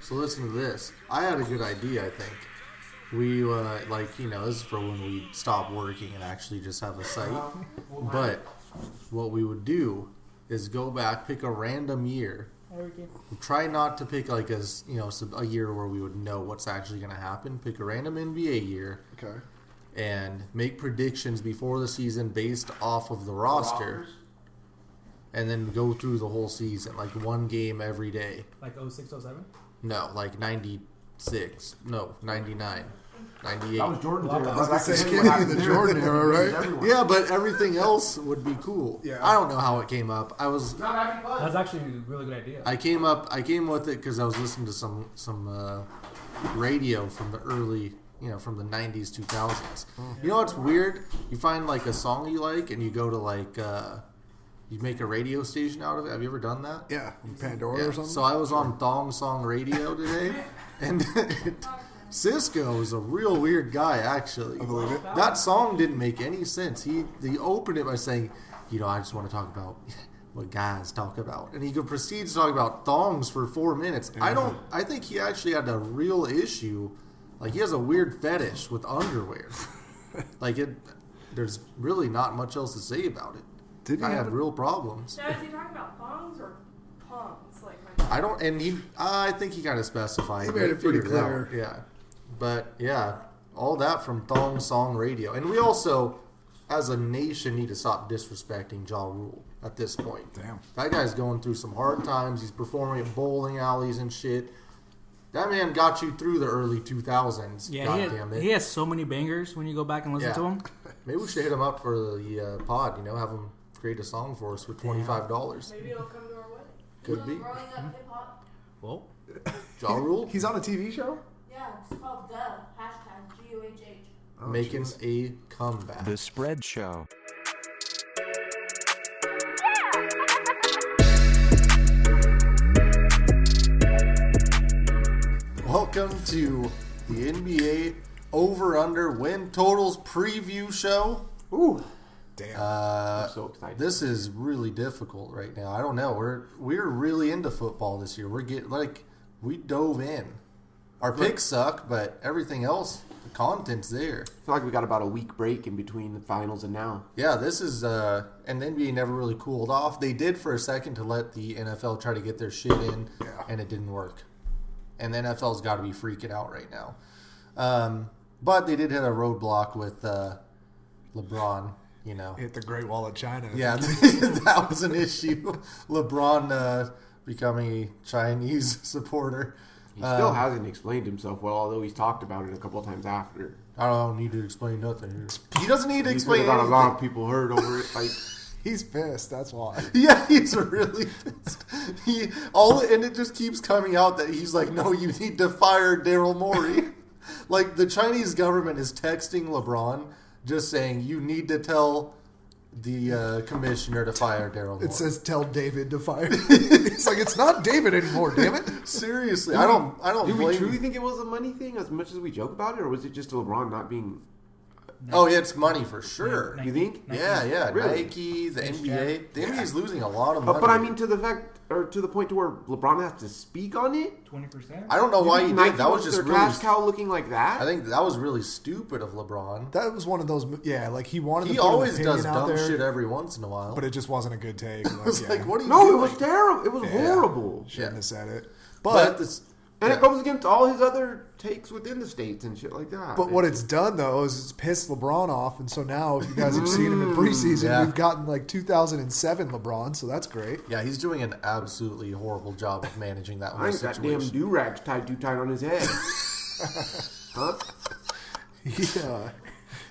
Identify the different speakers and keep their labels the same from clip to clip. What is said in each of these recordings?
Speaker 1: So listen to this. I had a good idea. I think we uh, like you know this is for when we stop working and actually just have a site. But what we would do is go back, pick a random year. Try not to pick like as you know some- a year where we would know what's actually going to happen. Pick a random NBA year
Speaker 2: Okay.
Speaker 1: and make predictions before the season based off of the roster,
Speaker 3: Rosters?
Speaker 1: and then go through the whole season like one game every day.
Speaker 4: Like 0607?
Speaker 1: No, like 96. No, 99.
Speaker 3: That
Speaker 1: 98.
Speaker 3: was Jordan's
Speaker 4: Well,
Speaker 3: era.
Speaker 4: I
Speaker 2: was gonna
Speaker 3: That's
Speaker 2: say,
Speaker 3: actually
Speaker 2: it's
Speaker 3: what
Speaker 2: getting
Speaker 3: happened
Speaker 2: the Jordan
Speaker 3: there.
Speaker 2: era, right?
Speaker 3: It's everywhere.
Speaker 1: Yeah, but everything else would be cool.
Speaker 2: Yeah.
Speaker 1: I don't know how it came up. I was
Speaker 3: No, that'd be fun.
Speaker 4: That's actually a really good idea.
Speaker 1: I came up I came with it cuz I was listening to some some uh, radio from the early, you know, from the 90s 2000s. You know what's weird? You find like a song you like and you go to like uh, you make a radio station out of it. Have you ever done that?
Speaker 2: Yeah, Pandora
Speaker 1: Yeah,
Speaker 2: or something.
Speaker 1: So I was on Thong Song Radio today, and Cisco is a real weird guy, actually.
Speaker 2: I believe it.
Speaker 1: That song didn't make any sense. He he opened it by saying, "You know, I just want to talk about what guys talk about," and he could proceed to talk about thongs for four minutes. I don't. I think he actually had a real issue. Like he has a weird fetish with underwear. like it. There's really not much else to say about it.
Speaker 2: Did he
Speaker 1: I
Speaker 2: have
Speaker 1: had
Speaker 2: a-
Speaker 1: real problems.
Speaker 5: Now, is he talking about bongs or pongs? Like my
Speaker 1: I don't, and he, I think he kind of specified.
Speaker 2: He made
Speaker 1: but
Speaker 2: it pretty
Speaker 1: figured out,
Speaker 2: clear.
Speaker 1: Yeah, but yeah, all that from Thong Song Radio, and we also, as a nation, need to stop disrespecting Ja Rule at this point.
Speaker 2: Damn.
Speaker 1: that guy's going through some hard times. He's performing at bowling alleys and shit. That man got you through the early two thousands.
Speaker 6: Yeah, he,
Speaker 1: goddamn
Speaker 6: had,
Speaker 1: it.
Speaker 6: he has so many bangers when you go back and listen
Speaker 1: Yeah.
Speaker 6: to him.
Speaker 1: Maybe we should hit him up for the uh, pod. You know, have him create a song for us for twenty five dollars.
Speaker 5: maybe it'll come to our wedding.
Speaker 1: Could be Hmm?
Speaker 7: Growing up hip hop.
Speaker 6: Well,
Speaker 1: Ja Rule
Speaker 2: He's on a TV show?
Speaker 7: Yeah, it's called Duh. Hashtag G U H H.
Speaker 2: Oh,
Speaker 1: making
Speaker 2: jeez.
Speaker 1: a comeback.
Speaker 8: The Spread Show.
Speaker 1: Welcome to the NBA Over Under Win Totals Preview Show.
Speaker 3: Ooh,
Speaker 2: Damn.
Speaker 1: Uh,
Speaker 3: I'm so excited.
Speaker 1: this is really difficult right now. I don't know. We're we're really into football this year. We're getting like we dove in. Our picks suck, but everything else, the content's there.
Speaker 3: I feel like we got about a week break in between the finals and now.
Speaker 1: Yeah, this is uh, and the NBA never really cooled off. They did for a second to let the NFL try to get their shit in,
Speaker 2: Yeah.
Speaker 1: and it didn't work. And the NFL's got to be freaking out right now. Um, but they did hit a roadblock with uh, LeBron. You know,
Speaker 2: Hit the Great Wall of China.
Speaker 1: yeah, that was an issue. LeBron uh, becoming a Chinese supporter. Um,
Speaker 3: He
Speaker 1: Uh,
Speaker 3: still hasn't explained himself well, although he's talked about it a couple times after.
Speaker 1: I don't need to explain nothing. here. He doesn't need to
Speaker 3: He could
Speaker 1: explain.
Speaker 3: have got a
Speaker 1: anything.
Speaker 3: lot of people hurt over it. Like,
Speaker 2: He's pissed, that's why.
Speaker 1: Yeah, he's really pissed. He all and it just keeps coming out that he's like, no, you need to fire Daryl Morey. like the Chinese government is texting LeBron, just saying you need to tell the uh, commissioner to fire Daryl Morey.
Speaker 2: It says tell David to fire. it's like it's not David anymore, damn it.
Speaker 1: Seriously, I don't, I don't
Speaker 3: do
Speaker 1: blame.
Speaker 3: we truly think it was a money thing as much as we joke about it, or was it just LeBron not being.
Speaker 1: oh, yeah, it's money for sure.
Speaker 3: You think?
Speaker 1: Yeah, yeah,
Speaker 3: Really?
Speaker 1: Nike, the NBA, the NBA's losing a lot of money.
Speaker 3: But, but I mean, to the fact, or to the point to where LeBron has to speak on it?
Speaker 4: 20%?
Speaker 1: Oh, I don't know why
Speaker 3: You
Speaker 1: he
Speaker 3: think
Speaker 1: did.
Speaker 3: Nike
Speaker 1: that was
Speaker 3: wants
Speaker 1: just
Speaker 3: their
Speaker 1: really.
Speaker 3: cash cow looking like that?
Speaker 1: I think that was really stupid of LeBron.
Speaker 2: That was one of those yeah, like he wanted
Speaker 1: He
Speaker 2: to put an
Speaker 1: always
Speaker 2: opinion
Speaker 1: does
Speaker 2: out
Speaker 1: dumb
Speaker 2: there,
Speaker 1: shit every once in a while.
Speaker 2: but it just wasn't a good take. Like,
Speaker 1: I was
Speaker 2: yeah,
Speaker 1: like, what are you
Speaker 3: no, it
Speaker 1: doing?
Speaker 3: was terrible. It was horrible.
Speaker 2: shouldn't
Speaker 1: yeah.
Speaker 2: have said it.
Speaker 1: But,
Speaker 2: But
Speaker 1: this,
Speaker 3: And
Speaker 1: yeah.
Speaker 3: it goes against all his other takes within the states and shit like that.
Speaker 2: But what it's done though is it's pissed LeBron off, and so now if you guys have seen
Speaker 3: Mm.
Speaker 2: him in preseason,
Speaker 1: yeah.
Speaker 2: we've gotten like 2007 LeBron, so that's great.
Speaker 1: yeah, he's doing an absolutely horrible job of managing that
Speaker 3: I
Speaker 1: whole
Speaker 3: ain't got damn
Speaker 1: situation.
Speaker 3: do rags tied too tight on his head. huh?
Speaker 2: He, uh,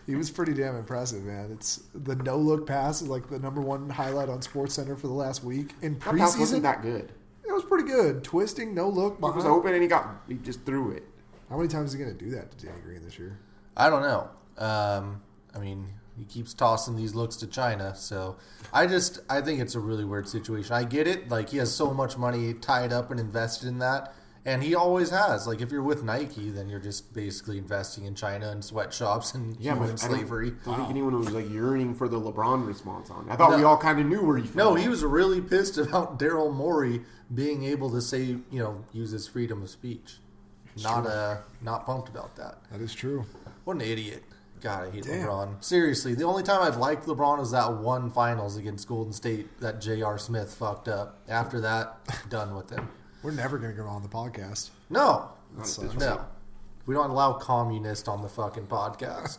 Speaker 2: he was pretty damn impressive, man. It's the no look pass is like the number one highlight on Sports Center for the last week in
Speaker 3: That pass wasn't
Speaker 2: preseason.
Speaker 3: that good.
Speaker 2: it was pretty good, twisting no look
Speaker 3: It was
Speaker 2: behind.
Speaker 1: Uh-huh.
Speaker 3: open and he got he just threw it.
Speaker 2: How many times is he gonna do that to Danny Green this year?
Speaker 1: I don't know. Um, I mean, he keeps tossing these looks to China, so I just I think it's a really weird situation. I get it. Like he has so much money tied up and invested in that, And he always has. Like, if you're with Nike, then you're just basically investing in China and sweatshops and
Speaker 3: Yeah,
Speaker 1: human
Speaker 3: but I don't,
Speaker 1: slavery.
Speaker 3: don't think anyone was like yearning for the LeBron response on. it. I thought
Speaker 1: No.
Speaker 3: we all kind of knew where he.
Speaker 1: No,
Speaker 3: fell.
Speaker 1: he was really pissed about Daryl Morey being able to say, you know, use his freedom of speech. Not uh, not pumped about that.
Speaker 2: That is true.
Speaker 1: What an idiot. God, I hate
Speaker 2: Damn.
Speaker 1: LeBron. Seriously, the only time I've liked LeBron is that one finals against Golden State that J.R. Smith fucked up. After that, done with him.
Speaker 2: We're never going to go on the podcast.
Speaker 1: No.
Speaker 3: Not at
Speaker 2: sucks.
Speaker 3: this
Speaker 1: No. We don't allow communist on the fucking podcast.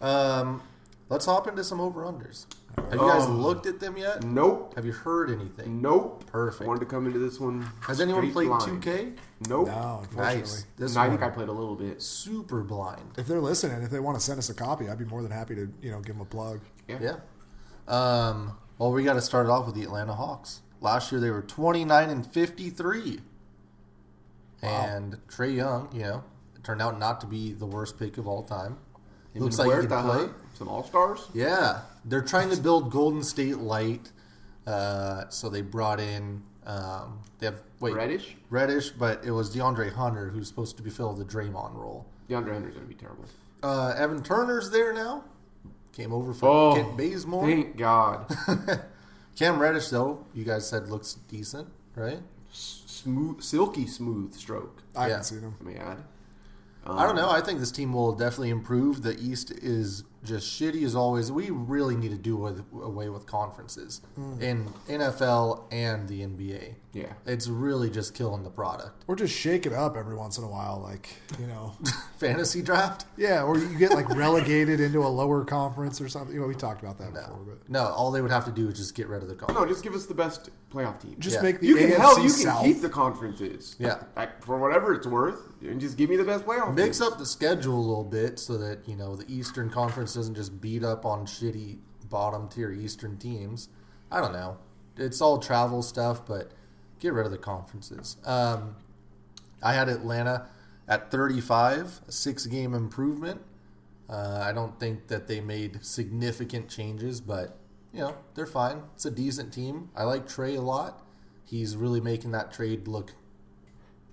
Speaker 1: Um, let's hop into some over-unders. Have you guys
Speaker 3: Oh.
Speaker 1: looked at them yet?
Speaker 3: rate. Nope.
Speaker 1: Have you heard anything?
Speaker 3: Nope.
Speaker 1: Perfect.
Speaker 3: Wanted to come into this one.
Speaker 1: Has anyone played
Speaker 3: straight blind.
Speaker 1: 2K?
Speaker 3: Nope.
Speaker 2: No, unfortunately.
Speaker 1: Nice. This
Speaker 3: This I think I
Speaker 1: one,
Speaker 3: played a little bit.
Speaker 1: super blind.
Speaker 2: If they're listening, if they want to send us a copy, I'd be more than happy to, you know, give them a plug.
Speaker 1: Yeah. Um, well, we got to start off with the Atlanta Hawks. Last year they were 29 and 53. And Trey Young, you know, turned out not to be the worst pick of all time.
Speaker 3: Him
Speaker 1: Looks
Speaker 3: and
Speaker 1: like he can
Speaker 3: Huerta,
Speaker 1: play.
Speaker 3: huh? Some all stars.
Speaker 1: Yeah, they're trying to build Golden State light. Uh, so they brought in um, they have wait
Speaker 3: Reddish.
Speaker 1: Reddish, but it was DeAndre Hunter who's supposed to be fill the Draymond role.
Speaker 3: DeAndre Hunter's gonna be terrible.
Speaker 1: Uh, Evan Turner's there now. Came over from
Speaker 3: Oh,
Speaker 1: Kent Bazemore.
Speaker 3: Thank God.
Speaker 1: Cam Reddish though, you guys said looks decent, right?
Speaker 3: smooth, silky smooth stroke.
Speaker 2: I
Speaker 1: Yeah.
Speaker 2: haven't seen them.
Speaker 3: Let me add. Um.
Speaker 1: I don't know. I think this team will definitely improve. The East is just shitty as always. We really need to do with, away with conferences in NFL and the NBA.
Speaker 3: Yeah.
Speaker 1: It's really just killing the product.
Speaker 2: Or just shake it up every once in a while, like, you know.
Speaker 1: Fantasy draft?
Speaker 2: yeah, or you get, like, relegated into a lower conference or something. You know, we talked about that before, but.
Speaker 1: No, all they would have to do is just get rid of the conference.
Speaker 3: No, just give us the best playoff team.
Speaker 2: Just
Speaker 1: Yeah.
Speaker 2: make the
Speaker 3: you can
Speaker 2: AFC
Speaker 3: hell, you
Speaker 2: South.
Speaker 3: can keep the conferences.
Speaker 1: Yeah.
Speaker 3: Like, for whatever it's worth, and just give me the best playoff.
Speaker 1: Mix
Speaker 3: team.
Speaker 1: up the schedule a little bit so that you know the Eastern Conference doesn't just beat up on shitty bottom tier Eastern teams. I don't know. It's all travel stuff, but get rid of the conferences. Um, I had Atlanta at 35, a six game improvement. Uh, I don't think that they made significant changes, but you know they're fine. It's a decent team. I like Trey a lot. He's really making that trade look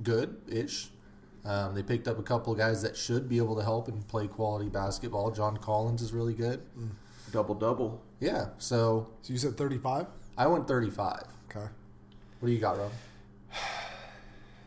Speaker 1: good ish. Um, they picked up a couple of guys that should be able to help and play quality basketball. John Collins is really good.
Speaker 3: double double.
Speaker 1: Yeah, so
Speaker 2: So you said 35?
Speaker 1: I went 35.
Speaker 2: Okay.
Speaker 1: What do you got, Rob?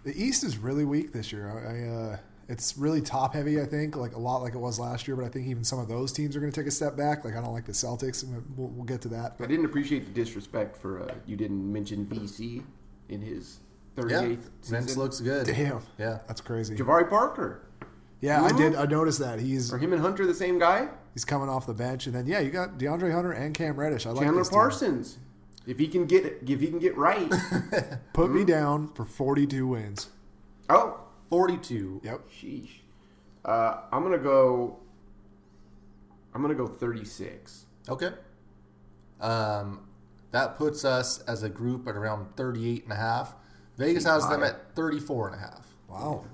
Speaker 2: The East is really weak this year. I, I uh, it's really top heavy. I think like a lot like it was last year, but I think even some of those teams are going to take a step back. Like I don't like the Celtics. and We'll, we'll get to that.
Speaker 3: I
Speaker 2: But
Speaker 3: didn't appreciate the disrespect for uh, you didn't mention VC in his 38th
Speaker 1: Yeah,
Speaker 3: season.
Speaker 1: Vince looks good.
Speaker 2: damn,
Speaker 1: Yeah.
Speaker 2: that's crazy.
Speaker 3: Jabari Parker.
Speaker 2: Yeah, I did. I noticed that he's
Speaker 3: Are him and Hunter the same guy?
Speaker 2: he's coming off the bench, and then yeah, you got DeAndre Hunter and Cam Reddish. I like
Speaker 3: Chandler
Speaker 2: this team.
Speaker 3: Parsons. If he can get it, if he can get right.
Speaker 2: Put
Speaker 1: Hmm?
Speaker 2: me down for forty-two wins.
Speaker 3: oh,
Speaker 1: 42.
Speaker 2: Yep.
Speaker 3: sheesh. Uh, I'm gonna go. I'm gonna go 36.
Speaker 1: Okay. Um, that puts us as a group at around 38 and a half. Vegas has them
Speaker 3: high.
Speaker 1: at 34 and a half.
Speaker 2: Wow.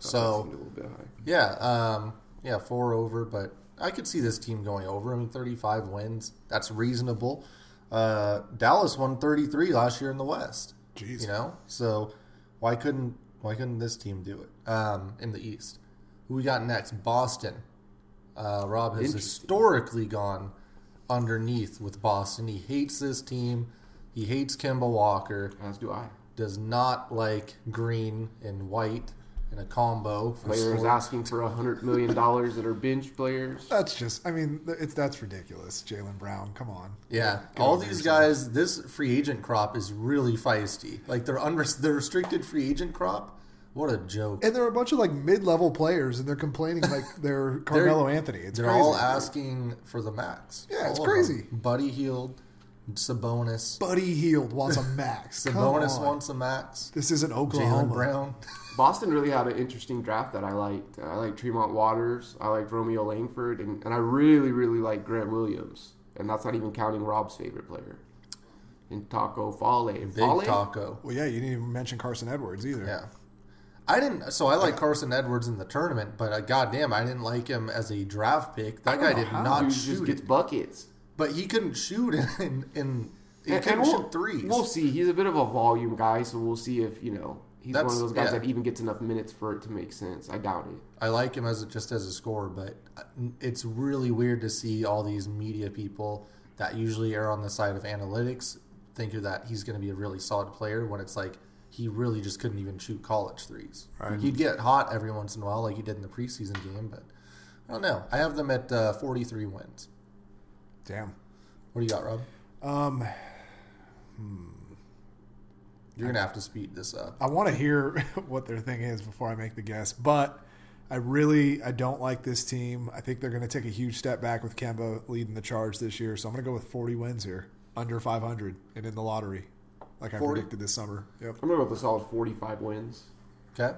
Speaker 1: So-
Speaker 3: That seemed a little bit high.
Speaker 1: Yeah, um, yeah, four over, but I could see this team going over. I mean, 35 wins, that's reasonable. Uh, Dallas won 33 last year in the West.
Speaker 2: Jeez.
Speaker 1: You know, so why couldn't why couldn't this team do it um, in the East? Who we got next? Boston. Uh, Rob has
Speaker 3: Interesting.
Speaker 1: historically gone underneath with Boston. He hates this team. He hates Kemba Walker.
Speaker 3: As do I.
Speaker 1: Does not like green and white in a combo. for
Speaker 3: Players
Speaker 1: sport.
Speaker 3: asking for a hundred million dollars that are bench players.
Speaker 2: That's just. I mean, th- it's that's ridiculous. Jalen Brown, come on.
Speaker 1: Yeah,
Speaker 2: Get
Speaker 1: all
Speaker 2: over
Speaker 1: these
Speaker 2: yourself.
Speaker 1: guys. This free agent crop is really feisty. Like their unres- the restricted free agent crop. What a joke!
Speaker 2: And there are a bunch of like mid-level players, and they're complaining like they're Carmelo Anthony. It's
Speaker 1: They're
Speaker 2: crazy.
Speaker 1: all asking for the max.
Speaker 2: Yeah, it's
Speaker 1: All of them.
Speaker 2: crazy.
Speaker 1: Buddy Healed, Sabonis.
Speaker 2: Buddy Healed wants a max. Come
Speaker 1: Sabonis
Speaker 2: on.
Speaker 1: wants a max.
Speaker 2: This isn't Oklahoma.
Speaker 1: Jalen Brown.
Speaker 3: Boston really had an interesting draft that I liked. I liked Tremont Waters. I liked Romeo Langford, and, and I really, really liked Grant Williams. And that's not even counting Rob's favorite player, and Taco Fale. And
Speaker 1: Big
Speaker 3: Fale,
Speaker 1: Taco.
Speaker 2: Well, yeah, you didn't even mention Carson Edwards either.
Speaker 1: Yeah. I didn't. So I like Carson Edwards in the tournament, but uh, goddamn, I didn't like him as a draft pick. That guy
Speaker 2: know
Speaker 1: did
Speaker 2: how.
Speaker 1: not
Speaker 3: dude
Speaker 1: shoot
Speaker 3: just
Speaker 1: it.
Speaker 3: gets buckets.
Speaker 1: but he couldn't shoot in. in he
Speaker 3: And,
Speaker 1: couldn't
Speaker 3: and we'll,
Speaker 1: shoot threes.
Speaker 3: we'll see. He's a bit of a volume guy, so we'll see if you know he's
Speaker 1: That's-
Speaker 3: one of those guys
Speaker 1: yeah.
Speaker 3: that even gets enough minutes for it to make sense. I doubt it.
Speaker 1: I like him as a, just as a scorer, but uh, it's really weird to see all these media people that usually are on the side of analytics think that he's going to be a really solid player when it's like he really just couldn't even shoot college threes.
Speaker 2: Right.
Speaker 1: He'd get hot every once in a while, like he did in the preseason game, but I don't know. I have them at uh, 43 wins.
Speaker 2: Damn.
Speaker 1: What do you got, Rob?
Speaker 2: Um,
Speaker 1: You're going to have to speed this up.
Speaker 2: I want to hear what their thing is before I make the guess, but I really I don't like this team. I think they're going to take a huge step back with Kemba leading the charge this year. So I'm going to go with 40 wins here, under 500, and in the lottery, like I
Speaker 1: 40?
Speaker 2: predicted this summer. Yep.
Speaker 3: I'm gonna go with a solid 45 wins.
Speaker 1: Okay.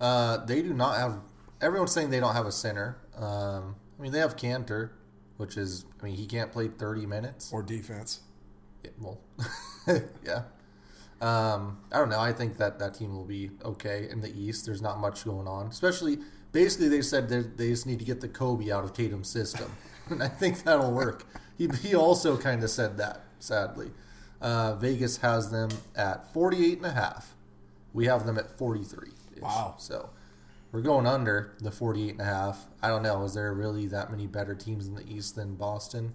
Speaker 1: Uh, they do not have. Everyone's saying they don't have a center. Um, I mean, they have Cantor, which is. I mean, he can't play 30 minutes.
Speaker 2: Or defense.
Speaker 1: Yeah, well, yeah. Um, I don't know. I think that that team will be okay in the East. There's not much going on, especially. Basically, they said they they just need to get the Kobe out of Tatum's system, and I think that'll work. He he also kind of said that. Sadly, uh, Vegas has them at 48 and a half. We have them at 43. -ish.
Speaker 2: Wow.
Speaker 1: So we're going under the 48 and a half. I don't know. Is there really that many better teams in the East than Boston?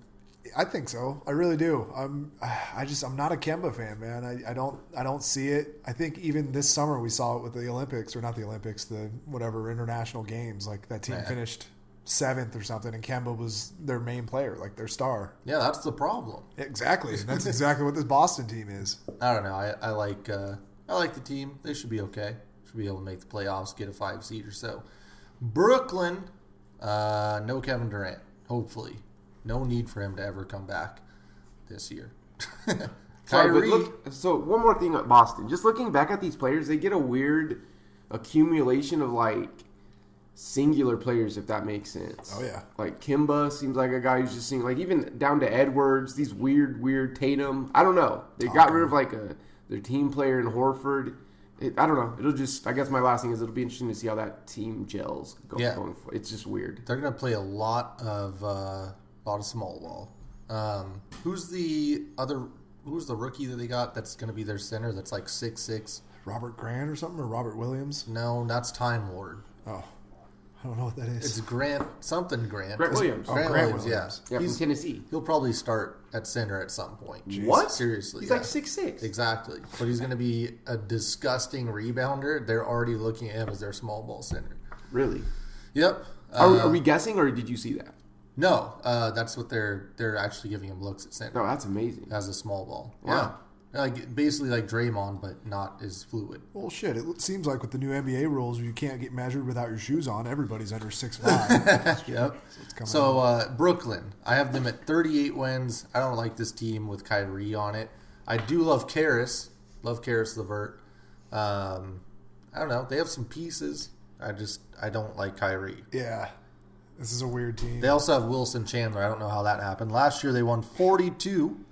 Speaker 2: I think so. I really do. I'm. I just. I'm not a Kemba fan, man. I, I don't. I don't see it. I think even this summer we saw it with the Olympics or not the Olympics, the whatever international games. Like that team
Speaker 1: Yeah.
Speaker 2: finished seventh or something, and Kemba was their main player, like their star.
Speaker 1: Yeah, that's the problem.
Speaker 2: Exactly. And that's exactly what this Boston team is.
Speaker 1: I don't know. I, I like uh, I like the team. They should be okay. Should be able to make the playoffs, get a five seed or so. Brooklyn, uh, no Kevin Durant. Hopefully, no need for him to ever come back this year.
Speaker 3: Sorry, but
Speaker 1: Kyrie,
Speaker 3: look, so one more thing at Boston. Just looking back at these players, they get a weird accumulation of like singular players, if that makes sense.
Speaker 2: Oh, yeah.
Speaker 3: Like Kimba seems like a guy who's just seeing like even down to Edwards. These weird, weird Tatum. I don't know. They got rid of like a their team player in Horford. It, I don't know. It'll just. I guess my last thing is it'll be interesting to see how that team gels go,
Speaker 1: Yeah.
Speaker 3: going. For, it's just weird.
Speaker 1: they're gonna play a lot of uh, lot of small ball. Um, who's the other? Who's the rookie that they got? That's gonna be their center. That's like six six.
Speaker 2: Robert Grant or something, or Robert Williams.
Speaker 1: No, that's Time Lord.
Speaker 2: Oh, I don't know what that is.
Speaker 1: It's Grant something Grant.
Speaker 3: Grant Williams.
Speaker 2: Oh,
Speaker 1: Grant,
Speaker 2: Grant
Speaker 1: Williams,
Speaker 2: Williams.
Speaker 1: Yeah,
Speaker 3: Yeah, from
Speaker 1: He's-
Speaker 3: Tennessee.
Speaker 1: He'll probably start at center at some point.
Speaker 3: What?
Speaker 1: Seriously.
Speaker 3: He's
Speaker 1: yeah.
Speaker 3: like six six.
Speaker 1: Exactly. But he's going to be a disgusting rebounder. They're already looking at him as their small ball center.
Speaker 3: Really?
Speaker 1: Yep.
Speaker 3: Are,
Speaker 1: Uh,
Speaker 3: are we guessing or did you see that?
Speaker 1: No, uh, that's what they're they're actually giving him looks at center
Speaker 3: No, Oh, that's amazing.
Speaker 2: Uh,
Speaker 1: as a small ball.
Speaker 3: Wow.
Speaker 1: Yeah. Like basically like Draymond, but not as fluid.
Speaker 2: Well, shit. It seems like with the new NBA rules, you can't get measured without your shoes on. Everybody's under six five.
Speaker 1: Yep.
Speaker 2: coming
Speaker 1: So uh, Brooklyn, I have them at 38 wins. I don't like this team with Kyrie on it. I do love Karras, love Karras Levert. Um, I don't know. They have some pieces. I just I don't like Kyrie.
Speaker 2: yeah, this is a weird team.
Speaker 1: They also have Wilson Chandler. I don't know how that happened. Last year they won 42.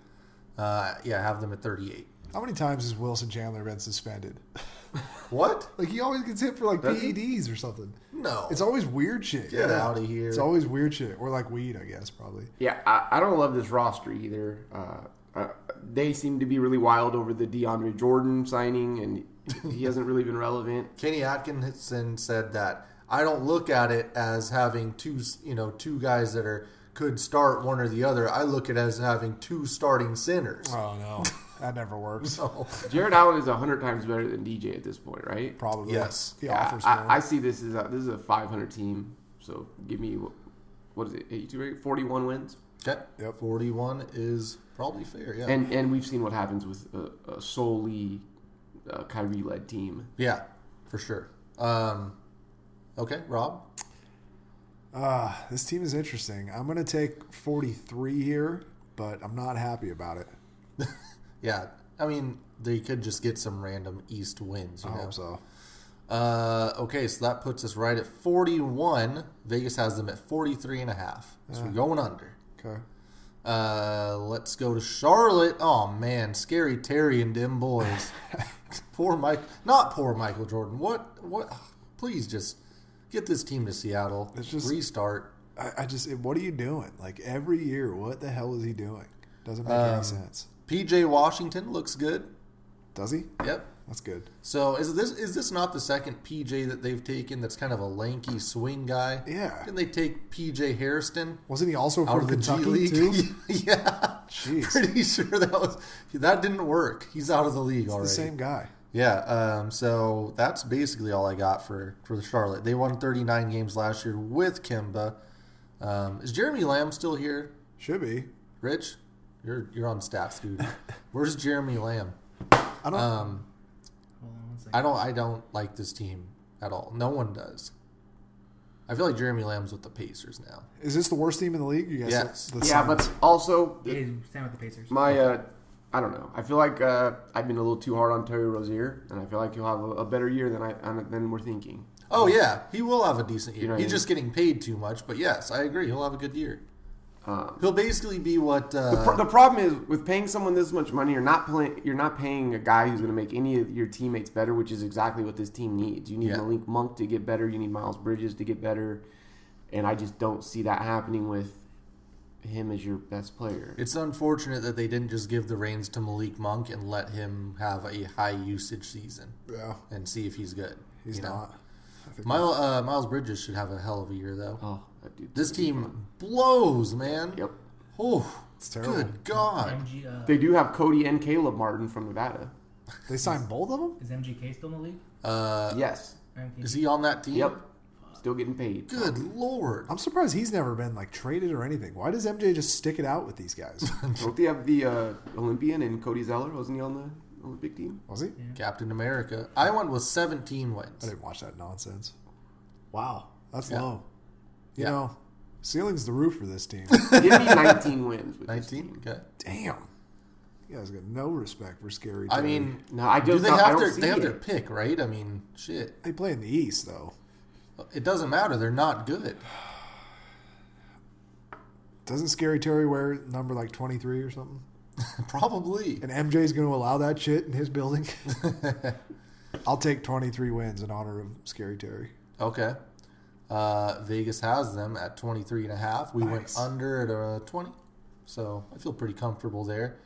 Speaker 1: Uh, yeah, I have them at 38.
Speaker 2: How many times has Wilson Chandler been suspended?
Speaker 1: What?
Speaker 2: Like he always gets hit for like
Speaker 3: Does he?
Speaker 2: PEDs or something.
Speaker 1: No.
Speaker 2: It's always weird shit.
Speaker 1: Get outta here.
Speaker 2: It's always weird shit, or like weed, I guess, probably.
Speaker 3: Yeah, I, I don't love this roster either. Uh, uh, they seem to be really wild over the DeAndre Jordan signing, and he hasn't really been relevant.
Speaker 1: Kenny Atkinson said that I don't look at it as having two, you know, two guys that are could start one or the other. I look at it as having two starting centers.
Speaker 2: Oh no, that never works.
Speaker 1: So
Speaker 3: Jared Allen is hundred times better than DJ at this point, right?
Speaker 2: Probably.
Speaker 1: Yes.
Speaker 2: He
Speaker 3: Yeah,
Speaker 2: offers
Speaker 3: I,
Speaker 2: more.
Speaker 3: I, I see this as a, this is a five hundred team. So give me what, what is it? 82, 41 wins,
Speaker 1: okay,
Speaker 2: Yep.
Speaker 1: forty-one is probably fair. Yeah,
Speaker 3: and and we've seen what happens with a, a solely uh, Kyrie led team.
Speaker 1: yeah, for sure. Um, okay, Rob.
Speaker 2: Uh, this team is interesting. I'm going to take 43 here, but I'm not happy about it.
Speaker 1: Yeah, I mean they could just get some random East wins. You
Speaker 2: I
Speaker 1: know?
Speaker 2: hope so.
Speaker 1: Uh, okay, so that puts us right at forty-one. Vegas has them at forty-three and a half. So we're going under.
Speaker 2: Okay.
Speaker 1: Uh, let's go to Charlotte. Oh man, scary Terry and them boys. poor Mike, not poor Michael Jordan. What? What? Please just get this team to Seattle.
Speaker 2: It's just-
Speaker 1: restart.
Speaker 2: I, I just, what are you doing? Like every year, what the hell is
Speaker 1: Um,
Speaker 2: he doing? Doesn't make any sense.
Speaker 1: PJ Washington looks good.
Speaker 2: Does he?
Speaker 1: Yep,
Speaker 2: that's good.
Speaker 1: So is this is this not the second PJ that they've taken? That's kind of a lanky swing guy.
Speaker 2: Yeah.
Speaker 1: Didn't they take PJ Harrison
Speaker 2: Wasn't he also
Speaker 1: out
Speaker 2: from
Speaker 1: of the G
Speaker 2: Kentucky
Speaker 1: League?
Speaker 2: too?
Speaker 1: yeah.
Speaker 2: Jeez.
Speaker 1: Pretty sure that was that didn't work. He's out of the league
Speaker 2: The
Speaker 1: already.
Speaker 2: same guy.
Speaker 1: Yeah. Um, so that's basically all I got for for the Charlotte. They won 39 games last year with Kimba. Um, is Jeremy Lamb still here?
Speaker 2: Should be.
Speaker 1: Rich, you're you're on staff, dude. Where's Jeremy Lamb?
Speaker 2: I don't.
Speaker 1: Um,
Speaker 4: Hold on one second.
Speaker 1: I don't I don't like this team at all. No one does. I feel like Jeremy Lamb's with the Pacers now.
Speaker 2: is this the worst team in the league? You guys.
Speaker 1: Yes.
Speaker 2: the
Speaker 3: Yeah,
Speaker 2: Suns.
Speaker 3: but also
Speaker 4: It is Sam with the Pacers.
Speaker 3: my uh, I don't know. I feel like uh, I've been a little too hard on Terry Rozier, and I feel like he'll have a, a better year than I than we're thinking.
Speaker 1: Oh yeah, he will have a decent year.
Speaker 3: You know what
Speaker 1: He's
Speaker 3: I
Speaker 1: just getting paid too much, but yes, I agree. He'll have a good year.
Speaker 3: Um,
Speaker 1: He'll basically be what uh,
Speaker 3: the, pro- the problem is with paying someone this much money, you're not playing. You're not paying a guy who's going to make any of your teammates better, which is exactly what this team needs. You need
Speaker 1: Yeah.
Speaker 3: Malik Monk to get better. You need Miles Bridges to get better, and I just don't see that happening with him as your best player.
Speaker 1: It's unfortunate that they didn't just give the reins to Malik Monk and let him have a high usage season
Speaker 2: yeah,
Speaker 1: and see if he's good.
Speaker 2: he's
Speaker 1: you know?
Speaker 2: not. I think
Speaker 1: Mile, uh, Miles Bridges should have a hell of a year though.
Speaker 3: Oh, that dude's
Speaker 1: This
Speaker 3: gonna be fun.
Speaker 1: team blows, man.
Speaker 3: Yep.
Speaker 1: Oh,
Speaker 2: It's terrible.
Speaker 1: Good God.
Speaker 4: MG, uh,
Speaker 3: They do have Cody and Caleb Martin from Nevada.
Speaker 2: They signed both of them.
Speaker 4: is MGK still in the league?
Speaker 1: Uh,
Speaker 3: yes.
Speaker 4: Or MKG?
Speaker 1: is he on that team?
Speaker 3: Yep. Still getting paid.
Speaker 1: Good lord.
Speaker 2: I'm surprised he's never been like traded or anything. Why does MJ just stick it out with these guys?
Speaker 3: Don't they have the uh, Olympian and Cody Zeller? Wasn't he on the Olympic team?
Speaker 2: Was he?
Speaker 1: Captain America. I went with 17
Speaker 2: I
Speaker 1: wins.
Speaker 2: didn't watch that nonsense. Wow, that's
Speaker 1: Yeah.
Speaker 2: low. You
Speaker 1: Yeah.
Speaker 2: know, ceiling's the roof for this team.
Speaker 3: Give me 19 wins. With this
Speaker 1: 19?
Speaker 3: team.
Speaker 1: Okay.
Speaker 2: Damn, you guys got no respect for scary.
Speaker 1: I
Speaker 2: Terry.
Speaker 1: mean,
Speaker 3: No, I
Speaker 1: do
Speaker 3: just
Speaker 1: they
Speaker 3: not, I
Speaker 1: have
Speaker 3: don't
Speaker 1: their
Speaker 3: see
Speaker 1: they have
Speaker 3: it.
Speaker 1: their pick, right? I mean, shit.
Speaker 2: they play in the East though.
Speaker 1: It doesn't matter. They're not good.
Speaker 2: Doesn't Scary Terry wear number like 23 or something?
Speaker 1: Probably.
Speaker 2: And MJ's going to allow that shit in his building? I'll take 23 wins in honor of Scary Terry.
Speaker 1: Okay. Uh, Vegas has them at 23 and a half. We went
Speaker 2: Nice.
Speaker 1: under at uh, 20. So I feel pretty comfortable there.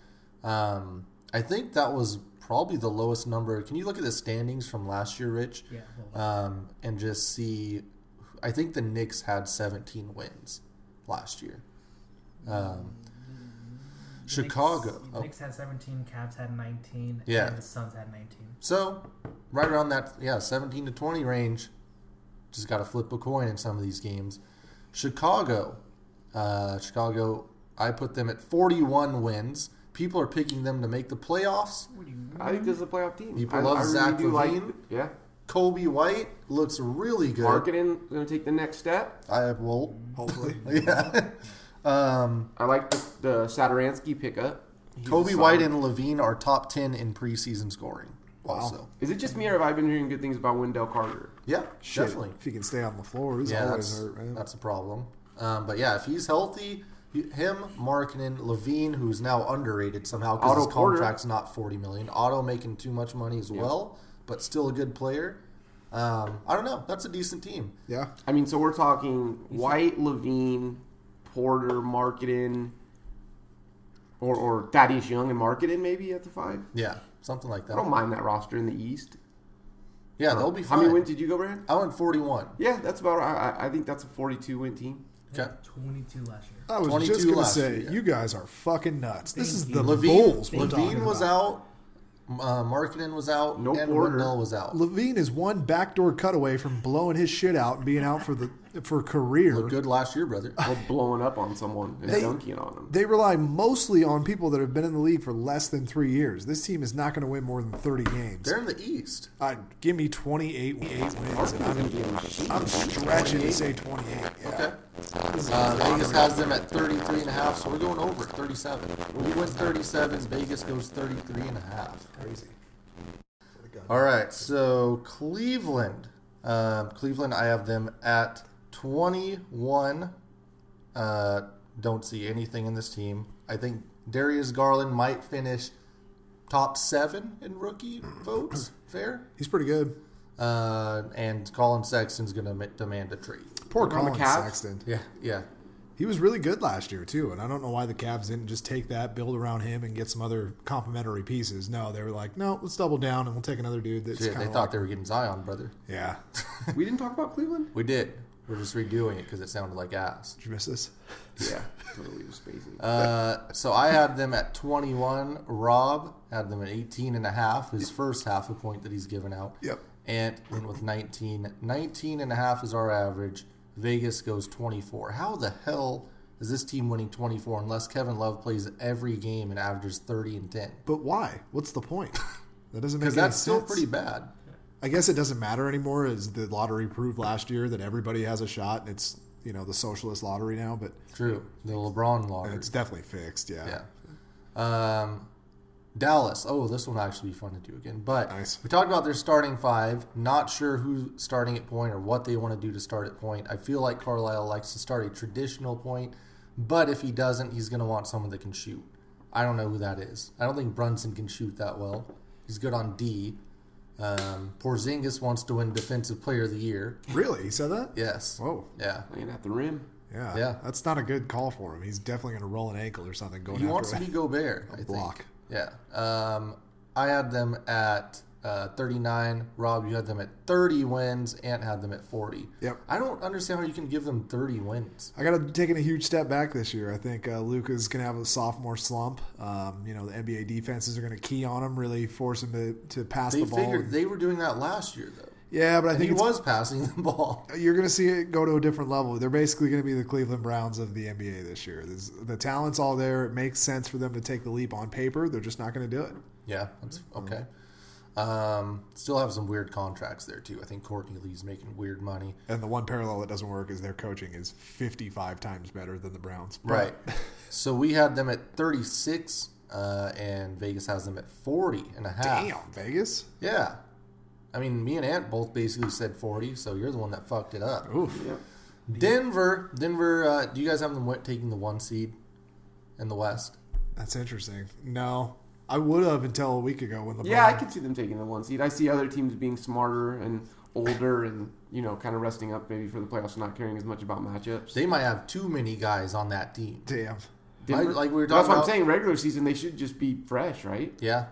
Speaker 1: Um, I think that was probably the lowest number. Can you look at the standings from last year, Rich?
Speaker 4: Yeah. hold on.
Speaker 1: Um, and just see. I think the Knicks had 17 wins last year. Um, Chicago.
Speaker 4: Knicks,
Speaker 1: Oh,
Speaker 4: Knicks had 17, Cavs had 19,
Speaker 1: Yeah.
Speaker 4: and the Suns had 19.
Speaker 1: So, right around that, yeah, 17 to 20 range. Just got to flip a coin in some of these games. Chicago, uh, Chicago, I put them at 41 wins. People are picking them to make the playoffs.
Speaker 3: I think this is a playoff team.
Speaker 1: People
Speaker 3: I,
Speaker 1: love
Speaker 3: I really
Speaker 1: Zach
Speaker 3: do like-
Speaker 1: LaVine.
Speaker 3: yeah.
Speaker 1: Kobe White looks really good.
Speaker 3: Marketing going to take the next step.
Speaker 1: I will.
Speaker 2: Hopefully.
Speaker 1: Yeah. um,
Speaker 3: I like the, the Saturansky pickup. He's
Speaker 1: Kobe
Speaker 3: a solid-
Speaker 1: White and Levine are top 10 in preseason scoring. Also,
Speaker 3: Is it just me or have I been hearing good things about Wendell Carter?
Speaker 1: yeah,
Speaker 2: Shit,
Speaker 1: definitely.
Speaker 2: If he can stay on the floor, he's
Speaker 1: Yeah,
Speaker 2: always
Speaker 1: that's,
Speaker 2: hurt, man.
Speaker 1: that's a problem. Um, but yeah, if he's healthy, he- him, Markkinen, Levine, who's now underrated somehow because
Speaker 3: Otto
Speaker 1: his
Speaker 3: Porter.
Speaker 1: contract's not forty million. Otto making too much money as well, but still a good player. Um, I don't know. That's a decent team.
Speaker 2: Yeah.
Speaker 3: I mean, so we're talking White, Levine, Porter, Marketing, or or Thaddeus Young and Marketing maybe at the five.
Speaker 1: Yeah, something like
Speaker 3: I don't
Speaker 1: that.
Speaker 3: mind that roster in the East.
Speaker 1: Yeah, they'll be
Speaker 3: How
Speaker 1: fine.
Speaker 3: many wins did you go, Brand?
Speaker 1: I went forty-one.
Speaker 3: Yeah, that's about. I, I- I think that's a forty-two win team.
Speaker 4: They had
Speaker 1: Okay.
Speaker 4: 22 last year.
Speaker 2: I was
Speaker 1: 22
Speaker 2: just going to
Speaker 1: last
Speaker 2: say,
Speaker 1: year.
Speaker 2: you guys are fucking nuts. This is
Speaker 4: Thank
Speaker 2: the
Speaker 4: you.
Speaker 1: Levine,
Speaker 2: Bulls we're
Speaker 1: Levine
Speaker 2: talking
Speaker 1: was
Speaker 2: about.
Speaker 1: out. Uh, Markkinen was out.
Speaker 3: No
Speaker 1: and
Speaker 3: Porter.
Speaker 1: Wendell was out.
Speaker 2: Levine is one backdoor cutaway from blowing his shit out and being out for the for a career.
Speaker 1: Looked good last year, brother.
Speaker 3: Or blowing up on someone and
Speaker 2: They-
Speaker 3: dunking on them.
Speaker 2: They rely mostly on people that have been in the league for less than three years. This team is not going to win more than 30 games.
Speaker 1: They're in the East.
Speaker 2: Uh, give me 28 eight wins. and I'm, I'm stretching to say 28. Yeah.
Speaker 1: Okay. Uh, Vegas has them at 33 and a half, so we're going over at 37. We went 37, Vegas goes 33 and a half.
Speaker 2: Crazy.
Speaker 1: All right, so Cleveland. Um, Cleveland, I have them at 21. Uh, don't see anything in this team. I think Darius Garland might finish top seven in rookie votes. Fair.
Speaker 2: He's pretty good.
Speaker 1: Uh, and Colin Sexton's going to demand a trade.
Speaker 2: Poor
Speaker 3: on the
Speaker 2: Colin
Speaker 3: Cavs?
Speaker 2: Sexton.
Speaker 1: Yeah, yeah.
Speaker 2: He was really good last year too, and I don't know why the Cavs didn't just take that, build around him, and get some other complementary pieces. No, they were like, no, let's double down and we'll take another dude that's
Speaker 1: Shit,
Speaker 2: kind
Speaker 1: they
Speaker 2: of
Speaker 1: thought
Speaker 2: like,
Speaker 1: they were getting Zion, brother.
Speaker 2: yeah.
Speaker 3: We didn't talk about Cleveland?
Speaker 1: We did. We're just redoing it because it sounded like ass.
Speaker 2: Did you miss this?
Speaker 3: Yeah. Totally was spacing.
Speaker 1: Uh, so I had them at 21. Rob had them at 18 and a half, his first half a point that he's given out.
Speaker 2: Yep.
Speaker 1: Ant went with 19. 19 and a half is our average. Vegas goes 24. How the hell is this team winning 24 unless Kevin Love plays every game and averages 30 and 10?
Speaker 2: But why? What's the point? That doesn't make
Speaker 1: Because
Speaker 2: any
Speaker 1: that's still
Speaker 2: sense.
Speaker 1: pretty bad.
Speaker 2: I guess it doesn't matter anymore. As the lottery proved last year that everybody has a shot, and it's you know the socialist lottery now, but
Speaker 1: True. The LeBron lottery.
Speaker 2: it's definitely fixed. Yeah.
Speaker 1: Yeah. Um, Dallas. Oh, this one will actually be fun to do again. But
Speaker 2: Nice.
Speaker 1: we talked about their starting five. Not sure who's starting at point or what they want to do to start at point. I feel like Carlisle likes to start a traditional point, but if he doesn't, he's going to want someone that can shoot. I don't know who that is. I don't think Brunson can shoot that well. He's good on D. Um, Porzingis wants to win Defensive Player of the Year.
Speaker 2: Really? He said that?
Speaker 1: Yes.
Speaker 2: Whoa.
Speaker 1: Yeah.
Speaker 3: Playing at the rim.
Speaker 2: Yeah.
Speaker 1: Yeah.
Speaker 2: That's not a good call for him. He's definitely going to roll an ankle or something going
Speaker 1: He
Speaker 2: after
Speaker 1: wants to
Speaker 2: a
Speaker 1: be Gobert. I think.
Speaker 2: block.
Speaker 1: Yeah. Um, I had them at uh, 39. Rob, you had them at 30 wins. Ant had them at 40.
Speaker 2: Yep.
Speaker 1: I don't understand how you can give them 30 wins.
Speaker 2: I got to taking a huge step back this year. I think uh, Luca's going to have a sophomore slump. Um, you know, the NBA defenses are going to key on him, really force him to, to pass
Speaker 1: They
Speaker 2: the ball.
Speaker 1: figured they were doing that last year, though.
Speaker 2: yeah, but I
Speaker 1: And
Speaker 2: think
Speaker 1: he
Speaker 2: it's-
Speaker 1: was passing the ball.
Speaker 2: you're going to see it go to a different level. They're basically going to be the Cleveland Browns of the NBA this year. There's, the talent's all there. It makes sense for them to take the leap on paper. They're just not going to do it.
Speaker 1: Yeah, that's
Speaker 2: Mm-hmm.
Speaker 1: okay. Um, still have some weird contracts there, too. I think Courtney Lee's making weird money.
Speaker 2: And the one parallel that doesn't work is their coaching is 55 times better than the Browns. But-
Speaker 1: Right. so we had them at 36, uh, and Vegas has them at 40 and a half.
Speaker 2: Damn, Vegas.
Speaker 1: Yeah. I mean, me and Ant both basically said 40, so you're the one that fucked it up.
Speaker 2: Oof.
Speaker 3: Yep.
Speaker 1: Denver, Denver, uh, do you guys have them win- taking the one seed in the West?
Speaker 2: That's interesting. No, I would have until a week ago when LeBron.
Speaker 3: Yeah, I could see them taking the one seed. I see other teams being smarter and older and, you know, kind of resting up maybe for the playoffs and not caring as much about matchups.
Speaker 1: They might have too many guys on that team.
Speaker 2: Damn,
Speaker 3: Denver-
Speaker 1: Like- like we were
Speaker 3: That's
Speaker 1: talking
Speaker 3: what I'm
Speaker 1: about-
Speaker 3: saying. Regular season, they should just be fresh, right?
Speaker 1: Yeah.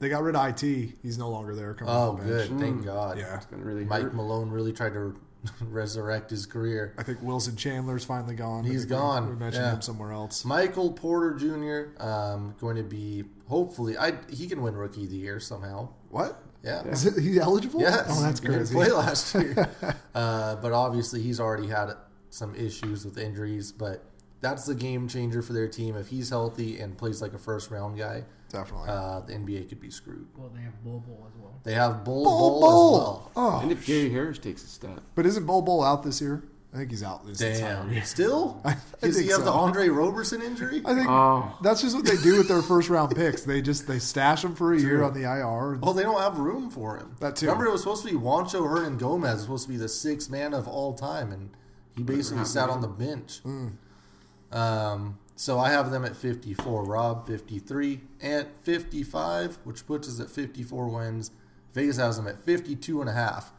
Speaker 2: they got rid of it. He's no longer there. Coming
Speaker 1: Oh,
Speaker 2: off the bench.
Speaker 1: good. Thank God.
Speaker 2: Yeah,
Speaker 3: It's going to really
Speaker 1: Mike
Speaker 3: hurt.
Speaker 1: Malone really tried to resurrect his career.
Speaker 2: I think Wilson Chandler's finally gone.
Speaker 1: He's
Speaker 2: I think we-
Speaker 1: gone.
Speaker 2: We mentioned
Speaker 1: Yeah.
Speaker 2: him somewhere else.
Speaker 1: Michael Porter Jr. Um, going to be hopefully I he can win Rookie of the Year somehow.
Speaker 2: What?
Speaker 1: Yeah.
Speaker 2: Is it, he's eligible?
Speaker 1: Yes.
Speaker 2: Oh, that's
Speaker 1: He didn't
Speaker 2: crazy.
Speaker 1: play last year. uh, but obviously, he's already had some issues with injuries, but that's the game changer for their team. If he's healthy and plays like a first round guy,
Speaker 2: Definitely.
Speaker 1: uh, the NBA could be screwed.
Speaker 4: Well, they have Bull Bull as well.
Speaker 1: They have Bull Bull,
Speaker 2: Bull Bull.
Speaker 1: as well.
Speaker 3: And
Speaker 2: Oh,
Speaker 3: if Gary Harris takes a step,
Speaker 2: but isn't Bull Bull out this year? I think he's out this entire
Speaker 1: Damn.
Speaker 2: year.
Speaker 1: Still?
Speaker 2: I
Speaker 1: Does he
Speaker 2: think
Speaker 1: have
Speaker 2: so.
Speaker 1: the Andre Roberson injury?
Speaker 2: I think
Speaker 3: Oh.
Speaker 2: that's just what they do with their first round picks. They just they stash them for a year on the IR.
Speaker 1: Well, Oh, they don't have room for him.
Speaker 2: That too.
Speaker 1: Remember, it was supposed to be Juancho Hernan Gomez was supposed to be the sixth man of all time, and he basically sat on the bench.
Speaker 2: Hmm.
Speaker 1: Um, so I have them at 54. Rob 53 and 55, which puts us at 54 wins. Vegas has them at 52 and a half,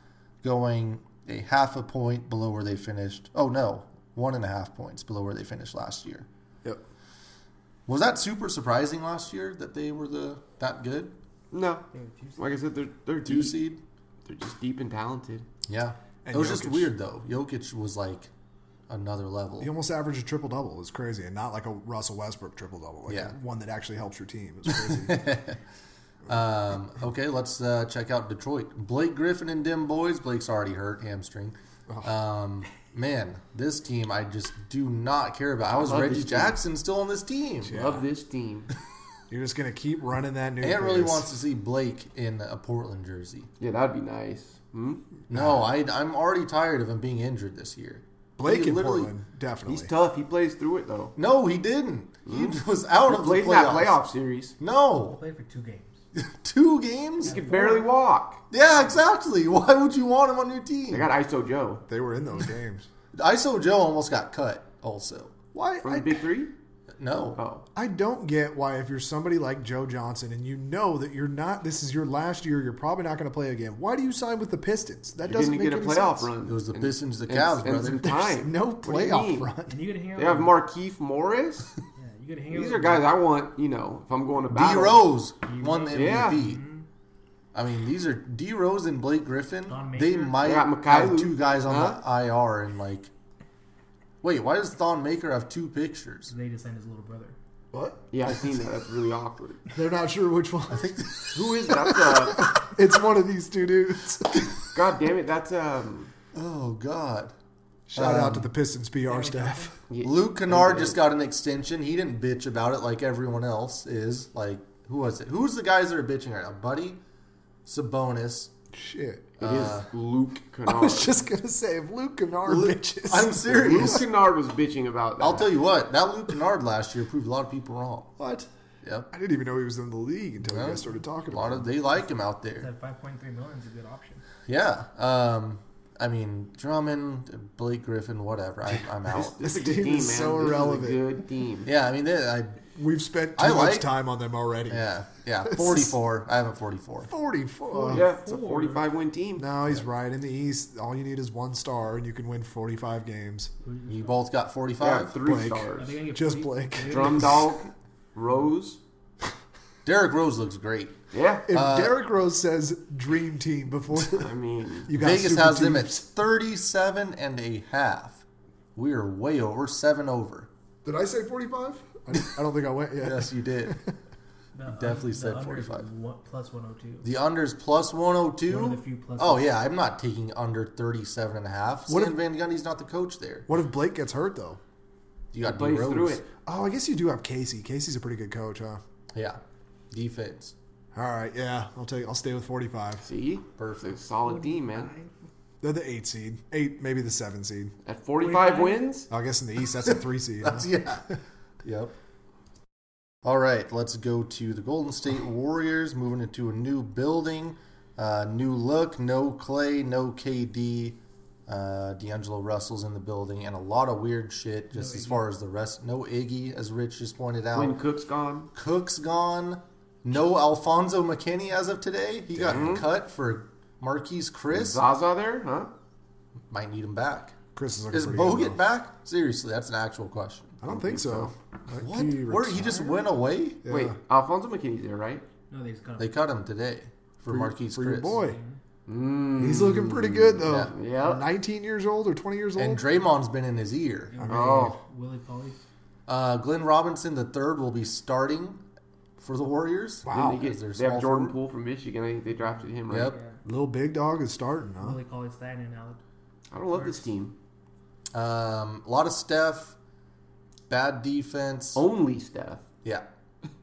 Speaker 1: going a half a point below where they finished. Oh no, one and a half points below where they finished last year.
Speaker 2: Yep.
Speaker 1: Was that super surprising last year that they were the that good
Speaker 3: no.
Speaker 4: They have two seeds.
Speaker 3: Like I said, they're they're
Speaker 1: two
Speaker 3: deep.
Speaker 1: seed?
Speaker 3: They're just deep and talented.
Speaker 1: Yeah.
Speaker 2: And
Speaker 1: it was
Speaker 2: Jokic.
Speaker 1: just weird though. Jokic was like another level.
Speaker 2: He almost averaged a triple double. It was crazy, and not like a Russell Westbrook triple double. Like
Speaker 1: Yeah.
Speaker 2: one that actually helps your team. It was crazy.
Speaker 1: Um, okay, let's uh, check out Detroit. Blake Griffin and them boys. Blake's already hurt hamstring. Um, man, this team I just do not care about. How is
Speaker 3: love
Speaker 1: Reggie
Speaker 3: this team.
Speaker 1: Jackson still on this team?
Speaker 3: Love this team.
Speaker 2: You're just gonna keep running that new.
Speaker 1: Ant really wants to see Blake in a Portland jersey.
Speaker 3: yeah, that'd be nice. Hmm?
Speaker 1: No, I, I'm already tired of him being injured this year.
Speaker 2: Blake
Speaker 1: He
Speaker 2: in
Speaker 1: literally-
Speaker 2: Portland, definitely.
Speaker 3: He's tough. He plays through it though.
Speaker 1: No, he didn't. He
Speaker 2: Hmm.
Speaker 1: was out
Speaker 3: He
Speaker 1: of the playoffs.
Speaker 3: played in that playoff series.
Speaker 4: They
Speaker 1: No,
Speaker 4: played for two games.
Speaker 1: two games.
Speaker 3: He could barely walk.
Speaker 1: Yeah, exactly. Why would you want him on your team?
Speaker 3: They got ISO Joe
Speaker 2: they were in those games.
Speaker 1: ISO Joe almost got cut. Also,
Speaker 2: Why?
Speaker 3: from the
Speaker 2: I,
Speaker 3: Big Three.
Speaker 1: No.
Speaker 3: Oh,
Speaker 2: I don't get why if you're somebody like Joe Johnson and you know that you're not this is your last year, you're probably not going to play again. Why do you sign with the Pistons? That
Speaker 3: you
Speaker 2: doesn't
Speaker 3: didn't
Speaker 2: make
Speaker 3: get a
Speaker 2: any
Speaker 3: playoff
Speaker 2: sense.
Speaker 3: run.
Speaker 1: It was the
Speaker 3: And-
Speaker 1: Pistons, the
Speaker 3: and-
Speaker 1: Cavs,
Speaker 3: and
Speaker 1: brother.
Speaker 3: some
Speaker 2: There's
Speaker 3: time.
Speaker 2: no
Speaker 3: What do you
Speaker 2: playoff
Speaker 3: mean?
Speaker 2: run.
Speaker 4: And you could hang out.
Speaker 3: They have
Speaker 4: with-
Speaker 3: Markeith Morris.
Speaker 4: Yeah, you could hang out.
Speaker 3: These
Speaker 4: with-
Speaker 3: are guys I want. You know, if I'm going to
Speaker 1: D
Speaker 3: battle.
Speaker 1: Rose won the MVP.
Speaker 3: Yeah.
Speaker 4: Mm-hmm.
Speaker 1: I mean, these are D Rose and Blake Griffin.
Speaker 4: Don
Speaker 1: They
Speaker 4: Maker.
Speaker 1: might
Speaker 3: They got
Speaker 1: have
Speaker 3: Mikhailuk.
Speaker 1: two guys on
Speaker 3: Huh?
Speaker 1: the IR and like. Wait, why does Thon Maker have two pictures?
Speaker 4: They just sent his little brother.
Speaker 1: What?
Speaker 3: Yeah, I seen that. That's really awkward.
Speaker 2: They're not sure which one.
Speaker 3: Who is that? That's, uh,
Speaker 2: it's one of these two dudes.
Speaker 3: God damn it! That's um.
Speaker 1: Oh God!
Speaker 2: Shout
Speaker 1: Um,
Speaker 2: out to the Pistons PR staff.
Speaker 3: yeah,
Speaker 1: Luke Kennard just got an extension. He didn't bitch about it like everyone else is. Like, who was it? Who's the guys that are bitching right now? Buddy, Sabonis.
Speaker 2: Shit.
Speaker 3: It is Luke Kennard.
Speaker 2: I was just gonna say if Luke Kennard
Speaker 1: Lu-
Speaker 2: bitches.
Speaker 1: Um, I'm
Speaker 3: Luke
Speaker 1: serious.
Speaker 3: Kennard was bitching about that.
Speaker 1: I'll tell you what. That Luke Kennard last year proved a lot of people wrong.
Speaker 2: what?
Speaker 1: Yep.
Speaker 2: I didn't even know he was in the league until
Speaker 1: Yeah.
Speaker 2: you guys started talking
Speaker 1: A lot
Speaker 2: about
Speaker 1: of they like him out there.
Speaker 4: That 5.3 million is a good option.
Speaker 1: Yeah. Um, I mean, Drummond, Blake Griffin, whatever. I, I'm out.
Speaker 3: This,
Speaker 2: This
Speaker 3: is a good
Speaker 2: team
Speaker 3: team,
Speaker 2: is
Speaker 3: man.
Speaker 2: so
Speaker 3: this
Speaker 2: irrelevant.
Speaker 3: Is a good team.
Speaker 1: Yeah, I mean, they, I,
Speaker 2: it. We've spent too
Speaker 1: I
Speaker 2: much
Speaker 1: like-
Speaker 2: time on them already.
Speaker 1: yeah, yeah. 44. I have a 44. Oh,
Speaker 2: Forty-four.
Speaker 3: Yeah, it's a
Speaker 4: Four.
Speaker 3: 45 win team.
Speaker 2: No, he's right. In the East, all you need is one star, and you can win forty-five games.
Speaker 1: You both got
Speaker 3: Yeah,
Speaker 1: 45.
Speaker 3: three
Speaker 2: Blake.
Speaker 4: Are
Speaker 3: stars.
Speaker 4: they gonna get
Speaker 2: Just
Speaker 4: 40
Speaker 2: Blake.
Speaker 4: They're gonna-
Speaker 3: Drum Dog, Rose.
Speaker 1: Derrick Rose looks great.
Speaker 3: Yeah,
Speaker 2: If
Speaker 1: Uh,
Speaker 2: Derrick Rose says "dream team" before
Speaker 3: I mean,
Speaker 2: you got
Speaker 1: Vegas
Speaker 2: super
Speaker 1: has them at
Speaker 2: teams.
Speaker 1: 37 and a half. We are way over, seven over.
Speaker 2: Did I say forty-five? I, I don't think I went yet.
Speaker 1: Yes, you did.
Speaker 4: the un-
Speaker 1: definitely
Speaker 4: the
Speaker 1: said
Speaker 4: under is
Speaker 1: 45.
Speaker 4: one- oh Plus 102.
Speaker 1: The under's plus
Speaker 4: One of the
Speaker 1: 102.
Speaker 4: few pluses.
Speaker 1: Oh, yeah, I'm not taking under 37 and a half.
Speaker 2: What
Speaker 1: Stan
Speaker 2: if-
Speaker 1: Van Gundy's not the coach there.
Speaker 2: What if Blake gets hurt though?
Speaker 1: You got D
Speaker 3: plays through
Speaker 1: Rose.
Speaker 3: it.
Speaker 2: Oh, I guess you do have Casey. Casey's a pretty good coach, huh?
Speaker 1: Yeah. Defense.
Speaker 2: All right, yeah, I'll take. I'll stay with forty-five.
Speaker 3: See,
Speaker 1: Perfect.
Speaker 3: It's a solid team, man.
Speaker 2: They're the eight seed, eight maybe the seven seed.
Speaker 3: At 45
Speaker 4: 45?
Speaker 3: wins,
Speaker 2: I guess in the East that's a three seed. huh?
Speaker 1: That's yeah. yep. All right, let's go to the Golden State Warriors moving into a new building, uh, new look, no Clay, no KD. Uh, D'Angelo Russell's in the building, and a lot of weird shit. Just as far as the rest, no Iggy, as Rich just pointed out.
Speaker 3: when Cook's gone,
Speaker 1: Cook's gone. No Alfonso McKinney as of today. He got cut for Marquise Chris.
Speaker 3: Zaza there, huh?
Speaker 1: Might need him back.
Speaker 2: Chris is looking
Speaker 1: Is
Speaker 2: pretty
Speaker 1: Bogut
Speaker 2: good. though.
Speaker 1: back? Seriously, that's an actual question.
Speaker 2: I don't think so. Like,
Speaker 1: What?
Speaker 2: he
Speaker 1: Where he just went away?
Speaker 2: Yeah.
Speaker 3: Wait, Alfonso McKinney's there, right?
Speaker 4: No, they just got
Speaker 1: They
Speaker 4: him.
Speaker 1: cut him today for,
Speaker 2: For your-
Speaker 1: Marquise
Speaker 2: for
Speaker 1: Chris.
Speaker 2: your boy.
Speaker 3: Mm.
Speaker 2: He's looking pretty good though.
Speaker 3: Yeah. Yep.
Speaker 2: 19 years old or 20 years old.
Speaker 1: And Draymond's been in his ear.
Speaker 3: Oh,
Speaker 4: Willie Polly.
Speaker 1: Uh, Glenn Robinson the third will be starting for the Warriors.
Speaker 2: Wow.
Speaker 3: Then they,
Speaker 1: Is there
Speaker 3: get, they have
Speaker 1: small
Speaker 3: Jordan
Speaker 1: forward?
Speaker 3: Poole from Michigan. I think they drafted him, right?
Speaker 1: Yep.
Speaker 4: Yeah.
Speaker 2: Little Big Dog is starting, huh?
Speaker 4: Willie Cauley Stein and Alec.
Speaker 3: I don't love this team.
Speaker 1: Um, a lot of Steph, bad defense.
Speaker 2: Oh.
Speaker 3: Only Steph.
Speaker 1: Yeah,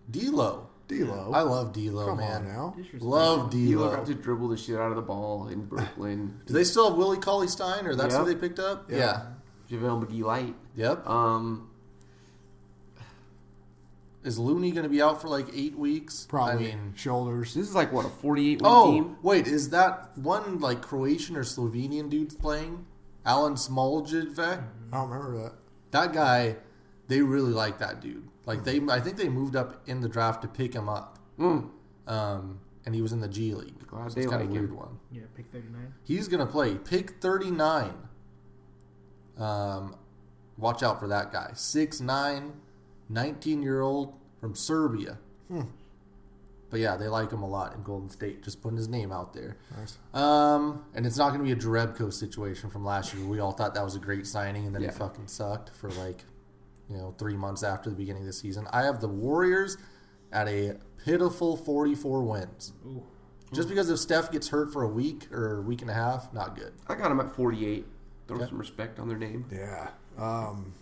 Speaker 1: D'Lo.
Speaker 2: D'Lo.
Speaker 1: I love D'Lo,
Speaker 2: Come
Speaker 1: Oh, man.
Speaker 2: on now.
Speaker 4: Disrespect.
Speaker 1: Love
Speaker 3: D'Lo
Speaker 1: D'Lo.
Speaker 3: got to dribble the shit out of the ball in Brooklyn.
Speaker 1: Do they still have Willie Cauley Stein, or that's who
Speaker 3: Yep.
Speaker 1: they picked up?
Speaker 2: Yeah.
Speaker 1: Yeah.
Speaker 3: JaVale McGee light.
Speaker 1: Yep.
Speaker 3: Um,
Speaker 1: Is Looney going to be out for like eight weeks?
Speaker 2: Probably
Speaker 1: I mean,
Speaker 2: shoulders.
Speaker 3: this is like what a 48 win
Speaker 1: Oh,
Speaker 3: team.
Speaker 1: wait, is that one like Croatian or Slovenian dude playing? Alan Smoljevic?
Speaker 2: I don't remember that.
Speaker 1: That guy, they really like that dude. Like they, I think they moved up in the draft to pick him up,
Speaker 3: Mm.
Speaker 1: um, and he was in the G League.
Speaker 3: Glad
Speaker 1: So
Speaker 3: they
Speaker 1: it's kind
Speaker 3: like
Speaker 1: of a
Speaker 3: him.
Speaker 1: weird one.
Speaker 4: Yeah, pick 39.
Speaker 1: He's gonna play pick thirty nine. Um, watch out for that guy. 6'9", 19 year old from Serbia. But yeah, they like him a lot in Golden State. Just putting his name out there.
Speaker 2: Nice.
Speaker 1: Um, and it's not going to be a Jarebko situation from last year. We all thought that was a great signing, and then
Speaker 3: Yeah.
Speaker 1: it fucking sucked for like, you know, three months after the beginning of the season. I have the Warriors at a pitiful 44 wins.
Speaker 4: Ooh.
Speaker 1: Just because if Steph gets hurt for a week or a week and a half, not good.
Speaker 3: I got him at 48. Throw
Speaker 1: Yeah.
Speaker 3: some respect on their name.
Speaker 2: Yeah. Um,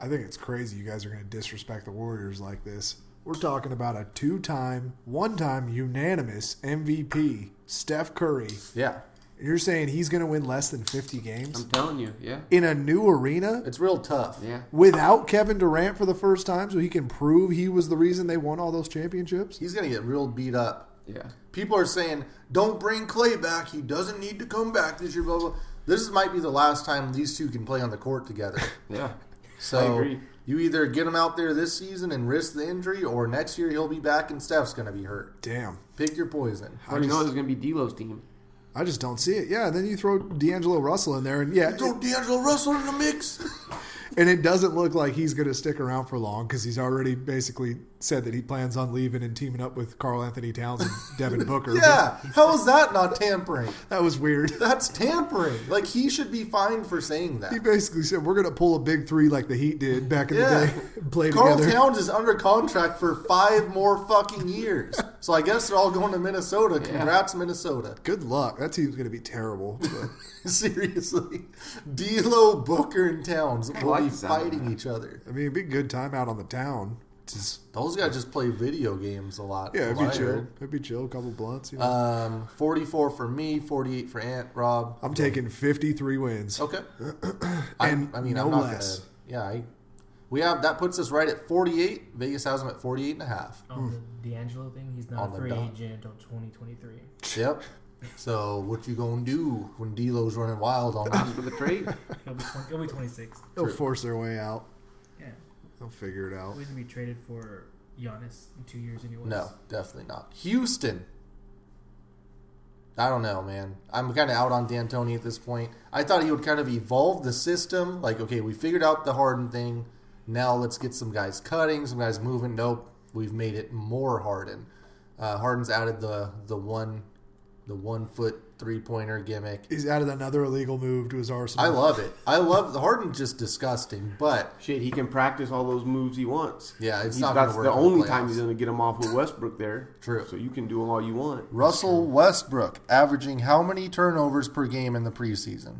Speaker 2: I think it's crazy you guys are going to disrespect the Warriors like this. We're talking about a two-time, one-time unanimous MVP, Steph Curry.
Speaker 1: Yeah,
Speaker 2: You're saying he's going to win less than 50 games
Speaker 3: I'm telling you, yeah,
Speaker 2: in a new arena
Speaker 1: it's real tough.
Speaker 3: yeah.
Speaker 2: without Kevin Durant for the first time, so he can prove he was the reason they won all those championships.
Speaker 1: He's going to get real beat up.
Speaker 3: Yeah.
Speaker 1: People are saying, "Don't bring Clay back. He doesn't need to come back this year." Blah blah. This might be the last time these two can play on the court together.
Speaker 3: Yeah.
Speaker 1: So
Speaker 3: agree.
Speaker 1: you either get him out there this season and risk the injury, or next year he'll be back and Steph's going to be hurt.
Speaker 2: Damn.
Speaker 1: Pick your poison.
Speaker 3: I already know it's going to be D'Lo's team.
Speaker 2: I just don't see it. Yeah, then you throw D'Angelo Russell in there, and yeah,
Speaker 1: Throw D'Angelo Russell in the mix.
Speaker 2: and it doesn't look like he's going to stick around for long because he's already basically said that he plans on leaving and teaming up with Carl Anthony Towns and Devin Booker.
Speaker 1: yeah, how is that not tampering?
Speaker 2: But that was weird.
Speaker 1: That's tampering. Like he should be fined for saying
Speaker 2: He
Speaker 1: that.
Speaker 2: basically said we're going to pull a big three like the Heat did back in
Speaker 1: Yeah.
Speaker 2: the day, and play
Speaker 1: Carl
Speaker 2: together.
Speaker 1: Towns is under contract for five more fucking years. So I guess they're all going to Minnesota. Congrats, Minnesota.
Speaker 2: Good luck. That team's going to be terrible. but-
Speaker 1: Seriously, D'Lo, Booker, and Towns will
Speaker 3: like
Speaker 1: be
Speaker 3: the sound of
Speaker 1: fighting each other.
Speaker 2: I mean, it'd be a good time out on the town. Just
Speaker 1: Those guys just play video games a lot.
Speaker 2: yeah, it'd
Speaker 1: Well,
Speaker 2: be
Speaker 1: I
Speaker 2: chill.
Speaker 1: heard.
Speaker 2: It'd be chill. A couple blunts. You know.
Speaker 1: Um, forty-four for me, forty-eight for Ant Rob.
Speaker 2: I'm taking 53 wins.
Speaker 1: Okay.
Speaker 2: And no less.
Speaker 1: Gonna, yeah, I, we have that puts us right at 48. Vegas has him at 48 and a half.
Speaker 4: On Oh,
Speaker 2: Hmm.
Speaker 4: the D'Angelo thing, he's not
Speaker 1: On
Speaker 4: a
Speaker 1: the
Speaker 4: free
Speaker 1: dot.
Speaker 4: agent until 2023.
Speaker 1: Yep. So what you gonna do when D'Lo's running wild on
Speaker 3: Ask for the trade.
Speaker 4: He'll be, 20, he'll be 26.
Speaker 2: They'll force their way out.
Speaker 4: Yeah.
Speaker 2: They'll figure it out.
Speaker 4: Wouldn't be traded for Giannis in two years anyway.
Speaker 1: No, definitely not. Houston. I don't know, man. I'm kind of out on D'Antoni at this point. I thought he would kind of evolve the system. Like, okay, we figured out the Harden thing. Now let's get some guys cutting, some guys moving. Nope, we've made it more Harden. Uh, Harden's added the the one the one foot three pointer gimmick.
Speaker 2: He's added another illegal move to his arsenal.
Speaker 1: I love it. I love the Harden's just disgusting, but
Speaker 3: Shit, he can practice all those moves he wants.
Speaker 1: Yeah, it's
Speaker 3: He-
Speaker 1: not gonna
Speaker 3: That's
Speaker 1: work
Speaker 3: the
Speaker 1: in the
Speaker 3: only time
Speaker 1: playoffs.
Speaker 3: he's going to get him off with Westbrook there.
Speaker 1: True.
Speaker 3: So you can do them all you want.
Speaker 1: Russell Westbrook averaging how many turnovers per game in the preseason?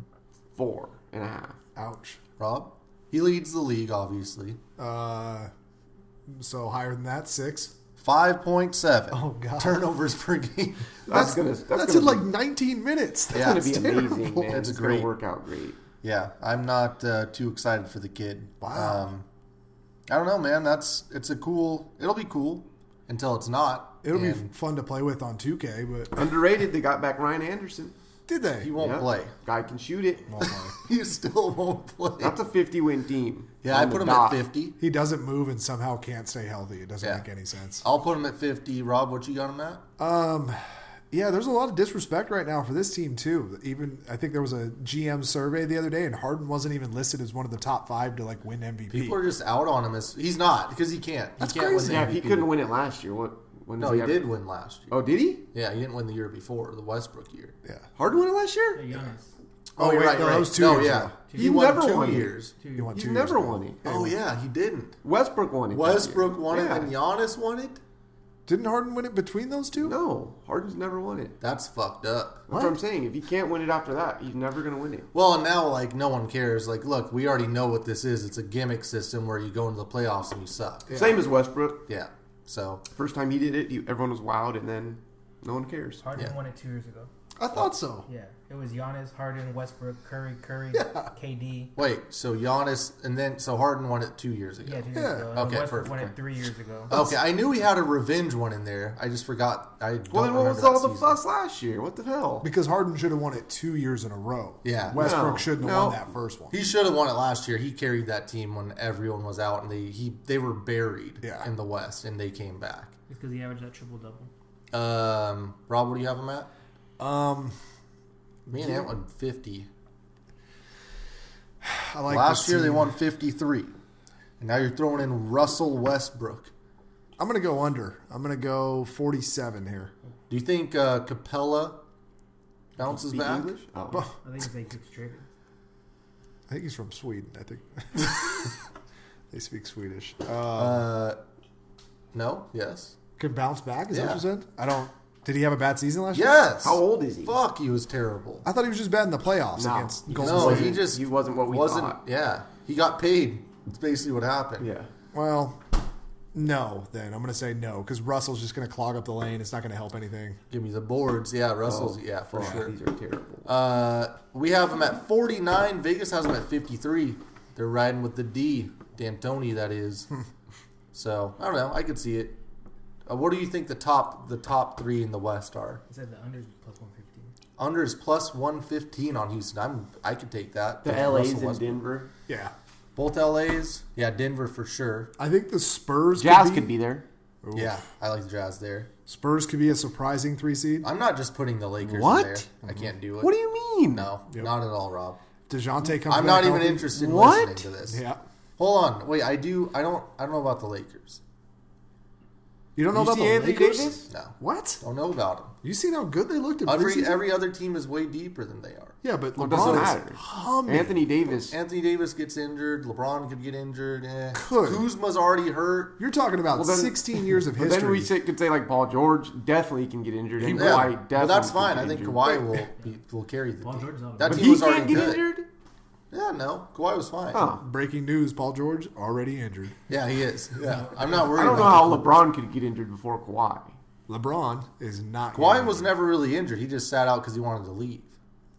Speaker 3: Four and a half.
Speaker 2: Ouch.
Speaker 1: Rob? He leads the league, obviously.
Speaker 2: Uh, so higher than that, six.
Speaker 1: 5.7
Speaker 2: Oh, God.
Speaker 1: turnovers per game.
Speaker 3: That's, gonna. That's,
Speaker 2: That's, in
Speaker 3: gonna
Speaker 2: like
Speaker 3: be,
Speaker 2: 19 minutes. That's
Speaker 1: Yeah.
Speaker 3: that's gonna be
Speaker 2: terrible.
Speaker 3: amazing, man.
Speaker 1: That's
Speaker 3: That's it's going
Speaker 1: great.
Speaker 3: to work out great.
Speaker 1: Yeah, I'm not uh, too excited for the kid.
Speaker 2: Wow.
Speaker 1: Um, I don't know, man. That's it's a cool. It'll be cool until it's not.
Speaker 2: It'll be
Speaker 1: and
Speaker 2: fun to play with on 2K, but
Speaker 3: Underrated. They got back Ryan Anderson.
Speaker 2: did
Speaker 1: he
Speaker 2: they?
Speaker 1: won't
Speaker 3: Yeah.
Speaker 1: play.
Speaker 3: Guy can shoot it.
Speaker 2: Oh, my.
Speaker 1: He still won't play.
Speaker 3: That's a 50 win team.
Speaker 1: Yeah, I
Speaker 3: On the
Speaker 1: put him
Speaker 3: dot.
Speaker 1: at 50.
Speaker 2: He doesn't move and somehow can't stay healthy. It doesn't
Speaker 1: Yeah.
Speaker 2: make any sense.
Speaker 1: I'll put him at 50. Rob, what you got him at?
Speaker 2: Um, yeah, there's a lot of disrespect right now for this team too. Even I think there was a GM survey the other day, and Harden wasn't even listed as one of the top five to like win MVP.
Speaker 1: People are just out on him. As, he's not because he can't. He can't
Speaker 2: crazy.
Speaker 1: win. the
Speaker 3: Yeah, if he
Speaker 1: MVP.
Speaker 3: couldn't win it last year, what? When
Speaker 1: No,
Speaker 3: does
Speaker 1: he
Speaker 3: have-
Speaker 1: did win last year.
Speaker 3: Oh, did he?
Speaker 1: Yeah, he didn't win the year before, the Westbrook year.
Speaker 2: yeah,
Speaker 3: Hard win it last
Speaker 4: Yeah,
Speaker 3: year?
Speaker 4: Giannis.
Speaker 2: Oh,
Speaker 1: you're
Speaker 2: wait, no, that was two
Speaker 1: no,
Speaker 2: years
Speaker 1: yeah.
Speaker 2: ago.
Speaker 1: He,
Speaker 3: He
Speaker 1: won
Speaker 3: never
Speaker 1: two
Speaker 3: won it.
Speaker 1: years.
Speaker 4: Two
Speaker 2: you want
Speaker 3: He
Speaker 2: two years
Speaker 3: never
Speaker 2: ago.
Speaker 3: won it.
Speaker 1: Oh yeah, he didn't.
Speaker 3: Westbrook won it. that year.
Speaker 1: Westbrook won
Speaker 3: Yeah.
Speaker 1: it and Giannis won it.
Speaker 2: Didn't Harden win it between those two?
Speaker 3: No, Harden's never won it.
Speaker 1: That's fucked up.
Speaker 3: That's what I'm saying. If he can't win it after that, he's never going to win it.
Speaker 1: Well, and now like no one cares. Like, look, we already know what this is. It's a gimmick system where you go into the playoffs and you suck. Yeah.
Speaker 3: Same as Westbrook.
Speaker 1: So
Speaker 3: First time he did it, he, everyone was wild, and then no one cares.
Speaker 4: Harden
Speaker 1: Yeah.
Speaker 4: won it two years ago.
Speaker 2: I thought so.
Speaker 4: Yeah, it was Giannis, Harden, Westbrook, Curry, Curry, KD.
Speaker 1: wait, so Giannis and then so Harden won it two years ago.
Speaker 4: Yeah, two years
Speaker 2: Yeah.
Speaker 4: ago. And then
Speaker 1: Okay,
Speaker 4: Westbrook
Speaker 1: perfect.
Speaker 4: won it three years ago.
Speaker 1: Okay, I knew he had a revenge one in there. I just forgot. I don't
Speaker 3: Well, then what
Speaker 1: remember
Speaker 3: was
Speaker 1: that
Speaker 3: all the
Speaker 1: season.
Speaker 3: fuss last year? What the hell?
Speaker 2: Because Harden should have won it two years in a row.
Speaker 1: Yeah.
Speaker 2: Westbrook
Speaker 3: No,
Speaker 2: shouldn't have
Speaker 3: no.
Speaker 2: won that first one.
Speaker 1: He should have won it last year. He carried that team when everyone was out, and they he they were buried
Speaker 2: Yeah.
Speaker 1: in the West, and they came back.
Speaker 4: It's because he averaged that triple double.
Speaker 1: Um, Rob, what do you have him at?
Speaker 2: Um,
Speaker 1: Me and Ant won fifty.
Speaker 2: I like
Speaker 1: last
Speaker 2: this
Speaker 1: year they
Speaker 2: team.
Speaker 1: won fifty three, and now you're throwing in Russell Westbrook.
Speaker 2: I'm gonna go under. I'm gonna go 47 here.
Speaker 1: Do you think uh, Capella bounces
Speaker 3: Speak
Speaker 1: back?
Speaker 3: English? Oh.
Speaker 4: I think they keep trading.
Speaker 2: I think he's from Sweden. I think they speak Swedish. Uh,
Speaker 1: Uh, no. Yes.
Speaker 2: could bounce back. Is
Speaker 1: yeah.
Speaker 2: that what you said? I don't. Did he have a bad season last year?
Speaker 1: Yes.
Speaker 3: How old is he?
Speaker 1: Fuck, he was terrible.
Speaker 2: I thought he was just bad in the playoffs
Speaker 3: No.
Speaker 2: against
Speaker 3: No,
Speaker 2: Golden
Speaker 1: No,
Speaker 2: State.
Speaker 1: he just
Speaker 3: He wasn't what we
Speaker 1: wasn't.
Speaker 3: thought.
Speaker 1: Yeah, he got paid. That's basically what happened.
Speaker 3: Yeah.
Speaker 2: Well, no. Then I'm gonna say no because Russell's just gonna clog up the lane. It's not gonna help anything.
Speaker 1: Give me the boards. Yeah, Russell's. yeah, for
Speaker 3: Oh, Fuck,
Speaker 1: sure.
Speaker 3: These are terrible.
Speaker 1: Uh, we have them at 49. Vegas has them at 53. They're riding with the D, D'Antoni, that is. so I don't know. I could see it. Uh, what do you think the top the top three in the West are?
Speaker 4: He said the unders was plus 115.
Speaker 1: Under is plus 115 on Houston. I'm I could take that.
Speaker 3: the
Speaker 1: Russell
Speaker 3: LA's in
Speaker 1: Westbrook.
Speaker 3: Denver.
Speaker 2: Yeah.
Speaker 1: Both LA's. Yeah, Denver for sure.
Speaker 2: I think the Spurs
Speaker 3: Jazz could be there.
Speaker 2: Oof.
Speaker 1: Yeah, I like the Jazz there.
Speaker 2: Spurs could be a surprising three seed.
Speaker 1: I'm not just putting the Lakers
Speaker 3: What?
Speaker 1: in there. I can't do it.
Speaker 3: What do you mean?
Speaker 1: No, not at all, Rob.
Speaker 2: Dejounte comes.
Speaker 1: I'm not
Speaker 2: back
Speaker 1: even
Speaker 2: healthy.
Speaker 1: interested in
Speaker 3: What?
Speaker 1: listening to this.
Speaker 2: Yeah,
Speaker 1: Hold on. Wait, I do. I don't. I don't know about the Lakers.
Speaker 2: you don't know
Speaker 3: You
Speaker 2: about
Speaker 3: see
Speaker 2: the
Speaker 3: Anthony
Speaker 2: Lakers.
Speaker 3: Davis?
Speaker 1: No,
Speaker 2: What?
Speaker 1: don't know about them.
Speaker 2: You seen how good they looked at
Speaker 1: Every
Speaker 2: preseason?
Speaker 1: every other team is way deeper than they are.
Speaker 2: yeah, but
Speaker 3: Well, it
Speaker 2: LeBron
Speaker 3: doesn't
Speaker 2: is
Speaker 3: matter.
Speaker 2: humming.
Speaker 3: Anthony Davis.
Speaker 1: Anthony Davis gets injured. LeBron could get injured. Eh.
Speaker 2: Could.
Speaker 1: Kuzma's already hurt.
Speaker 2: You're talking about
Speaker 3: Well, then-
Speaker 2: 16 years of
Speaker 3: But then
Speaker 2: history.
Speaker 3: we say, could say like Paul George definitely can get injured, and
Speaker 1: Yeah,
Speaker 3: Kawhi definitely.
Speaker 1: but that's
Speaker 3: could
Speaker 1: fine.
Speaker 3: get
Speaker 1: I think
Speaker 3: injured.
Speaker 1: Kawhi will be, will carry the
Speaker 6: Paul
Speaker 1: team.
Speaker 6: George is not a
Speaker 1: That
Speaker 6: bad-
Speaker 3: But
Speaker 1: team
Speaker 3: he
Speaker 1: was already
Speaker 3: can't get
Speaker 1: good.
Speaker 3: injured.
Speaker 1: Yeah, no, Kawhi was fine.
Speaker 3: Oh.
Speaker 2: Breaking news: Paul George already injured.
Speaker 1: Yeah, he is. Yeah, I'm not worried.
Speaker 3: I don't know how
Speaker 1: about it.
Speaker 3: LeBron could get injured before Kawhi.
Speaker 2: LeBron is not.
Speaker 1: Kawhi
Speaker 2: getting
Speaker 1: was
Speaker 2: injured.
Speaker 1: never really injured. He just sat out because he wanted to leave,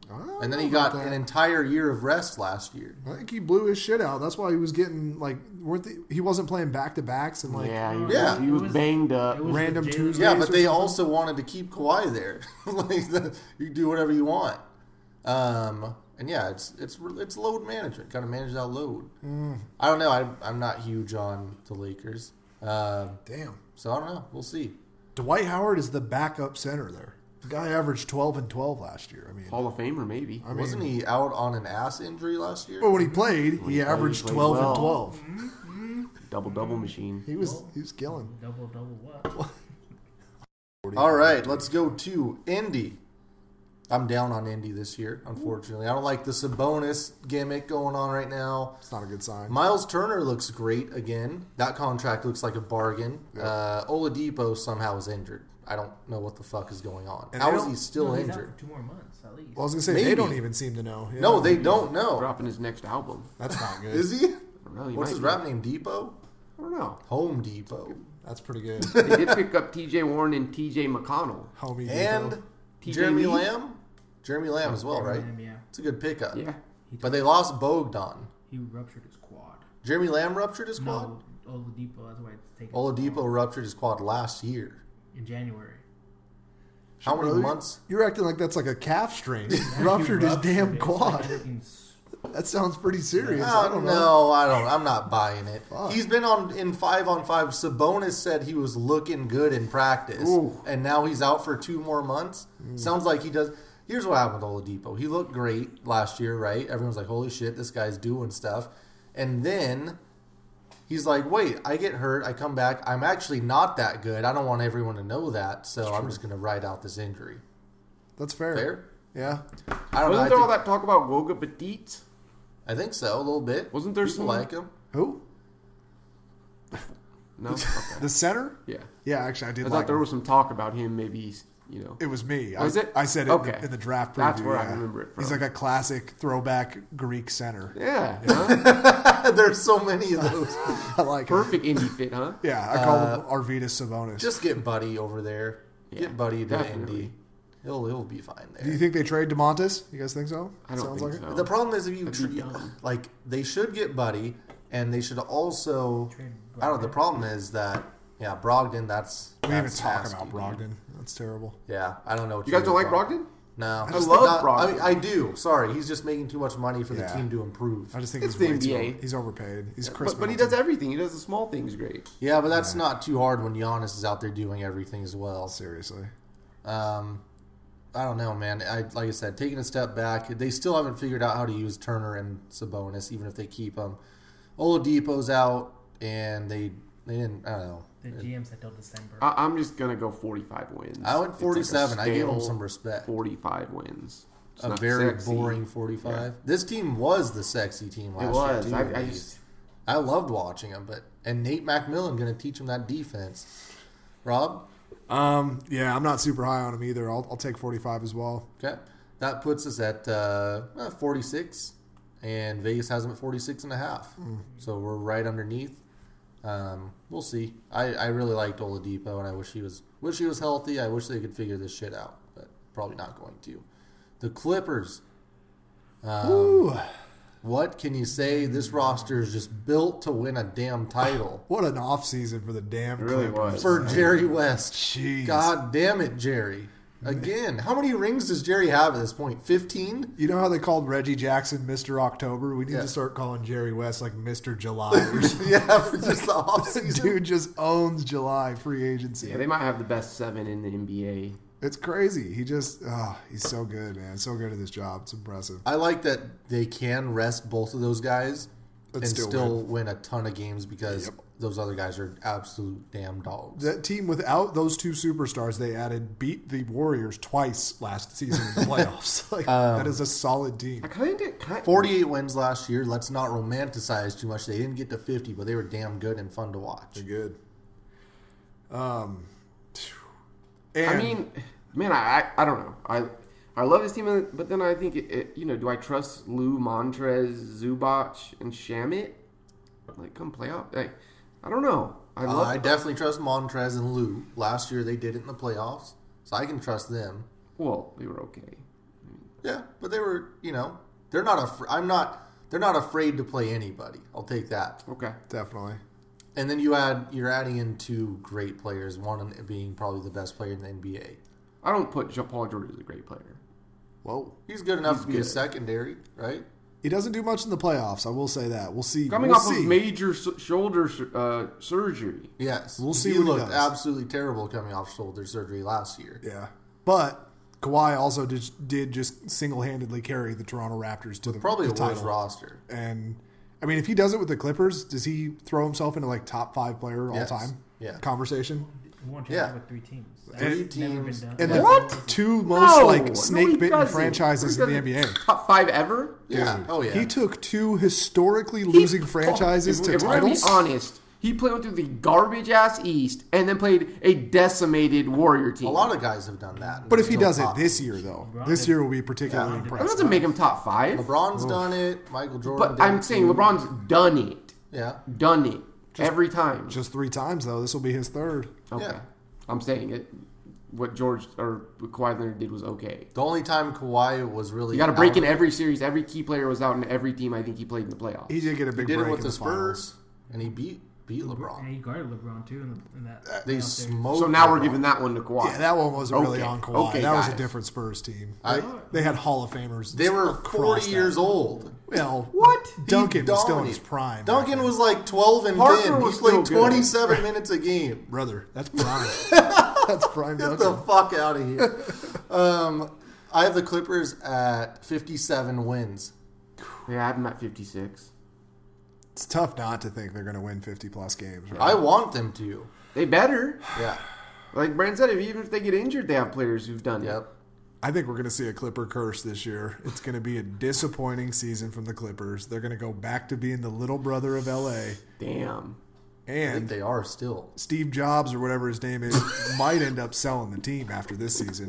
Speaker 2: I don't
Speaker 1: and then
Speaker 2: know
Speaker 1: he got
Speaker 2: about
Speaker 1: an
Speaker 2: that.
Speaker 1: entire year of rest last year.
Speaker 2: I think he blew his shit out. That's why he was getting like weren't the, he wasn't playing back to backs and like
Speaker 3: yeah, he was,
Speaker 1: Yeah.
Speaker 3: he was
Speaker 6: It was-
Speaker 3: banged up.
Speaker 6: It was
Speaker 2: Random
Speaker 6: Jalen-
Speaker 2: Tuesday.
Speaker 1: Yeah,
Speaker 2: days
Speaker 1: but
Speaker 2: or
Speaker 1: they
Speaker 2: something?
Speaker 1: also wanted to keep Kawhi there. like the, you do whatever you want. Um, and yeah, it's it's it's load management. Got to manage that load.
Speaker 2: Mm.
Speaker 1: I don't know. I, I'm not huge on the Lakers, Um
Speaker 2: damn.
Speaker 1: so I don't know. We'll see.
Speaker 2: Dwight Howard is the backup center there. The guy averaged 12 and 12 last year. I mean,
Speaker 3: Hall of Famer, maybe.
Speaker 2: I mean
Speaker 1: Wasn't he out on an ass injury last year?
Speaker 2: Well, when he played, he
Speaker 3: he played,
Speaker 2: averaged
Speaker 3: he played
Speaker 2: 12
Speaker 3: well.
Speaker 2: and 12.
Speaker 3: Double double machine.
Speaker 2: He was he was killing.
Speaker 6: Double, double what?
Speaker 1: All right, let's go to Indy. I'm down on Indy this year, unfortunately. I don't like the Sabonis gimmick going on right now.
Speaker 2: It's not a good sign.
Speaker 1: Miles Turner looks great again. That contract looks like a bargain. Uh, Oladipo somehow is injured. I don't know what the fuck is going on.
Speaker 2: And they
Speaker 1: How is
Speaker 2: don't-
Speaker 1: he still
Speaker 6: No, he's out
Speaker 1: injured?
Speaker 6: for Two more months at least.
Speaker 2: Well, I was gonna say
Speaker 1: Maybe.
Speaker 2: they don't even seem to know. Yeah,
Speaker 1: No, they don't know.
Speaker 3: Dropping his next album.
Speaker 2: That's not good.
Speaker 1: Is he?
Speaker 3: I don't know, he
Speaker 1: What's
Speaker 3: might
Speaker 1: his
Speaker 3: be.
Speaker 1: rap name? Depot?
Speaker 3: I don't know.
Speaker 1: Home Depot.
Speaker 2: That's pretty good,
Speaker 3: They did pick up T.J. Warren and T.J. McConnell.
Speaker 2: homie.
Speaker 1: And
Speaker 2: Debo.
Speaker 3: TJ
Speaker 1: Jeremy
Speaker 3: Lee?
Speaker 1: Lamb? Jeremy Lamb as well, right?
Speaker 6: Jeremy Lamb, yeah.
Speaker 1: It's a good pickup.
Speaker 3: Yeah,
Speaker 1: But they lost Bogdan.
Speaker 6: He ruptured his quad.
Speaker 1: Jeremy Lamb ruptured his quad?
Speaker 6: No, Oladipo. That's why it's taken.
Speaker 1: Oladipo ruptured his quad last year.
Speaker 6: in January.
Speaker 1: How many
Speaker 2: Really?
Speaker 1: months?
Speaker 2: You're acting like that's like a calf strain.
Speaker 6: He
Speaker 2: ruptured his
Speaker 6: ruptured
Speaker 2: damn
Speaker 6: it.
Speaker 2: quad.
Speaker 6: It's like fucking s-
Speaker 2: That sounds pretty serious.
Speaker 1: Oh,
Speaker 2: I don't know.
Speaker 1: no, I don't. I'm not buying it. He's been on in five on five. Sabonis said he was looking good in practice,
Speaker 3: Ooh. Hmm.
Speaker 1: and now he's out for two more months. Sounds like he does. Here's what happened with Oladipo. He looked great last year, right? Everyone's like, "Holy shit, this guy's doing stuff," and then he's like, "Wait, I get hurt. I come back. I'm actually not that good. I don't want everyone to know that, so I'm just going to ride out this injury."
Speaker 2: That's fair.
Speaker 1: Fair?
Speaker 2: Yeah.
Speaker 1: I don't know. I
Speaker 3: Wasn't there all
Speaker 1: think,
Speaker 3: that talk about Goga Petit?
Speaker 1: I think so, a little bit.
Speaker 3: Wasn't there
Speaker 1: People
Speaker 3: some-
Speaker 1: like him?
Speaker 2: Who?
Speaker 3: No. Okay.
Speaker 2: The center?
Speaker 3: Yeah.
Speaker 2: Yeah, actually, I did.
Speaker 3: I
Speaker 2: like
Speaker 3: thought there
Speaker 2: him.
Speaker 3: was some talk about him. Maybe you know.
Speaker 2: It was me.
Speaker 3: Was
Speaker 2: I,
Speaker 3: it?
Speaker 2: I said it
Speaker 3: Okay.
Speaker 2: in the draft preview.
Speaker 3: That's where I
Speaker 2: yeah.
Speaker 3: remember it
Speaker 2: He's
Speaker 3: from.
Speaker 2: like a classic throwback Greek center.
Speaker 3: Yeah. huh?
Speaker 1: There's so many of those.
Speaker 2: I like him.
Speaker 3: Perfect Uh, indie fit, huh?
Speaker 2: Yeah, I call him Arvidas Sabonis.
Speaker 1: Just get Buddy over there.
Speaker 3: Yeah,
Speaker 1: get Buddy to
Speaker 3: definitely.
Speaker 1: Indy. He'll he'll be fine there.
Speaker 2: Do you think they trade Demontis? You guys think so?
Speaker 3: I don't
Speaker 2: Sounds
Speaker 3: think
Speaker 2: like
Speaker 3: so.
Speaker 2: it.
Speaker 1: the problem is if you
Speaker 3: That'd be
Speaker 1: tr-
Speaker 3: dumb.
Speaker 1: like they should get Buddy, and they should also.
Speaker 6: Trade
Speaker 1: I don't know. The
Speaker 6: Brogdon.
Speaker 1: problem is that yeah, Brogdon. That's
Speaker 2: We didn't even
Speaker 1: that's
Speaker 2: talk
Speaker 1: nasty,
Speaker 2: about
Speaker 1: dude.
Speaker 2: Brogdon. That's terrible.
Speaker 1: Yeah, I don't know. What
Speaker 3: You guys
Speaker 1: do
Speaker 3: don't like
Speaker 1: with
Speaker 3: Brogdon?
Speaker 1: No,
Speaker 2: I
Speaker 1: just
Speaker 3: love
Speaker 1: think that- I,
Speaker 3: Brogdon.
Speaker 1: mean, I do. Sorry, he's just making too much money for
Speaker 2: Yeah.
Speaker 1: the team to improve.
Speaker 2: I just think
Speaker 3: It's
Speaker 2: he's way
Speaker 3: the
Speaker 2: too-
Speaker 3: NBA.
Speaker 2: he's overpaid. He's Chris.
Speaker 3: But, but he
Speaker 2: Middleton.
Speaker 3: does everything. He does the small things great.
Speaker 1: Yeah, but that's not too hard when Giannis is out there doing everything as well.
Speaker 2: seriously.
Speaker 1: Um, I don't know, man. I like I said, taking a step back, they still haven't figured out how to use Turner and Sabonis, even if they keep them. Oladipo's out, and they they didn't. I don't know.
Speaker 6: The GM said till December.
Speaker 1: Uh,
Speaker 3: I, I'm just gonna go 45 wins.
Speaker 1: I went
Speaker 3: It's like a
Speaker 1: 47. I gave them
Speaker 3: stale
Speaker 1: some respect.
Speaker 3: 45 wins. It's
Speaker 1: A
Speaker 3: not
Speaker 1: very
Speaker 3: sexy.
Speaker 1: boring 45. This team was the sexy team
Speaker 3: It
Speaker 1: last
Speaker 3: was.
Speaker 1: year.
Speaker 3: I,
Speaker 1: too,
Speaker 3: I
Speaker 1: at
Speaker 3: just
Speaker 1: least. I loved watching them, but and Nate MacMillan going to teach him that defense. Rob,
Speaker 2: Um, yeah, I'm not super high on him either. I'll, I'll take 45 as well.
Speaker 1: okay, that puts us at uh, uh, 46, and Vegas has them at 46 and a half.
Speaker 2: Mm.
Speaker 1: So we're right underneath. Um, we'll see. I, I really liked Oladipo, and I wish he was wish he was healthy. I wish they could figure this shit out, but probably not going to. The Clippers. um,
Speaker 2: Ooh,
Speaker 1: What can you say? This roster is just built to win a damn title
Speaker 2: what an off season for the damn
Speaker 3: It really
Speaker 2: Clippers.
Speaker 3: was.
Speaker 1: for Jerry West.
Speaker 2: Jeez.
Speaker 1: God damn it, Jerry. Again, how many rings does Jerry have at this point? 15?
Speaker 2: You know how they called Reggie Jackson Mr. October? We need
Speaker 1: Yeah.
Speaker 2: to start calling Jerry West like Mr. July. or something.
Speaker 1: yeah, for just the offseason.
Speaker 2: Dude just owns July free agency.
Speaker 3: Yeah, they might have the best seven in the NBA.
Speaker 2: It's crazy. He just, ah, he's so good, man. So good at this job. It's impressive.
Speaker 1: I like that they can rest both of those guys
Speaker 2: But
Speaker 1: and
Speaker 2: still
Speaker 1: still, win. a ton of games because those other guys are absolute damn dogs.
Speaker 2: That team without those two superstars they added beat the Warriors twice last season in the playoffs. like
Speaker 3: Um,
Speaker 2: that is a solid team.
Speaker 3: I kind of kind
Speaker 1: 48 wins last year. Let's not romanticize too much. They didn't get to 50, but they were damn good and fun to watch.
Speaker 2: They're good. Um, and
Speaker 3: I mean, man, I, I I don't know. I I love this team, but then I think it, it, you know, do I trust Lou Montrez, Zubac, and Shamit? Like, come play out. Like, I don't know. I
Speaker 1: Uh,
Speaker 3: love.
Speaker 1: I definitely trust Montrez and Lou. Last year they did it in the playoffs, so I can trust them.
Speaker 3: well, they were okay.
Speaker 1: Yeah, but they were, you know, they're not. Af- I'm not. They're not afraid to play anybody. I'll take that.
Speaker 3: Okay.
Speaker 2: definitely.
Speaker 1: And then you add, you're adding in two great players. One being probably the best player in the NBA.
Speaker 3: I don't put Ja- Paul George as a great player.
Speaker 2: Well,
Speaker 1: He's good enough
Speaker 3: He's
Speaker 1: to be a
Speaker 3: good.
Speaker 1: secondary, right?
Speaker 2: he doesn't do much in the playoffs. I will say that. We'll see.
Speaker 3: Coming
Speaker 2: we'll
Speaker 3: off
Speaker 2: see.
Speaker 3: of major s- shoulder sur- uh, surgery.
Speaker 1: Yes.
Speaker 2: We'll see
Speaker 1: He
Speaker 2: what he
Speaker 1: looked
Speaker 2: does.
Speaker 1: absolutely terrible coming off shoulder surgery last year.
Speaker 2: yeah, but Kawhi also did, did just single handedly carry the Toronto Raptors to the
Speaker 1: Probably
Speaker 2: the
Speaker 1: a worse
Speaker 2: title.
Speaker 1: roster.
Speaker 2: And I mean, if he does it with the Clippers, does he throw himself into like top five player
Speaker 1: Yes.
Speaker 2: all time?
Speaker 1: Yeah.
Speaker 2: conversation.
Speaker 6: We won
Speaker 1: Yeah.
Speaker 6: championship with three teams. That's
Speaker 1: Three
Speaker 6: never been
Speaker 1: teams.
Speaker 6: done.
Speaker 2: And
Speaker 1: Yeah.
Speaker 2: the
Speaker 3: What?
Speaker 2: two most
Speaker 3: No! No,
Speaker 2: like
Speaker 3: he
Speaker 2: snake bitten
Speaker 3: doesn't.
Speaker 2: franchises
Speaker 3: He
Speaker 2: in the
Speaker 3: doesn't.
Speaker 2: NBA.
Speaker 3: Top five ever.
Speaker 1: Yeah.
Speaker 2: Dude,
Speaker 1: oh yeah.
Speaker 2: He took two historically losing franchises
Speaker 3: if,
Speaker 2: to
Speaker 3: if
Speaker 2: titles.
Speaker 3: We're gonna be honest. He played through the garbage ass East and then played a decimated Warrior team.
Speaker 1: a lot of guys have done that.
Speaker 2: But if he
Speaker 1: Still
Speaker 2: does it
Speaker 1: top.
Speaker 2: this year, though,
Speaker 6: LeBron
Speaker 2: this
Speaker 6: did.
Speaker 2: year will be particularly
Speaker 3: that
Speaker 2: impressive.
Speaker 3: doesn't make him top five.
Speaker 1: LeBron's done it. Michael Jordan.
Speaker 3: But
Speaker 1: did
Speaker 3: I'm
Speaker 1: it
Speaker 3: saying
Speaker 1: too.
Speaker 3: LeBron's done it.
Speaker 1: Yeah.
Speaker 3: Done it. Every time.
Speaker 2: Just three times though. This will be his third.
Speaker 3: okay.
Speaker 1: yeah.
Speaker 3: I'm saying it. What George or what Kawhi Leonard did was okay.
Speaker 1: The only time Kawhi was really
Speaker 3: You got to break
Speaker 1: out-
Speaker 3: in every series. Every key player was out in every team. I think he played in the playoffs.
Speaker 2: He did get a big
Speaker 1: He did
Speaker 2: break
Speaker 1: it with
Speaker 2: in
Speaker 1: the
Speaker 2: finals.
Speaker 1: Spurs, and he beat beat
Speaker 6: And
Speaker 1: LeBron.
Speaker 6: he guarded LeBron too in, the, in that.
Speaker 1: They
Speaker 6: playoff series.
Speaker 1: smoked.
Speaker 3: So now we're
Speaker 1: LeBron.
Speaker 3: giving that one to Kawhi.
Speaker 2: Yeah, that one wasn't really
Speaker 3: Okay.
Speaker 2: on Kawhi.
Speaker 3: Okay,
Speaker 2: that was a
Speaker 3: guys.
Speaker 2: different Spurs team.
Speaker 1: I-
Speaker 2: They, they had Hall of Famers.
Speaker 1: They were
Speaker 2: across
Speaker 1: forty
Speaker 2: that.
Speaker 1: years old.
Speaker 2: Well,
Speaker 3: What?
Speaker 2: Duncan
Speaker 1: He
Speaker 2: was still in his
Speaker 1: dominated.
Speaker 2: prime. back
Speaker 1: Duncan
Speaker 2: then.
Speaker 1: was like twelve and
Speaker 3: Parker
Speaker 1: ten. He
Speaker 3: was
Speaker 1: played
Speaker 3: still good.
Speaker 1: twenty seven minutes a game.
Speaker 2: brother. That's prime. that's prime
Speaker 1: Get
Speaker 2: Duncan.
Speaker 1: the fuck out of here. um, I have the Clippers at fifty seven wins.
Speaker 3: yeah, I had him at 56.
Speaker 2: It's tough not to think they're going to win 50 plus games. Right?
Speaker 1: I want them to.
Speaker 3: They better.
Speaker 1: Yeah.
Speaker 3: Like Brand said, if, even if they get injured, they have players who've done
Speaker 1: Yep.
Speaker 2: I think we're going to see a Clipper curse this year. It's going to be a disappointing season from the Clippers. They're going to go back to being the little brother of LA.
Speaker 3: it. Damn.
Speaker 1: I think
Speaker 2: And
Speaker 1: they are still.
Speaker 2: Steve Jobs or whatever his name is might end up selling the team after this season.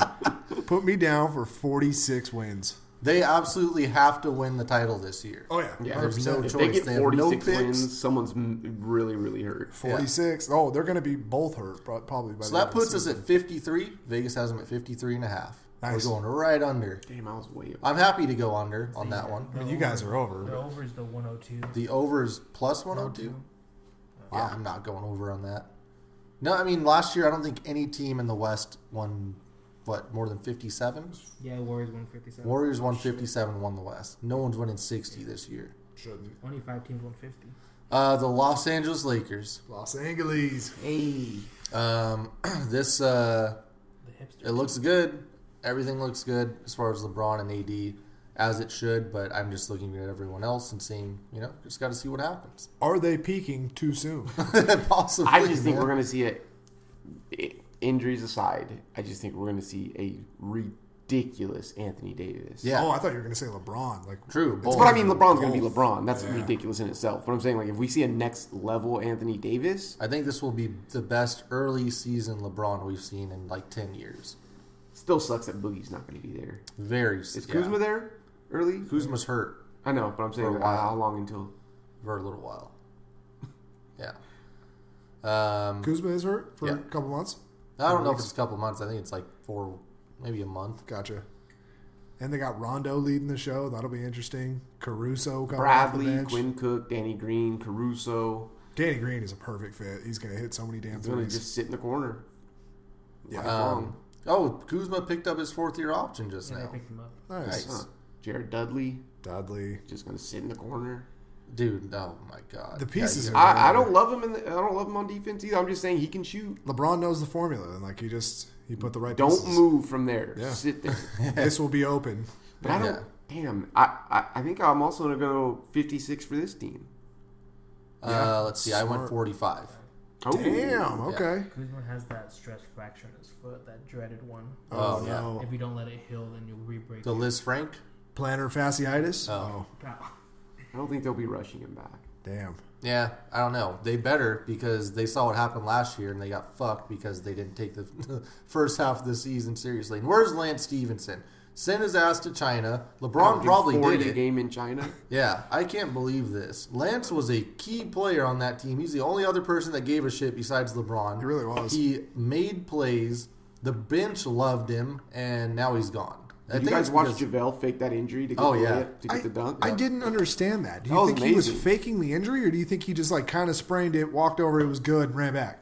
Speaker 2: Put me down for 46 wins.
Speaker 1: They absolutely have to win the title this year.
Speaker 2: Oh, yeah.
Speaker 3: Yeah,
Speaker 1: There's no
Speaker 3: If
Speaker 1: choice.
Speaker 3: they get
Speaker 1: have no
Speaker 3: 46
Speaker 1: picks.
Speaker 3: wins, someone's m- really, really hurt.
Speaker 2: 46. Oh, they're going to be both hurt pro- probably by
Speaker 1: So
Speaker 2: the end
Speaker 1: that
Speaker 2: of the
Speaker 1: puts us
Speaker 2: season.
Speaker 1: at 53. Vegas has them at 53 and a half.
Speaker 2: Nice.
Speaker 1: We're going right under.
Speaker 3: Damn, I was way up.
Speaker 1: I'm happy to go under on that one.
Speaker 2: I mean, you guys are
Speaker 6: The
Speaker 2: over.
Speaker 6: over is the 102.
Speaker 1: The over is plus 102. Yeah, I'm not going over on that. No, I mean, last year I don't think any team in the West won, what, more than 57?
Speaker 6: Yeah, Warriors 157.
Speaker 1: Warriors won 57, won the West. No one's winning 60 this year.
Speaker 6: Only five teams 150.
Speaker 1: Uh, the Los Angeles Lakers.
Speaker 2: Los Angeles.
Speaker 3: Hey.
Speaker 1: Um, this, uh,
Speaker 6: The hipster.
Speaker 1: it looks good. Everything looks good as far as LeBron and AD as it should, but I'm just looking at everyone else and seeing, you know, just got to see what happens.
Speaker 2: Are they peaking too soon?
Speaker 1: Possibly.
Speaker 3: I just
Speaker 1: man.
Speaker 3: think we're going to see it. i- Injuries aside, I just think we're going to see a ridiculous Anthony Davis.
Speaker 1: Yeah.
Speaker 2: Oh, I thought you were going to say LeBron. Like
Speaker 1: True.
Speaker 2: It's
Speaker 1: bold.
Speaker 3: But I mean, LeBron's going to be
Speaker 2: Both.
Speaker 3: LeBron. That's
Speaker 2: Yeah.
Speaker 3: ridiculous in itself. But I'm saying, like, if we see a next level Anthony Davis,
Speaker 1: I think this will be the best early season LeBron we've seen in like 10 years.
Speaker 3: still sucks that Boogie's not going to be there.
Speaker 1: Very
Speaker 3: Is
Speaker 1: yeah.
Speaker 3: Kuzma there early?
Speaker 1: Kuzma's hurt
Speaker 3: I know, but I'm saying,
Speaker 1: For a
Speaker 3: uh,
Speaker 1: while.
Speaker 3: how long until?
Speaker 1: for a little while. Yeah. Um,
Speaker 2: Kuzma is hurt for
Speaker 1: Yeah.
Speaker 2: a couple months.
Speaker 1: I don't know if it's a couple months. I think it's like four, maybe a month.
Speaker 2: Gotcha. And they got Rondo leading the show. That'll be interesting. Caruso coming off the
Speaker 3: Bradley,
Speaker 2: bench.
Speaker 3: Quinn Cook, Danny Green, Caruso.
Speaker 2: Danny Green is a perfect fit. He's going to hit so many damn
Speaker 3: He's going to
Speaker 2: threes.
Speaker 3: just sit in the corner.
Speaker 2: Yeah.
Speaker 3: Lifelong.
Speaker 1: Um, Oh, Kuzma picked up his fourth year option just
Speaker 6: And I
Speaker 1: now.
Speaker 6: picked him up.
Speaker 2: Nice.
Speaker 1: Nice.
Speaker 3: Huh. Jared Dudley
Speaker 2: Dudley.
Speaker 3: just gonna sit in the corner.
Speaker 1: Dude, oh my god.
Speaker 2: The pieces
Speaker 1: Gotta
Speaker 2: are-
Speaker 3: I, I don't love him in the, I don't love him on defense either. I'm just saying he can shoot.
Speaker 2: LeBron knows the formula, and like he just he put the right.
Speaker 3: Don't
Speaker 2: pieces.
Speaker 3: move from there.
Speaker 2: Yeah.
Speaker 3: Sit there.
Speaker 2: This will be open.
Speaker 3: But I don't. Damn. I, I I think I'm also gonna go 56 for this team.
Speaker 1: get- uh,
Speaker 2: Yeah.
Speaker 1: let's see. I went
Speaker 2: Smart.
Speaker 1: 45.
Speaker 3: Oh,
Speaker 2: Damn. Okay.
Speaker 6: Kuzma has that stress fracture in his foot, that dreaded one.
Speaker 1: Oh,
Speaker 2: Oh,
Speaker 1: yeah.
Speaker 2: no.
Speaker 6: If you don't let it heal, then you'll re-break
Speaker 1: The
Speaker 6: it.
Speaker 1: Liz Frank.
Speaker 2: Plantar fasciitis.
Speaker 1: Oh.
Speaker 6: Pow.
Speaker 3: I don't think they'll be rushing him back.
Speaker 2: damn.
Speaker 1: Yeah, I don't know. They better because they saw what happened last year and they got fucked because they didn't take the first half of the season seriously. And where's Lance Stevenson? Send his ass to China. LeBron
Speaker 3: Averaging
Speaker 1: probably
Speaker 3: 40
Speaker 1: did
Speaker 3: a
Speaker 1: it.
Speaker 3: game in China.
Speaker 1: Yeah, I can't believe this. Lance was a key player on that team. He's the only other person that gave a shit besides LeBron.
Speaker 2: He really was.
Speaker 1: He made plays. The bench loved him, and now he's gone. I
Speaker 3: Did you
Speaker 1: think
Speaker 3: guys
Speaker 1: it's
Speaker 3: watch
Speaker 1: because-
Speaker 3: JaVale fake that injury to get,
Speaker 1: Oh,
Speaker 3: the,
Speaker 1: yeah.
Speaker 3: layup, to get
Speaker 2: I,
Speaker 3: the dunk?
Speaker 2: I didn't understand that. Do
Speaker 3: That
Speaker 2: you
Speaker 3: was
Speaker 2: think he was
Speaker 3: amazing.
Speaker 2: faking the injury, or do you think he just like kind of sprained it, walked over, it was good, and ran back?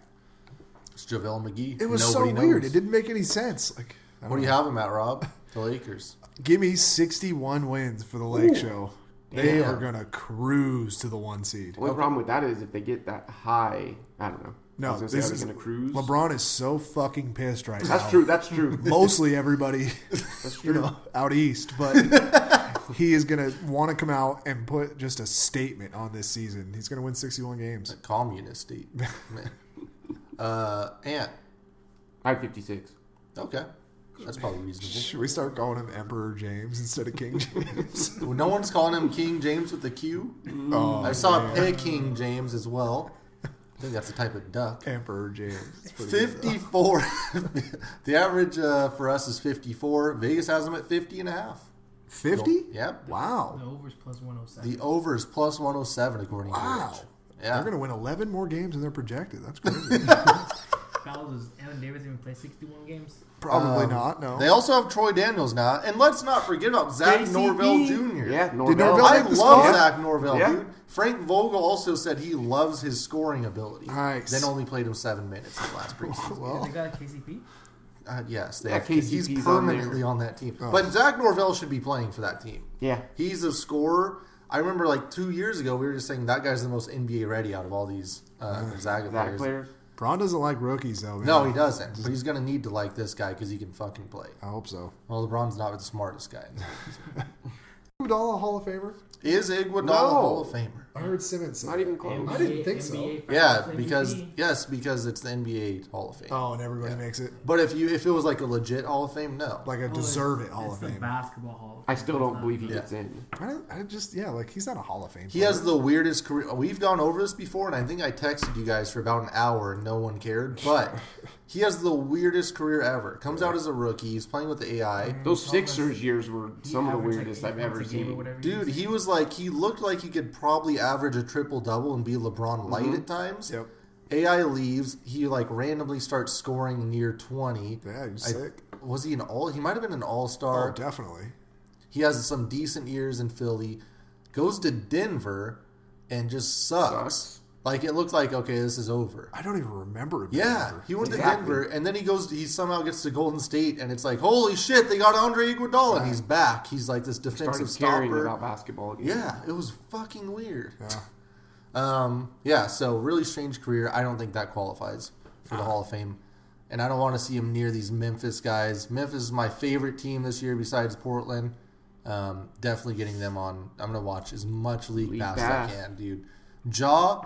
Speaker 1: It's JaVale McGee.
Speaker 2: It was
Speaker 1: Nobody
Speaker 2: so
Speaker 1: knows.
Speaker 2: weird. It didn't make any sense. Like, I don't
Speaker 1: What do you
Speaker 2: know.
Speaker 1: have him at, Rob? The Lakers.
Speaker 2: Give me sixty-one wins for the Lake Show. They
Speaker 1: Damn.
Speaker 2: are gonna cruise to the one seed.
Speaker 3: Only problem with that is if they get that high, I don't know. I
Speaker 2: No,
Speaker 3: was gonna say,
Speaker 2: this
Speaker 3: are
Speaker 2: is
Speaker 3: they gonna cruise.
Speaker 2: LeBron is so fucking pissed right now.
Speaker 3: That's true. That's true.
Speaker 2: Mostly everybody, you know, out east, but he is gonna want to come out and put just a statement on this season. He's gonna win sixty-one games.
Speaker 1: A communist state. Man. uh, Ant.
Speaker 3: I have 56.
Speaker 1: Okay. That's probably reasonable.
Speaker 2: Should we start calling him Emperor James instead of King James?
Speaker 1: No one's calling him King James with the Q.
Speaker 2: oh,
Speaker 1: I saw a pig King James as well. I think that's a type of duck.
Speaker 2: Emperor James. That's pretty good.
Speaker 1: 54.
Speaker 2: Uh,
Speaker 1: the average uh, for us is 54. Vegas has them at 50 and a half.
Speaker 2: 50?
Speaker 1: Yep.
Speaker 6: The
Speaker 2: Wow.
Speaker 6: overs plus 107.
Speaker 1: The over is plus 107 according
Speaker 2: Wow.
Speaker 1: to Rich. Yeah.
Speaker 2: They're going to win 11 more games than they're projected. That's crazy.
Speaker 6: Fouls is Allen Davis even play 61 games.
Speaker 2: Probably
Speaker 1: Um,
Speaker 2: not, no.
Speaker 1: They also have Troy Daniels now. And let's not forget about Zach
Speaker 3: JCP.
Speaker 1: Norvell Jr.
Speaker 3: Yeah, Norvell.
Speaker 2: Norvell
Speaker 1: I
Speaker 2: make the
Speaker 1: love
Speaker 2: squad?
Speaker 1: Zach Norvell,
Speaker 3: Yeah.
Speaker 1: dude. Frank Vogel also said he loves his scoring ability.
Speaker 2: Nice.
Speaker 1: Then only played him seven minutes in the last preseason.
Speaker 6: Yeah,
Speaker 2: well,
Speaker 6: they got KCP.
Speaker 1: Uh, yes, they
Speaker 3: Yeah,
Speaker 1: have, he's
Speaker 3: KCP 's on
Speaker 1: permanently
Speaker 3: there.
Speaker 1: on, that team. But Zach Norvell should be playing for that team.
Speaker 3: Yeah.
Speaker 1: He's a scorer. I remember like two years ago, we were just saying that guy's the most NBA ready out of all these uh, Gonzaga
Speaker 3: That
Speaker 1: players.
Speaker 3: player.
Speaker 2: Braun doesn't like rookies, though. Man.
Speaker 1: No, he doesn't. But he's going to need to like this guy because he can fucking play.
Speaker 2: I hope so.
Speaker 1: Well, LeBron's not the smartest guy.
Speaker 2: Iguodala Hall of Famer?
Speaker 1: Is Iguodala
Speaker 3: No.
Speaker 1: Hall of Famer?
Speaker 2: I heard Simmons. say
Speaker 3: Not
Speaker 2: that.
Speaker 3: even close.
Speaker 2: I didn't think so.
Speaker 6: Finals
Speaker 1: Yeah,
Speaker 6: MVP.
Speaker 1: because yes, because it's the NBA Hall of Fame.
Speaker 2: Oh, and everybody makes it
Speaker 1: But if you if it was like a legit Hall of Fame, no.
Speaker 2: like a
Speaker 6: Well,
Speaker 2: deserve
Speaker 6: it's-
Speaker 2: it Hall of
Speaker 6: it's the
Speaker 2: Fame.
Speaker 6: basketball hall.
Speaker 3: I still don't believe he
Speaker 1: Yeah.
Speaker 3: gets in.
Speaker 2: I, don't- I just, yeah, like he's not a Hall of Fame.
Speaker 1: He has the weirdest career. We've gone over this before, and I think I texted you guys for about an hour, and no one cared. But he has the weirdest career ever. Comes out as a rookie. He's playing with the AI.
Speaker 3: Those
Speaker 6: Thomas-
Speaker 3: Sixers years were
Speaker 6: He
Speaker 3: some of the
Speaker 6: averaged, like,
Speaker 3: weirdest
Speaker 6: eight
Speaker 3: I've ever
Speaker 6: points a game or
Speaker 3: seen.
Speaker 6: whatever
Speaker 1: Dude, he was like he looked like he could probably average a triple double and be LeBron light at times.
Speaker 2: Mm-hmm. Yep.
Speaker 1: AI leaves. He like randomly starts scoring near twenty.
Speaker 2: Yeah, he's
Speaker 1: I-
Speaker 2: sick.
Speaker 1: Was he an all? He might have been an all
Speaker 2: Oh,
Speaker 1: star.
Speaker 2: definitely.
Speaker 1: he has some decent years in Philly. Goes to Denver and just sucks.
Speaker 3: Sucks.
Speaker 1: Like it looked like okay, this is over.
Speaker 2: I don't even remember him.
Speaker 1: Yeah, he went
Speaker 3: Exactly.
Speaker 1: to Denver, and then he goes. He somehow gets to Golden State, and it's like, holy shit, they got Andre Iguodala, and he's back. He's like this defensive
Speaker 3: Started caring
Speaker 1: stopper.
Speaker 3: about basketball again.
Speaker 1: Yeah, it was fucking weird.
Speaker 2: Yeah.
Speaker 1: Um, yeah, so really strange career. I don't think that qualifies for
Speaker 3: Ah.
Speaker 1: the Hall of Fame. And I don't want to see him near these Memphis guys. Memphis is my favorite team this year besides Portland. Um, definitely getting them on. I'm going to watch as much league,
Speaker 3: League
Speaker 1: pass,
Speaker 3: pass.
Speaker 1: as I can, dude. Jaw,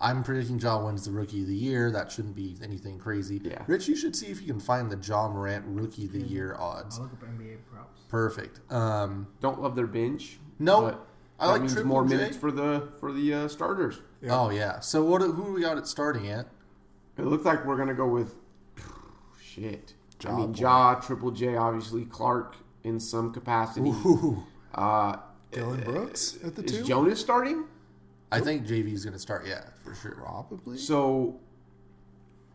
Speaker 1: I'm predicting Jaw wins the Rookie of the Year. That shouldn't be anything crazy.
Speaker 3: Yeah. Hmm.
Speaker 1: Rich, you should see if you can find the Jaw Morant Rookie of the Year odds.
Speaker 6: I'll look up NBA props.
Speaker 1: Perfect. Um,
Speaker 3: Don't love their bench.
Speaker 1: No,
Speaker 3: but
Speaker 1: I
Speaker 3: that
Speaker 1: like
Speaker 3: means
Speaker 1: Triple
Speaker 3: more
Speaker 1: J.
Speaker 3: minutes for the for the uh, starters.
Speaker 2: Yeah.
Speaker 1: Oh, yeah. So what? who do we got it starting at?
Speaker 3: It looks like we're gonna go with shit.
Speaker 2: Ja
Speaker 3: I mean,
Speaker 2: boy.
Speaker 3: Ja, Triple J, obviously Clark in some capacity.
Speaker 1: Ooh.
Speaker 3: Uh,
Speaker 2: Dylan Brooks at the
Speaker 3: is
Speaker 2: two?
Speaker 3: Jonas starting?
Speaker 1: I think JV is going to start, yeah, for sure.
Speaker 2: Probably.
Speaker 3: So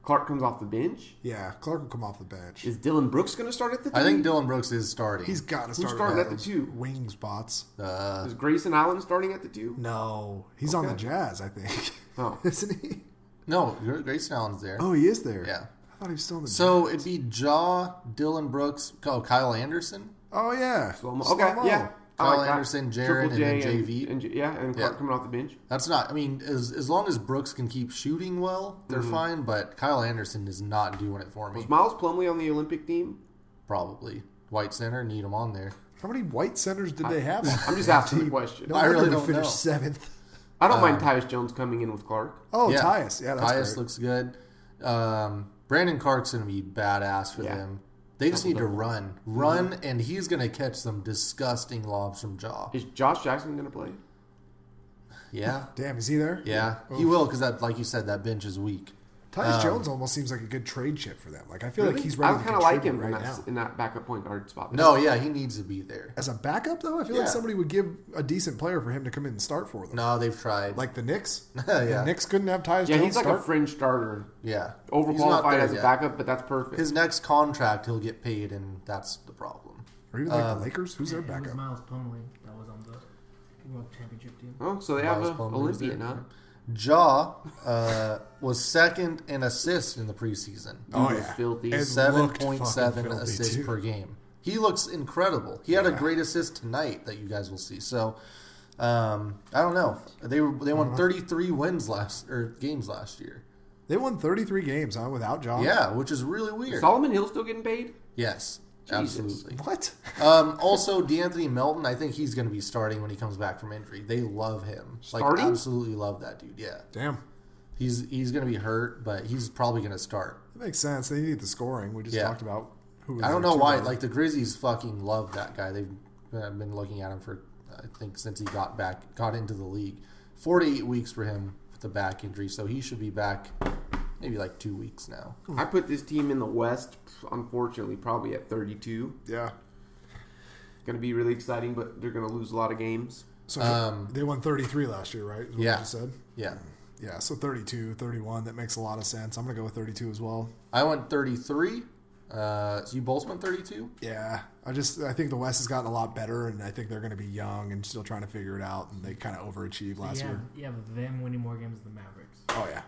Speaker 3: Clark comes off the bench.
Speaker 2: Yeah, Clark will come off the bench.
Speaker 3: Is Dylan Brooks gonna start at the?
Speaker 1: I
Speaker 3: three?
Speaker 1: think Dylan Brooks is starting.
Speaker 2: He's got to
Speaker 3: Who's
Speaker 2: start
Speaker 3: starting
Speaker 2: with
Speaker 3: at the
Speaker 2: those
Speaker 3: two?
Speaker 2: wing spots.
Speaker 1: uh,
Speaker 3: Is Grayson Allen starting at the two?
Speaker 2: No, he's on the
Speaker 3: Okay.
Speaker 2: Jazz, I think,
Speaker 3: Oh,
Speaker 2: isn't he?
Speaker 1: no, Grayson Allen's there.
Speaker 2: Oh, he is there.
Speaker 1: Yeah.
Speaker 2: I thought he was still in the.
Speaker 1: So it'd be Jaw, Dylan Brooks, oh Kyle Anderson,
Speaker 2: oh yeah,
Speaker 3: Slow-mo.
Speaker 2: Slow-mo.
Speaker 3: Okay, yeah. I
Speaker 1: Kyle
Speaker 3: like that.
Speaker 1: Anderson, Jared,
Speaker 3: Triple
Speaker 1: and then
Speaker 3: J and-
Speaker 1: JV.
Speaker 3: and J- yeah, and Clark
Speaker 1: Yeah.
Speaker 3: coming off the bench.
Speaker 1: That's not. I mean, as as long as Brooks can keep shooting well, they're
Speaker 2: Mm-hmm.
Speaker 1: fine. But Kyle Anderson is not doing it for me.
Speaker 3: Was Miles Plumley on the Olympic team?
Speaker 1: Probably White center need him on there.
Speaker 2: How many white centers did they have? on
Speaker 3: I'm just
Speaker 2: that
Speaker 3: asking the
Speaker 2: team?
Speaker 3: question.
Speaker 2: No
Speaker 1: I
Speaker 2: wonder
Speaker 1: really
Speaker 2: they
Speaker 1: don't
Speaker 2: finished
Speaker 1: know.
Speaker 2: seventh.
Speaker 3: I don't
Speaker 1: Uh,
Speaker 3: mind Tyus Jones coming in with Clark.
Speaker 2: Oh, Tyus. Yeah, that's
Speaker 1: Tyus
Speaker 2: great.
Speaker 1: looks good. Um, Brandon Clark's gonna be badass for
Speaker 3: Yeah.
Speaker 1: them. They just need to
Speaker 3: Double-double.
Speaker 1: run, run,
Speaker 2: Mm-hmm.
Speaker 1: and he's gonna catch some disgusting lobs from Jaw.
Speaker 3: Is Josh Jackson going to play?
Speaker 1: Yeah,
Speaker 2: Damn, is he there?
Speaker 1: yeah, he will because that, like you said, that bench is weak.
Speaker 2: Tyus Jones almost seems like a good trade chip for them. Like I feel like he's
Speaker 3: um, I
Speaker 2: ready.
Speaker 3: kind
Speaker 2: to
Speaker 3: of like him
Speaker 2: contribute
Speaker 3: in,
Speaker 2: right
Speaker 3: that,
Speaker 2: now.
Speaker 3: in that backup point guard spot.
Speaker 1: No, yeah, he needs to be there.
Speaker 2: As a backup, though, I feel
Speaker 1: Yeah.
Speaker 2: like somebody would give a decent player for him to come in and start for them.
Speaker 1: No, they've tried.
Speaker 2: Like the Knicks.
Speaker 1: Yeah.
Speaker 2: The Knicks couldn't have Tyus
Speaker 3: yeah,
Speaker 2: Jones
Speaker 3: he's like
Speaker 2: start.
Speaker 3: a fringe starter,
Speaker 1: yeah, He's not
Speaker 3: overqualified
Speaker 1: there
Speaker 3: as a
Speaker 1: yet.
Speaker 3: backup, but that's perfect.
Speaker 1: His next contract, he'll get paid, and that's the problem.
Speaker 2: or even like
Speaker 1: Um,
Speaker 2: the Lakers. Who's their
Speaker 6: It was
Speaker 2: backup?
Speaker 6: Miles Plumley that was on the World Championship team.
Speaker 3: oh, so they
Speaker 1: Miles
Speaker 3: have an
Speaker 1: Plumlee was
Speaker 3: Olympian,
Speaker 1: there.
Speaker 3: huh?
Speaker 1: Jaw uh, was second in assists in the preseason.
Speaker 2: Oh,
Speaker 3: Dude is
Speaker 2: yeah.
Speaker 3: filthy.
Speaker 2: And-
Speaker 1: seven
Speaker 2: looked
Speaker 1: point
Speaker 2: fucking
Speaker 1: seven
Speaker 2: filthy,
Speaker 1: assists
Speaker 2: too.
Speaker 1: per game. He looks incredible. He had a great assist tonight that you guys will see. So um, I don't know. They were they
Speaker 2: Uh-huh.
Speaker 1: won thirty three wins last or games last year.
Speaker 2: They won 33 games huh, without John.
Speaker 1: Yeah, which is really weird.
Speaker 3: Solomon Hill still getting paid?
Speaker 1: Yes,
Speaker 3: Jesus.
Speaker 1: absolutely.
Speaker 2: What?
Speaker 1: Um, also, D'Anthony Melton. I think he's going to be starting when he comes back from injury. They love him.
Speaker 3: Starting?
Speaker 1: Like absolutely love that dude. Yeah,
Speaker 2: Damn.
Speaker 1: he's he's going to be hurt, but he's probably going to start.
Speaker 2: That makes sense. They need the scoring. We just
Speaker 1: Yeah.
Speaker 2: talked about who. Was
Speaker 1: I don't
Speaker 2: their
Speaker 1: know why.
Speaker 2: two-man.
Speaker 1: Like the Grizzlies fucking love that guy. They've uh, been looking at him for I think since he got back got into the league. Four to eight weeks for him with the back injury, so he should be back maybe like two weeks now.
Speaker 3: I put this team in the West, unfortunately, probably at 32.
Speaker 2: yeah.
Speaker 3: Going to be really exciting, but they're going to lose a lot of games.
Speaker 2: So
Speaker 1: Um,
Speaker 2: they won 33 last year, right? Is what you
Speaker 1: Yeah.
Speaker 2: just said.
Speaker 1: Yeah,
Speaker 2: Yeah. So 32, 31. That makes a lot of sense. I'm gonna go with 32 as well.
Speaker 1: I went thirty three. Uh, so you both went thirty two.
Speaker 2: Yeah, I just I think the West has gotten a lot better, and I think they're going to be young and still trying to figure it out, and they kind of overachieved last
Speaker 6: yeah,
Speaker 2: year.
Speaker 6: yeah, but them winning more games than the Mavericks.
Speaker 2: Oh yeah,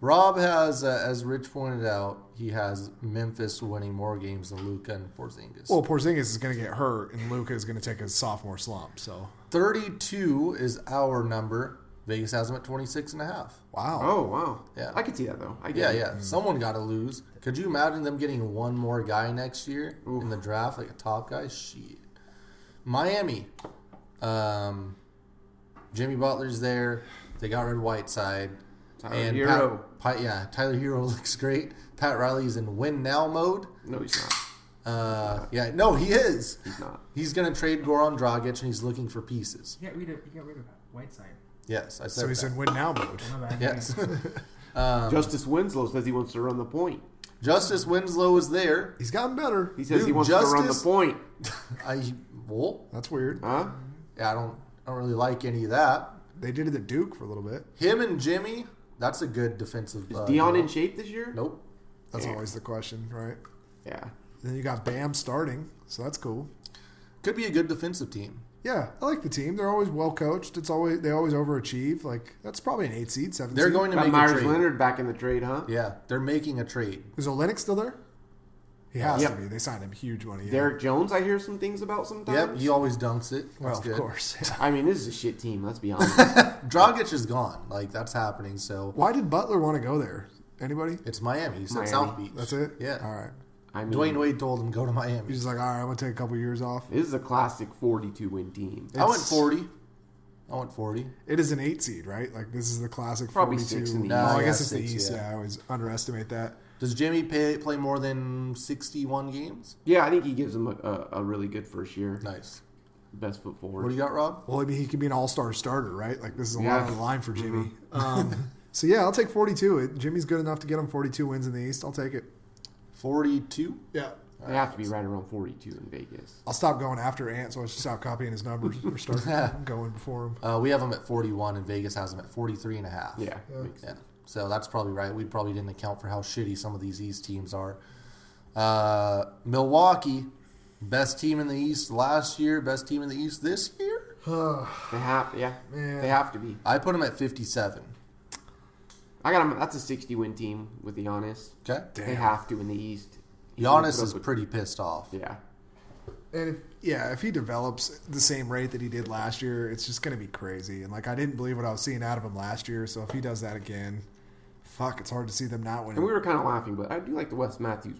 Speaker 1: Rob has, uh, as Rich pointed out, he has Memphis winning more games than Luca and Porzingis.
Speaker 2: well Porzingis is going to get hurt, and Luca is going to take a sophomore slump. So
Speaker 1: 32 is our number. Vegas has him at 26 and a half.
Speaker 2: wow,
Speaker 3: Oh, wow.
Speaker 1: Yeah.
Speaker 3: I could see that, though. I get
Speaker 1: Yeah,
Speaker 3: it.
Speaker 1: yeah. Someone got to lose. Could you imagine them getting one more guy next year in the draft, like a top guy? Shit. Miami. Um, Jimmy Butler's there. They got rid of Whiteside.
Speaker 3: Tyler Hero.
Speaker 1: Pat, Pat, yeah, Tyler Hero looks great. Pat Riley's in win now mode.
Speaker 3: No, he's not.
Speaker 1: Uh, yeah, no, he is.
Speaker 3: He's not.
Speaker 1: He's going to trade Goran Dragic, and he's looking for pieces.
Speaker 6: He got rid of, he got rid of Whiteside.
Speaker 1: Yes, I said
Speaker 2: so he's
Speaker 1: that.
Speaker 2: in win now mode.
Speaker 6: My bad.
Speaker 1: yes. Um,
Speaker 3: Justice Winslow says he wants to run the point.
Speaker 1: Justice Winslow is there.
Speaker 2: He's gotten better.
Speaker 3: He says he
Speaker 1: Dude,
Speaker 3: wants to run the
Speaker 1: Justice-
Speaker 3: point.
Speaker 1: I well,
Speaker 2: That's weird.
Speaker 3: Huh?
Speaker 1: yeah, I don't, I don't really like any of that.
Speaker 2: They did it at Duke for a little bit.
Speaker 1: Him and Jimmy, that's a good defensive.
Speaker 3: Is
Speaker 1: uh,
Speaker 3: Dion
Speaker 1: duo.
Speaker 3: in shape this year?
Speaker 1: Nope.
Speaker 2: That's always the question, right?
Speaker 3: Yeah.
Speaker 2: Then you got Bam starting, so that's cool.
Speaker 1: Could be a good defensive team.
Speaker 2: Yeah, I like the team. They're always well coached. It's always they always overachieve. Like that's probably an eight seed, seven.
Speaker 1: They're
Speaker 2: seed.
Speaker 1: going to
Speaker 3: Got
Speaker 1: make a
Speaker 3: Myers
Speaker 1: trade.
Speaker 3: Leonard back in the trade, huh?
Speaker 1: Yeah, they're making a trade.
Speaker 2: Is Olenek still there? He has
Speaker 3: Yep.
Speaker 2: to be. They signed him huge money. yeah.
Speaker 3: Derek Jones, I hear some things about
Speaker 1: Yep,
Speaker 3: sometimes.
Speaker 1: he always dunks it. That's
Speaker 2: Well, of
Speaker 1: good.
Speaker 2: course.
Speaker 3: I mean, this is a shit team, let's be honest.
Speaker 1: Dragic is gone. Like that's happening. So
Speaker 2: Why did Butler want to go there? Anybody?
Speaker 1: it's Miami. He's
Speaker 3: Miami.
Speaker 1: at South Beach.
Speaker 2: That's it.
Speaker 1: Yeah.
Speaker 2: All right.
Speaker 3: I mean,
Speaker 1: Dwayne Wade told him go to
Speaker 2: He's
Speaker 1: Miami.
Speaker 2: just like, all right, I'm gonna take a couple years off.
Speaker 3: This is a classic 42 win team.
Speaker 1: I went
Speaker 2: It's-
Speaker 1: forty. I went forty.
Speaker 2: It is an eight seed, right? Like this is the classic.
Speaker 3: Probably
Speaker 2: 42.
Speaker 3: six in the
Speaker 2: Oh,
Speaker 1: East.
Speaker 2: I
Speaker 1: Yeah,
Speaker 2: guess it's
Speaker 1: six,
Speaker 2: the East.
Speaker 1: yeah.
Speaker 2: Yeah. I always underestimate that.
Speaker 1: Does Jimmy pay, play more than sixty-one games?
Speaker 3: Yeah, I think he gives him a, a, a really good first year.
Speaker 1: Nice.
Speaker 3: Best foot
Speaker 1: What
Speaker 3: forward.
Speaker 1: do you got, Rob?
Speaker 2: Well, I mean, he could be an all star starter, right? Like this is a
Speaker 3: Yeah.
Speaker 2: lot on the line for Jimmy. Um, so yeah, I'll take 42. It, Jimmy's good enough to get him 42 wins in the East. I'll take it.
Speaker 1: Forty-two.
Speaker 2: Yeah.
Speaker 3: they have to be right around 42 in Vegas.
Speaker 2: I'll stop going after Ant, so I should stop copying his numbers or start going before him.
Speaker 1: Uh, we have him at forty-one, and Vegas has him at forty-three and a half.
Speaker 3: Yeah. makes
Speaker 1: Yeah. So that's probably right. We probably didn't account for how shitty some of these East teams are. Uh, Milwaukee, best team in the East last year, best team in the East this year.
Speaker 3: They have, yeah,
Speaker 2: Man.
Speaker 3: they have to be.
Speaker 1: I put them at 57.
Speaker 3: I got him. That's a 60 win team with Giannis.
Speaker 1: Okay.
Speaker 3: They have to in the East. He's gonna
Speaker 1: Giannis
Speaker 3: put
Speaker 1: is
Speaker 3: up with-
Speaker 1: pretty pissed off.
Speaker 3: Yeah.
Speaker 2: And if, yeah, if he develops the same rate that he did last year, it's just going to be crazy. And like I didn't believe what I was seeing out of him last year, so if he does that again, fuck, it's hard to see them not winning.
Speaker 3: And we were kind of laughing, but I do like the Wes Matthews.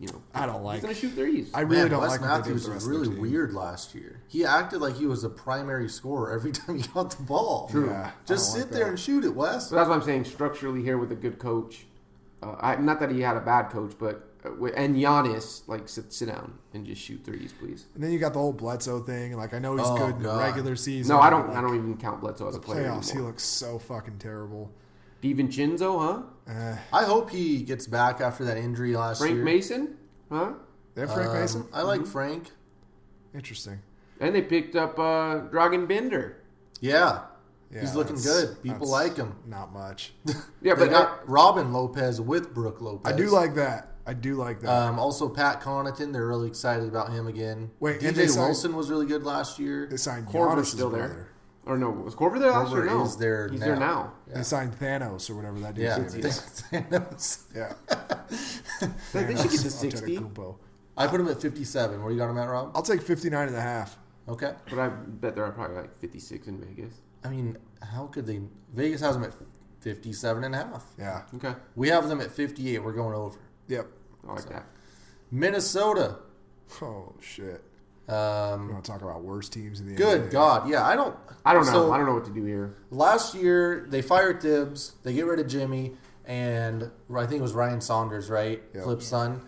Speaker 3: You know,
Speaker 2: I don't like-
Speaker 3: He's gonna shoot threes.
Speaker 2: I
Speaker 3: I,
Speaker 2: really
Speaker 1: Man,
Speaker 2: don't
Speaker 1: Wes
Speaker 2: like what they did
Speaker 1: Matthews
Speaker 2: with the
Speaker 1: was
Speaker 2: rest of their
Speaker 1: really
Speaker 2: team.
Speaker 1: weird last year. He acted like he was a primary scorer every time he got the ball.
Speaker 3: True.
Speaker 2: Yeah, I
Speaker 1: Just sit
Speaker 2: don't like
Speaker 1: there
Speaker 2: that.
Speaker 1: and shoot it, Wes.
Speaker 3: so that's what I'm saying. Structurally, here with a good coach, uh, I, not that he had a bad coach, but uh, wi- and Giannis, like sit, sit down and just shoot threes, please.
Speaker 2: And then you got the whole Bledsoe thing. and, Like I know he's
Speaker 1: Oh,
Speaker 2: good in the
Speaker 1: God.
Speaker 2: regular season.
Speaker 3: No, I
Speaker 2: but,
Speaker 3: don't.
Speaker 2: like,
Speaker 3: I don't even count Bledsoe as a
Speaker 2: The
Speaker 3: player.
Speaker 2: playoffs, he
Speaker 3: anymore.
Speaker 2: looks so fucking terrible.
Speaker 3: DiVincenzo, huh?
Speaker 2: Eh,
Speaker 1: I hope he gets back after that injury last
Speaker 3: Frank
Speaker 1: year.
Speaker 3: Mason, Mm-hmm. huh?
Speaker 2: they have Frank
Speaker 1: Um,
Speaker 2: Mason.
Speaker 1: I like Frank.
Speaker 2: Interesting.
Speaker 3: And they picked up uh, Dragon Bender.
Speaker 1: Yeah.
Speaker 2: Yeah,
Speaker 1: He's looking
Speaker 2: that's-
Speaker 1: good. People
Speaker 2: that's
Speaker 1: like him.
Speaker 2: Not much.
Speaker 3: Yeah,
Speaker 1: they
Speaker 3: but
Speaker 1: got Robin Lopez with Brooke Lopez.
Speaker 2: I do like that. I do like that.
Speaker 1: Um, also, Pat Connaughton, they're really excited about him again.
Speaker 2: Wait, and
Speaker 1: DJ
Speaker 2: they signed-
Speaker 1: Wilson was really good last year.
Speaker 2: they signed
Speaker 3: Corver's
Speaker 2: Giannis'
Speaker 3: still there.
Speaker 2: brother.
Speaker 3: Or no, was Corver there last year?
Speaker 1: Corver
Speaker 3: No,
Speaker 1: is there
Speaker 3: He's
Speaker 1: now.
Speaker 3: there now.
Speaker 1: Yeah.
Speaker 2: They signed Thanos or whatever that
Speaker 1: Yeah,
Speaker 2: dude's name is.
Speaker 1: Thanos.
Speaker 2: Yeah.
Speaker 3: Like, they should get to
Speaker 2: Thanos
Speaker 3: 60.
Speaker 2: Antetokounmpo.
Speaker 1: I put him at 57. Where you got him at, Rob?
Speaker 2: I'll take 59 and a half.
Speaker 1: Okay.
Speaker 3: But I bet there are probably like 56 in Vegas.
Speaker 1: I mean, how could they? Vegas has them at 57 and a half.
Speaker 2: Yeah.
Speaker 3: Okay,
Speaker 1: We have them at 58. We're going over.
Speaker 2: Yep.
Speaker 3: I like that.
Speaker 1: Minnesota.
Speaker 2: Oh shit. You
Speaker 1: Um,
Speaker 2: want to talk about worst teams in the
Speaker 1: good
Speaker 2: NBA?
Speaker 1: God. Yeah, I don't.
Speaker 3: I don't know.
Speaker 1: So,
Speaker 3: I don't know what to do here.
Speaker 1: Last year, they fired Tibbs. They get rid of Jimmy. And I think it was Ryan Saunders, right?
Speaker 2: Yeah.
Speaker 1: Flip's son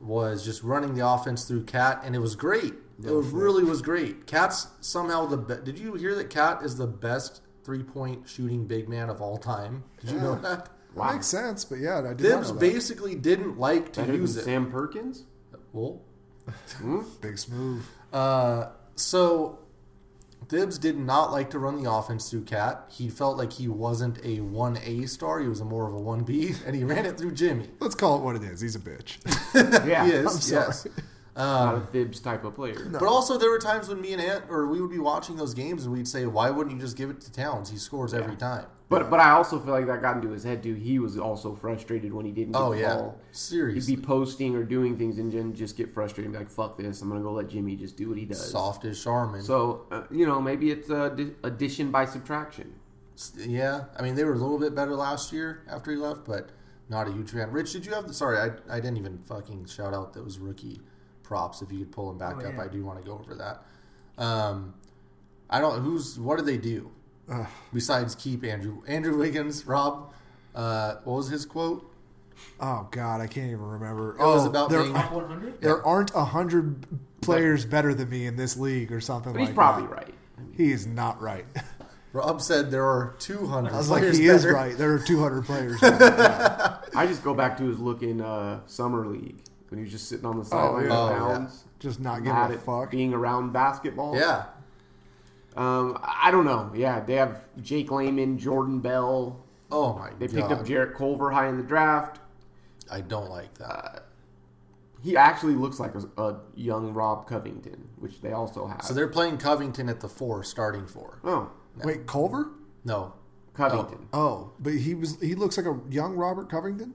Speaker 1: was just running the offense through Cat, and it was great. It was, really was great. Cat's somehow the best. Did you hear that Cat is the best three point shooting big man of all time? Did you know
Speaker 2: Yeah.
Speaker 1: that?
Speaker 3: Wow.
Speaker 2: Makes sense, but yeah, I did not
Speaker 1: Thibs
Speaker 2: know that.
Speaker 1: basically didn't like to
Speaker 3: Better than
Speaker 1: use it.
Speaker 3: Sam Perkins?
Speaker 1: Well,
Speaker 2: Big smooth.
Speaker 1: uh, so Thibs did not like to run the offense through Cat. He felt like he wasn't a one A star; he was a more of a one B, and he ran it through Jimmy.
Speaker 2: Let's call it what it is. He's a bitch.
Speaker 3: Yeah.
Speaker 1: He is,
Speaker 2: I'm sorry.
Speaker 1: yes.
Speaker 3: Not a Thibs type of player.
Speaker 1: But also, there were times when me and Ant, or we would be watching those games, and we'd say, "Why wouldn't you just give it to Towns? He scores every time."
Speaker 3: But but I also feel like that got into his head too. He was also frustrated when he didn't get
Speaker 1: Oh
Speaker 3: the
Speaker 1: yeah,
Speaker 3: ball. He'd
Speaker 1: seriously,
Speaker 3: be posting or doing things and then just get frustrated and be like, fuck this. I'm going to go let Jimmy just do what he does.
Speaker 1: soft as Charmin.
Speaker 3: So, uh, you know, maybe it's uh, di- addition by subtraction.
Speaker 1: S- Yeah, I mean they were a little bit better last year after he left, but not a huge fan. Rich, did you have the? Sorry, I, I didn't even fucking shout out those rookie props. If you could pull them back
Speaker 6: Oh,
Speaker 1: up,
Speaker 6: yeah.
Speaker 1: I do want to go over that. Um, I don't. Who's? What did they do
Speaker 2: Ugh.
Speaker 1: besides keep Andrew Andrew Wiggins? Rob, uh, what was his quote?
Speaker 2: Oh God, I can't even remember.
Speaker 1: It was
Speaker 2: oh,
Speaker 1: about
Speaker 2: there,
Speaker 1: being-
Speaker 6: Top 100?
Speaker 2: there aren't a hundred players better than me in this league or something.
Speaker 3: But he's
Speaker 2: like
Speaker 3: probably
Speaker 2: that.
Speaker 3: right. I mean,
Speaker 2: He is not right.
Speaker 1: Rob said there are two hundred.
Speaker 2: I was like, he is right. There are two hundred players. better. Yeah.
Speaker 3: I just go back to his look in uh, Summer League when he was just sitting on the
Speaker 2: yeah.
Speaker 3: sideline
Speaker 1: Oh, yeah.
Speaker 3: bounds,
Speaker 2: Just not giving
Speaker 3: mad
Speaker 2: a
Speaker 3: at
Speaker 2: fuck.
Speaker 3: being around basketball.
Speaker 1: Yeah,
Speaker 3: Um, I don't know. Yeah, they have Jake Lehman, Jordan Bell.
Speaker 1: Oh my
Speaker 3: They picked
Speaker 1: god!
Speaker 3: up Jarrett Culver high in the draft.
Speaker 1: I don't like that.
Speaker 3: He actually looks like a, a young Rob Covington, which they also have.
Speaker 1: So they're playing Covington at the four, starting four.
Speaker 3: oh,
Speaker 2: Wait, Culver?
Speaker 1: No,
Speaker 3: Covington.
Speaker 2: Oh, but he was he looks like a young Robert Covington?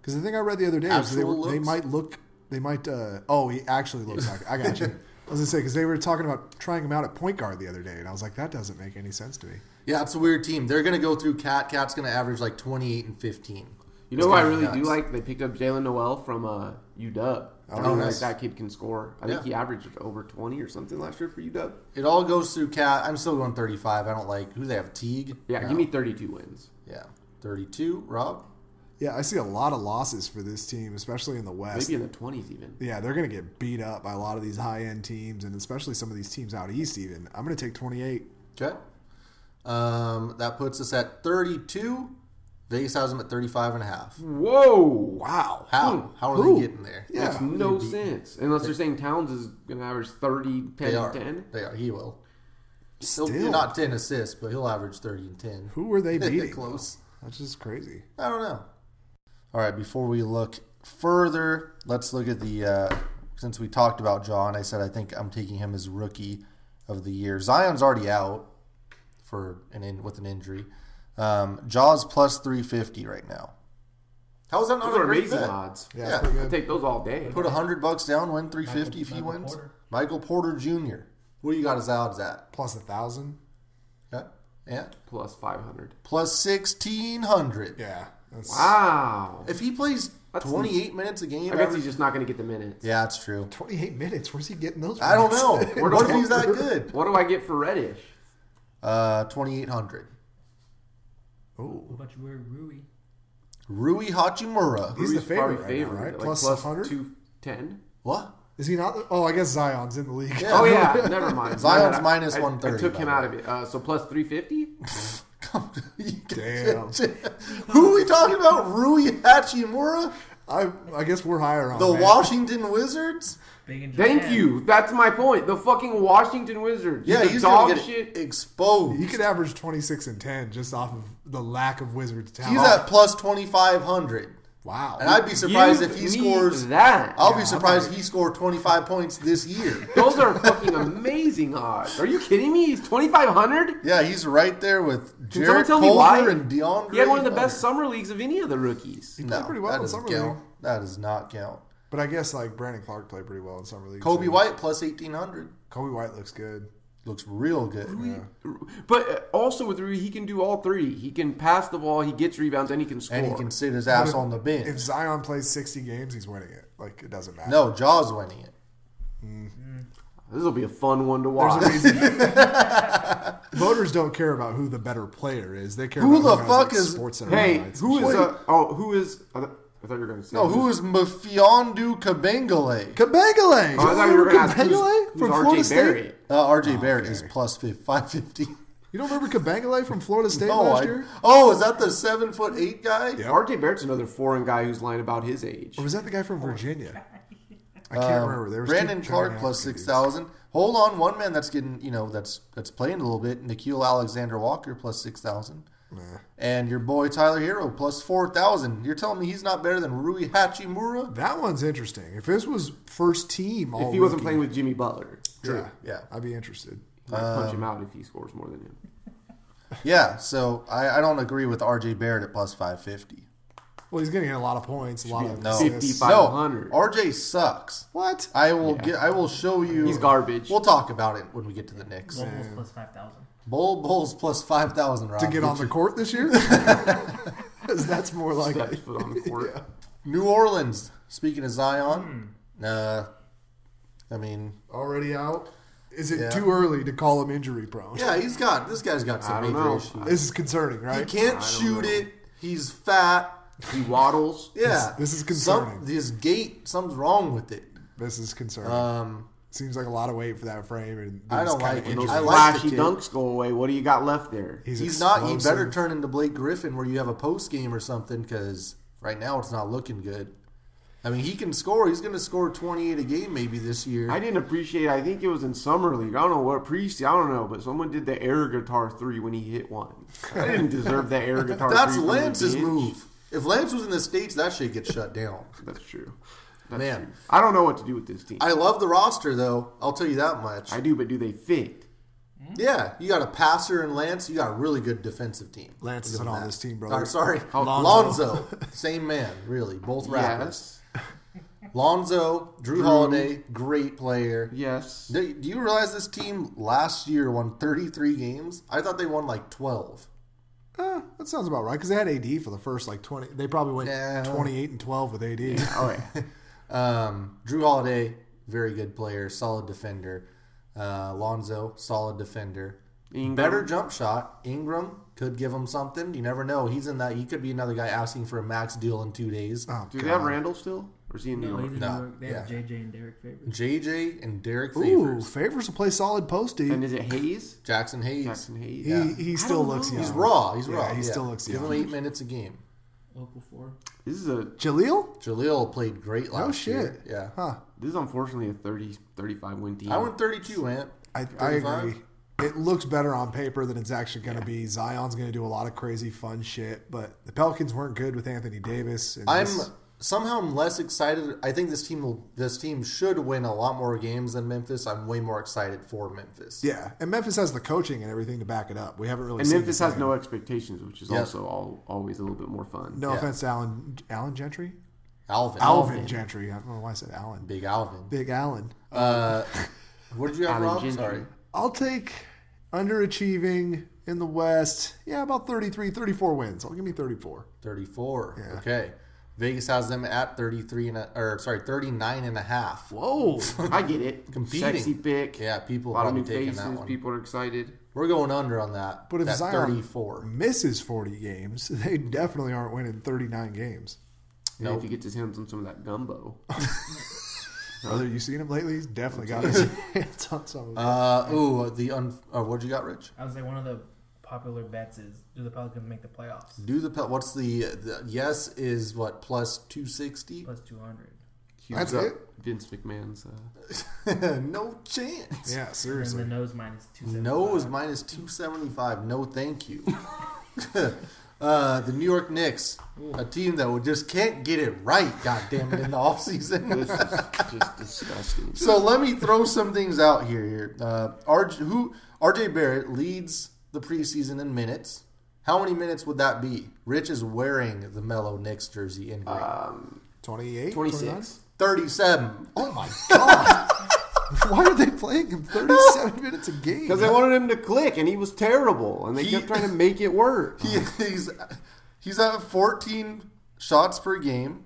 Speaker 2: Because the thing I read the other day was they,
Speaker 1: Actual
Speaker 2: were- they
Speaker 1: looks?
Speaker 2: might look they might uh, oh he actually looks like I got you. I was gonna say because they were talking about trying him out at point guard the other day, and I was like that doesn't make any sense to me.
Speaker 1: Yeah, it's a weird team. They're going to go through Cat. Cat's going to average like 28 and 15.
Speaker 3: You
Speaker 1: It's
Speaker 3: know who I
Speaker 1: gonna be
Speaker 3: really do
Speaker 1: nuts.
Speaker 3: like? They picked up Jalen Noel from uh, UW. I
Speaker 1: Oh,
Speaker 3: really
Speaker 1: nice.
Speaker 3: like that kid can score. I think
Speaker 1: Yeah.
Speaker 3: he averaged over 20 or something last year for UW.
Speaker 1: It all goes through Cat. I'm still going 35. I don't like who do they have. Teague.
Speaker 3: Yeah,
Speaker 1: No.
Speaker 3: give me 32 wins.
Speaker 1: Yeah, 32. Rob.
Speaker 2: Yeah, I see a lot of losses for this team, especially in the West.
Speaker 3: Maybe in the 20s even.
Speaker 2: Yeah, they're gonna get beat up by a lot of these high end teams, and especially some of these teams out east. Even I'm gonna take 28.
Speaker 1: Okay. Um, that puts us at 32. Vegas has them at 35 and a half.
Speaker 3: Whoa!
Speaker 2: Wow.
Speaker 1: How? How are
Speaker 2: Hmm. Who?
Speaker 1: they getting there?
Speaker 2: Yeah.
Speaker 3: Makes no sense. Unless they're saying Towns is going to average 30, 10,
Speaker 1: They are.
Speaker 3: 10.
Speaker 1: They are. He will. He'll,
Speaker 2: Still,
Speaker 1: not 10 assists, but he'll average 30 and 10.
Speaker 2: who were they beating?
Speaker 1: Close.
Speaker 2: That's just crazy.
Speaker 1: I don't know. All right, before we look further, let's look at the. Uh, since we talked about John, I said I think I'm taking him as rookie of the year. Zion's already out for an in, with an injury. Um, Jaws plus 350 right now. How is that not
Speaker 3: Those
Speaker 1: a
Speaker 3: are
Speaker 1: Oh, great
Speaker 3: amazing
Speaker 1: bet?
Speaker 3: odds.
Speaker 2: Yeah,
Speaker 1: Yeah.
Speaker 2: it's pretty
Speaker 3: I
Speaker 2: good.
Speaker 3: take those all day.
Speaker 1: Put 100 bucks down, win 350 if he
Speaker 6: Michael
Speaker 1: wins.
Speaker 6: Porter.
Speaker 1: Michael Porter Jr. What do you got his odds at?
Speaker 2: Plus a thousand.
Speaker 1: Yeah. yeah.
Speaker 3: Plus five hundred.
Speaker 1: Plus 1600.
Speaker 2: Yeah. That's
Speaker 3: Wow.
Speaker 1: If he plays
Speaker 3: That's
Speaker 1: 28 minutes a game,
Speaker 3: I guess
Speaker 1: average-
Speaker 3: he's just not going to get the minutes.
Speaker 1: yeah, that's true.
Speaker 2: 28 minutes. Where's he getting those?
Speaker 1: I don't
Speaker 2: minutes?
Speaker 1: know.
Speaker 3: Where do
Speaker 1: what if
Speaker 3: I-
Speaker 1: he's that good?
Speaker 3: What do I get for Reddish?
Speaker 1: Uh, 2800.
Speaker 2: oh,
Speaker 6: What about Oh, you, Rui?
Speaker 1: Rui Hachimura.
Speaker 2: he's the
Speaker 3: Rui's probably
Speaker 2: favorite right now, right?
Speaker 3: Like
Speaker 2: Plus
Speaker 3: plus
Speaker 2: 100?
Speaker 3: two ten.
Speaker 1: What?
Speaker 2: is he not? Oh, I guess Zion's in the league.
Speaker 1: Yeah.
Speaker 3: Oh yeah, never mind.
Speaker 1: Zion's
Speaker 3: I- I-
Speaker 1: minus
Speaker 3: I-
Speaker 1: 130,
Speaker 3: I took him
Speaker 1: by
Speaker 3: out
Speaker 1: the
Speaker 3: of it. Uh, so plus three fifty.
Speaker 1: Come you
Speaker 2: Damn.
Speaker 1: Who are we talking about? Rui Hachimura?
Speaker 2: I I guess we're higher
Speaker 3: Oh,
Speaker 2: on
Speaker 1: The
Speaker 2: that.
Speaker 1: Washington Wizards?
Speaker 6: Big in Japan.
Speaker 3: Thank you. That's my point. The fucking Washington Wizards.
Speaker 1: Yeah,
Speaker 3: the
Speaker 1: he's
Speaker 3: dog
Speaker 1: going to get
Speaker 3: shit.
Speaker 1: exposed.
Speaker 2: He could average 26 and 10 just off of the lack of Wizards talent.
Speaker 1: He's at plus 2,500.
Speaker 2: wow.
Speaker 1: And I'd be surprised
Speaker 3: Give
Speaker 1: if he
Speaker 3: me
Speaker 1: scores.
Speaker 3: that.
Speaker 1: I'll
Speaker 2: Yeah,
Speaker 1: be
Speaker 2: I'm
Speaker 1: surprised
Speaker 2: not-
Speaker 1: he scored 25 points this year.
Speaker 3: Those are fucking amazing odds. Are you kidding me? He's twenty five hundred.
Speaker 1: Yeah, he's right there with
Speaker 3: Can someone
Speaker 1: Jared
Speaker 3: tell me why?
Speaker 1: Culver and DeAndre.
Speaker 3: he had one of the best
Speaker 1: Hunter.
Speaker 3: summer leagues of any of the rookies.
Speaker 2: played pretty well
Speaker 1: that
Speaker 2: in
Speaker 1: doesn't
Speaker 2: summer
Speaker 1: count.
Speaker 2: league.
Speaker 1: That does not count.
Speaker 2: but I guess like Brandon Clark played pretty well in summer league.
Speaker 1: Kobe
Speaker 2: too.
Speaker 1: White plus 1,800
Speaker 2: Kobe White looks good.
Speaker 1: looks real good.
Speaker 3: But uh, also with Rui, he can do all three. He can pass the ball, he gets rebounds, and he can score.
Speaker 1: And he can sit his ass
Speaker 2: if-
Speaker 1: on the bench.
Speaker 2: If Zion plays 60 games, he's winning it. Like it doesn't matter.
Speaker 1: no, Jaws winning it.
Speaker 3: This will be a fun one to
Speaker 2: There's a
Speaker 3: watch.
Speaker 2: reason. Voters don't care about who the better player is. They care
Speaker 1: Who
Speaker 2: about
Speaker 1: the
Speaker 2: who has,
Speaker 1: fuck
Speaker 2: like,
Speaker 1: is-
Speaker 2: sports Center
Speaker 3: Hey,
Speaker 2: highlights and
Speaker 3: who is
Speaker 2: shit.
Speaker 3: uh, oh who is I, th- I thought you were going to say
Speaker 1: No, who is Mafiondu Kabengale?
Speaker 2: Kabengele?
Speaker 3: Oh, I thought you were going to ask who's,
Speaker 2: Kabengele
Speaker 3: who's
Speaker 2: from
Speaker 3: RJ
Speaker 2: Florida State.
Speaker 3: Barrett.
Speaker 1: Uh, RJ Barrett is plus fif- 550.
Speaker 2: You don't remember Kabengele from Florida State
Speaker 1: Oh,
Speaker 2: last
Speaker 1: I-
Speaker 2: year?
Speaker 1: oh, is that the seven foot eight guy?
Speaker 2: Yeah.
Speaker 3: RJ Barrett's another foreign guy who's lying about his age.
Speaker 2: Or was that the guy from Virginia? I can't
Speaker 1: Um,
Speaker 2: remember. There was
Speaker 1: Brandon
Speaker 2: two
Speaker 1: Clark
Speaker 2: Johnny
Speaker 1: plus
Speaker 2: Appleton
Speaker 1: six
Speaker 2: dudes.
Speaker 1: thousand. Hold on, one man that's getting you know that's that's playing a little bit. Nikhil Alexander Walker plus six thousand,
Speaker 2: Nah.
Speaker 1: and your boy Tyler Hero plus four thousand. You're telling me he's not better than Rui Hachimura?
Speaker 2: That one's interesting. If this was first team, all
Speaker 3: If he wasn't
Speaker 2: rookie,
Speaker 3: playing with Jimmy Butler,
Speaker 1: True.
Speaker 2: yeah,
Speaker 1: Yeah.
Speaker 2: I'd be interested.
Speaker 3: I'd
Speaker 1: Oh.
Speaker 3: punch him out if he scores more than him.
Speaker 1: Yeah. So I, I don't agree with RJ Barrett at plus five fifty.
Speaker 2: Well, he's going to get a lot of points, a lot of
Speaker 1: No.
Speaker 2: assists.
Speaker 3: 55.
Speaker 1: No,
Speaker 3: 500.
Speaker 1: RJ sucks.
Speaker 2: What?
Speaker 1: I will
Speaker 3: Yeah.
Speaker 1: get. I will show you.
Speaker 3: He's garbage.
Speaker 1: We'll talk about it when we get to the Knicks.
Speaker 6: Locals plus 5,000.
Speaker 1: Bowl bowls plus five thousand.
Speaker 2: To get on the court this year? 'Cause that's more like
Speaker 3: Steps foot on the court.
Speaker 1: New Orleans. Speaking of Zion, uh, I mean,
Speaker 2: already out. Is it
Speaker 1: Yeah.
Speaker 2: too early to call him injury prone?
Speaker 1: yeah, he's got this guy's got
Speaker 3: I
Speaker 1: some
Speaker 3: don't
Speaker 1: major
Speaker 3: know.
Speaker 1: issues.
Speaker 2: This is concerning,
Speaker 1: He
Speaker 2: right?
Speaker 1: can't shoot it. He's fat.
Speaker 3: He waddles.
Speaker 1: Yeah,
Speaker 2: This- this is
Speaker 1: Some,
Speaker 2: concerning.
Speaker 1: his gait, something's wrong with it.
Speaker 2: This is concerning.
Speaker 1: Um,
Speaker 2: Seems like a lot of weight for that frame. And
Speaker 1: I
Speaker 2: these
Speaker 1: don't
Speaker 2: kinda
Speaker 1: like it.
Speaker 3: When
Speaker 2: injuries.
Speaker 3: those
Speaker 1: I like the
Speaker 3: flashy
Speaker 1: kid.
Speaker 3: dunks go away, what do you got left there?
Speaker 1: he's, not. He
Speaker 2: explosive.
Speaker 1: better turn into Blake Griffin, where you have a post game or something, because right now it's not looking good. I mean, he can score. He's going to score twenty eight a game maybe this year.
Speaker 3: I didn't appreciate. I think it was in summer league. I don't know what pre. I don't know, but someone did the air guitar three when he hit one. I didn't deserve that air guitar.
Speaker 1: That's
Speaker 3: three from the
Speaker 1: Lance's
Speaker 3: bench.
Speaker 1: move. If Lance was in the states, that shit gets shut down.
Speaker 3: That's true. That's
Speaker 1: Man.
Speaker 3: true. I don't know what to do with this team. I,
Speaker 1: I love the roster, though. I'll tell you that much.
Speaker 3: do, but do they fit?
Speaker 1: Yeah, you got a passer and Lance. You got a really good defensive team.
Speaker 2: Lance
Speaker 1: We'll
Speaker 2: isn't
Speaker 1: give him
Speaker 2: on
Speaker 1: that.
Speaker 2: this team, brother.
Speaker 1: Or, sorry, Lonzo.
Speaker 2: Lonzo.
Speaker 1: Same man, really. Both rappers.
Speaker 3: Yes.
Speaker 1: Lonzo, Drew,
Speaker 3: Drew.
Speaker 1: Holiday, great player.
Speaker 3: Yes.
Speaker 1: Do do you realize this team last year won 33 games? I thought they won like 12.
Speaker 2: Eh, that sounds about right because they had AD for the first like twenty. They probably went
Speaker 1: Yeah.
Speaker 2: twenty-eight and twelve with AD.
Speaker 3: All right.
Speaker 1: Um, Drew Holiday, very good player, solid defender. Uh, Lonzo, solid defender.
Speaker 3: Ingram.
Speaker 1: Better jump shot. Ingram could give him something. You never know. He's in that. He could be another guy asking for a max deal in two days.
Speaker 2: Oh,
Speaker 3: Do
Speaker 2: God.
Speaker 3: they have Randall still, or is he in
Speaker 6: No,
Speaker 3: New York?
Speaker 6: he's in
Speaker 1: No.
Speaker 6: New York. They have
Speaker 1: Yeah.
Speaker 6: JJ and Derek favorites.
Speaker 1: JJ and Derek
Speaker 2: Ooh,
Speaker 1: Favors.
Speaker 2: favors to play solid post D.
Speaker 3: And is it Hayes?
Speaker 1: Jackson Hayes.
Speaker 3: Jackson Hayes.
Speaker 2: He
Speaker 1: Yeah.
Speaker 2: he
Speaker 3: I
Speaker 2: still
Speaker 3: don't
Speaker 2: looks
Speaker 3: know.
Speaker 2: young.
Speaker 1: He's raw. He's
Speaker 2: Yeah,
Speaker 1: raw.
Speaker 2: he
Speaker 1: yeah.
Speaker 2: still looks
Speaker 1: Give him
Speaker 2: young.
Speaker 1: eight minutes a game.
Speaker 6: Local 4.
Speaker 3: This is a
Speaker 2: Jaleel?
Speaker 1: Jaleel played great last
Speaker 2: Oh shit!
Speaker 1: year. Yeah.
Speaker 2: Huh?
Speaker 3: this is unfortunately a 30, 35 win team.
Speaker 1: I went 32, Ant.
Speaker 2: I, I
Speaker 1: 35?
Speaker 2: agree. It looks better on paper than it's actually going to be. Zion's going to do a lot of crazy fun shit, but the Pelicans weren't good with Anthony Davis. And
Speaker 1: I'm
Speaker 2: this-
Speaker 1: somehow I'm less excited. I think this team will. This team should win a lot more games than Memphis. I'm way more excited for Memphis.
Speaker 2: Yeah, and Memphis has the coaching and everything to back it up. We haven't really.
Speaker 3: And
Speaker 2: seen this
Speaker 3: Memphis has
Speaker 2: thing.
Speaker 3: no expectations, which is
Speaker 1: Yeah.
Speaker 3: also all, always a little bit more fun.
Speaker 2: No
Speaker 1: Yeah.
Speaker 2: offense, to Allen Allen Gentry,
Speaker 1: Alvin.
Speaker 2: Alvin, Gentry. I don't know why I said Allen.
Speaker 1: Big Alvin.
Speaker 2: Big Allen.
Speaker 1: Uh, what did you have,
Speaker 3: Allen
Speaker 1: Rob?
Speaker 3: Gentry.
Speaker 1: Sorry.
Speaker 2: I'll take underachieving in the West. Yeah, about 33, 34 wins. I'll give me 34.
Speaker 1: 34. Okay. Vegas has them at 33 and a, or sorry, 39 and a half.
Speaker 2: Whoa.
Speaker 3: I get it.
Speaker 1: Competing.
Speaker 3: Sexy pick.
Speaker 1: Yeah, people
Speaker 3: A lot of
Speaker 1: probably
Speaker 3: new
Speaker 1: taking
Speaker 3: faces.
Speaker 1: that one.
Speaker 3: People are excited.
Speaker 1: We're going under on that.
Speaker 2: But if
Speaker 1: that
Speaker 2: Zion
Speaker 1: 34.
Speaker 2: misses 40 games, they definitely aren't winning 39 games.
Speaker 3: And
Speaker 1: Nope.
Speaker 3: if he gets his hands on some of that gumbo,
Speaker 2: Brother, you seen him lately? He's definitely got his hands on some of it.
Speaker 1: Uh, ooh, the un, uh, what you got, Rich?
Speaker 6: I was like, one of the popular bets is do the Pelicans make the playoffs?
Speaker 1: Do the Pel- what's the, the yes is what plus 260?
Speaker 6: Plus 200.
Speaker 3: cubes
Speaker 2: That's
Speaker 3: up
Speaker 2: it?
Speaker 3: Vince McMahon's. Uh,
Speaker 1: no chance.
Speaker 2: Yeah,
Speaker 6: And the
Speaker 2: seriously.
Speaker 6: nose minus 275.
Speaker 1: No is minus 275. No, thank you. uh, the New York Knicks, a team that would just can't get it right, God damn it, in the offseason.
Speaker 3: this is just disgusting.
Speaker 1: So let me throw some things out here. Here, uh, RJ, who RJ Barrett leads the preseason in minutes. How many minutes would that be? Rich is wearing the Mellow Knicks jersey in green.
Speaker 2: 28?
Speaker 3: 26.
Speaker 1: 37.
Speaker 2: Oh my God. Why are they playing him 37 minutes a game?
Speaker 3: Because they wanted him to click, and he was terrible, and they
Speaker 1: He-
Speaker 3: kept trying to make it work.
Speaker 1: He, he's he's at 14 shots per game,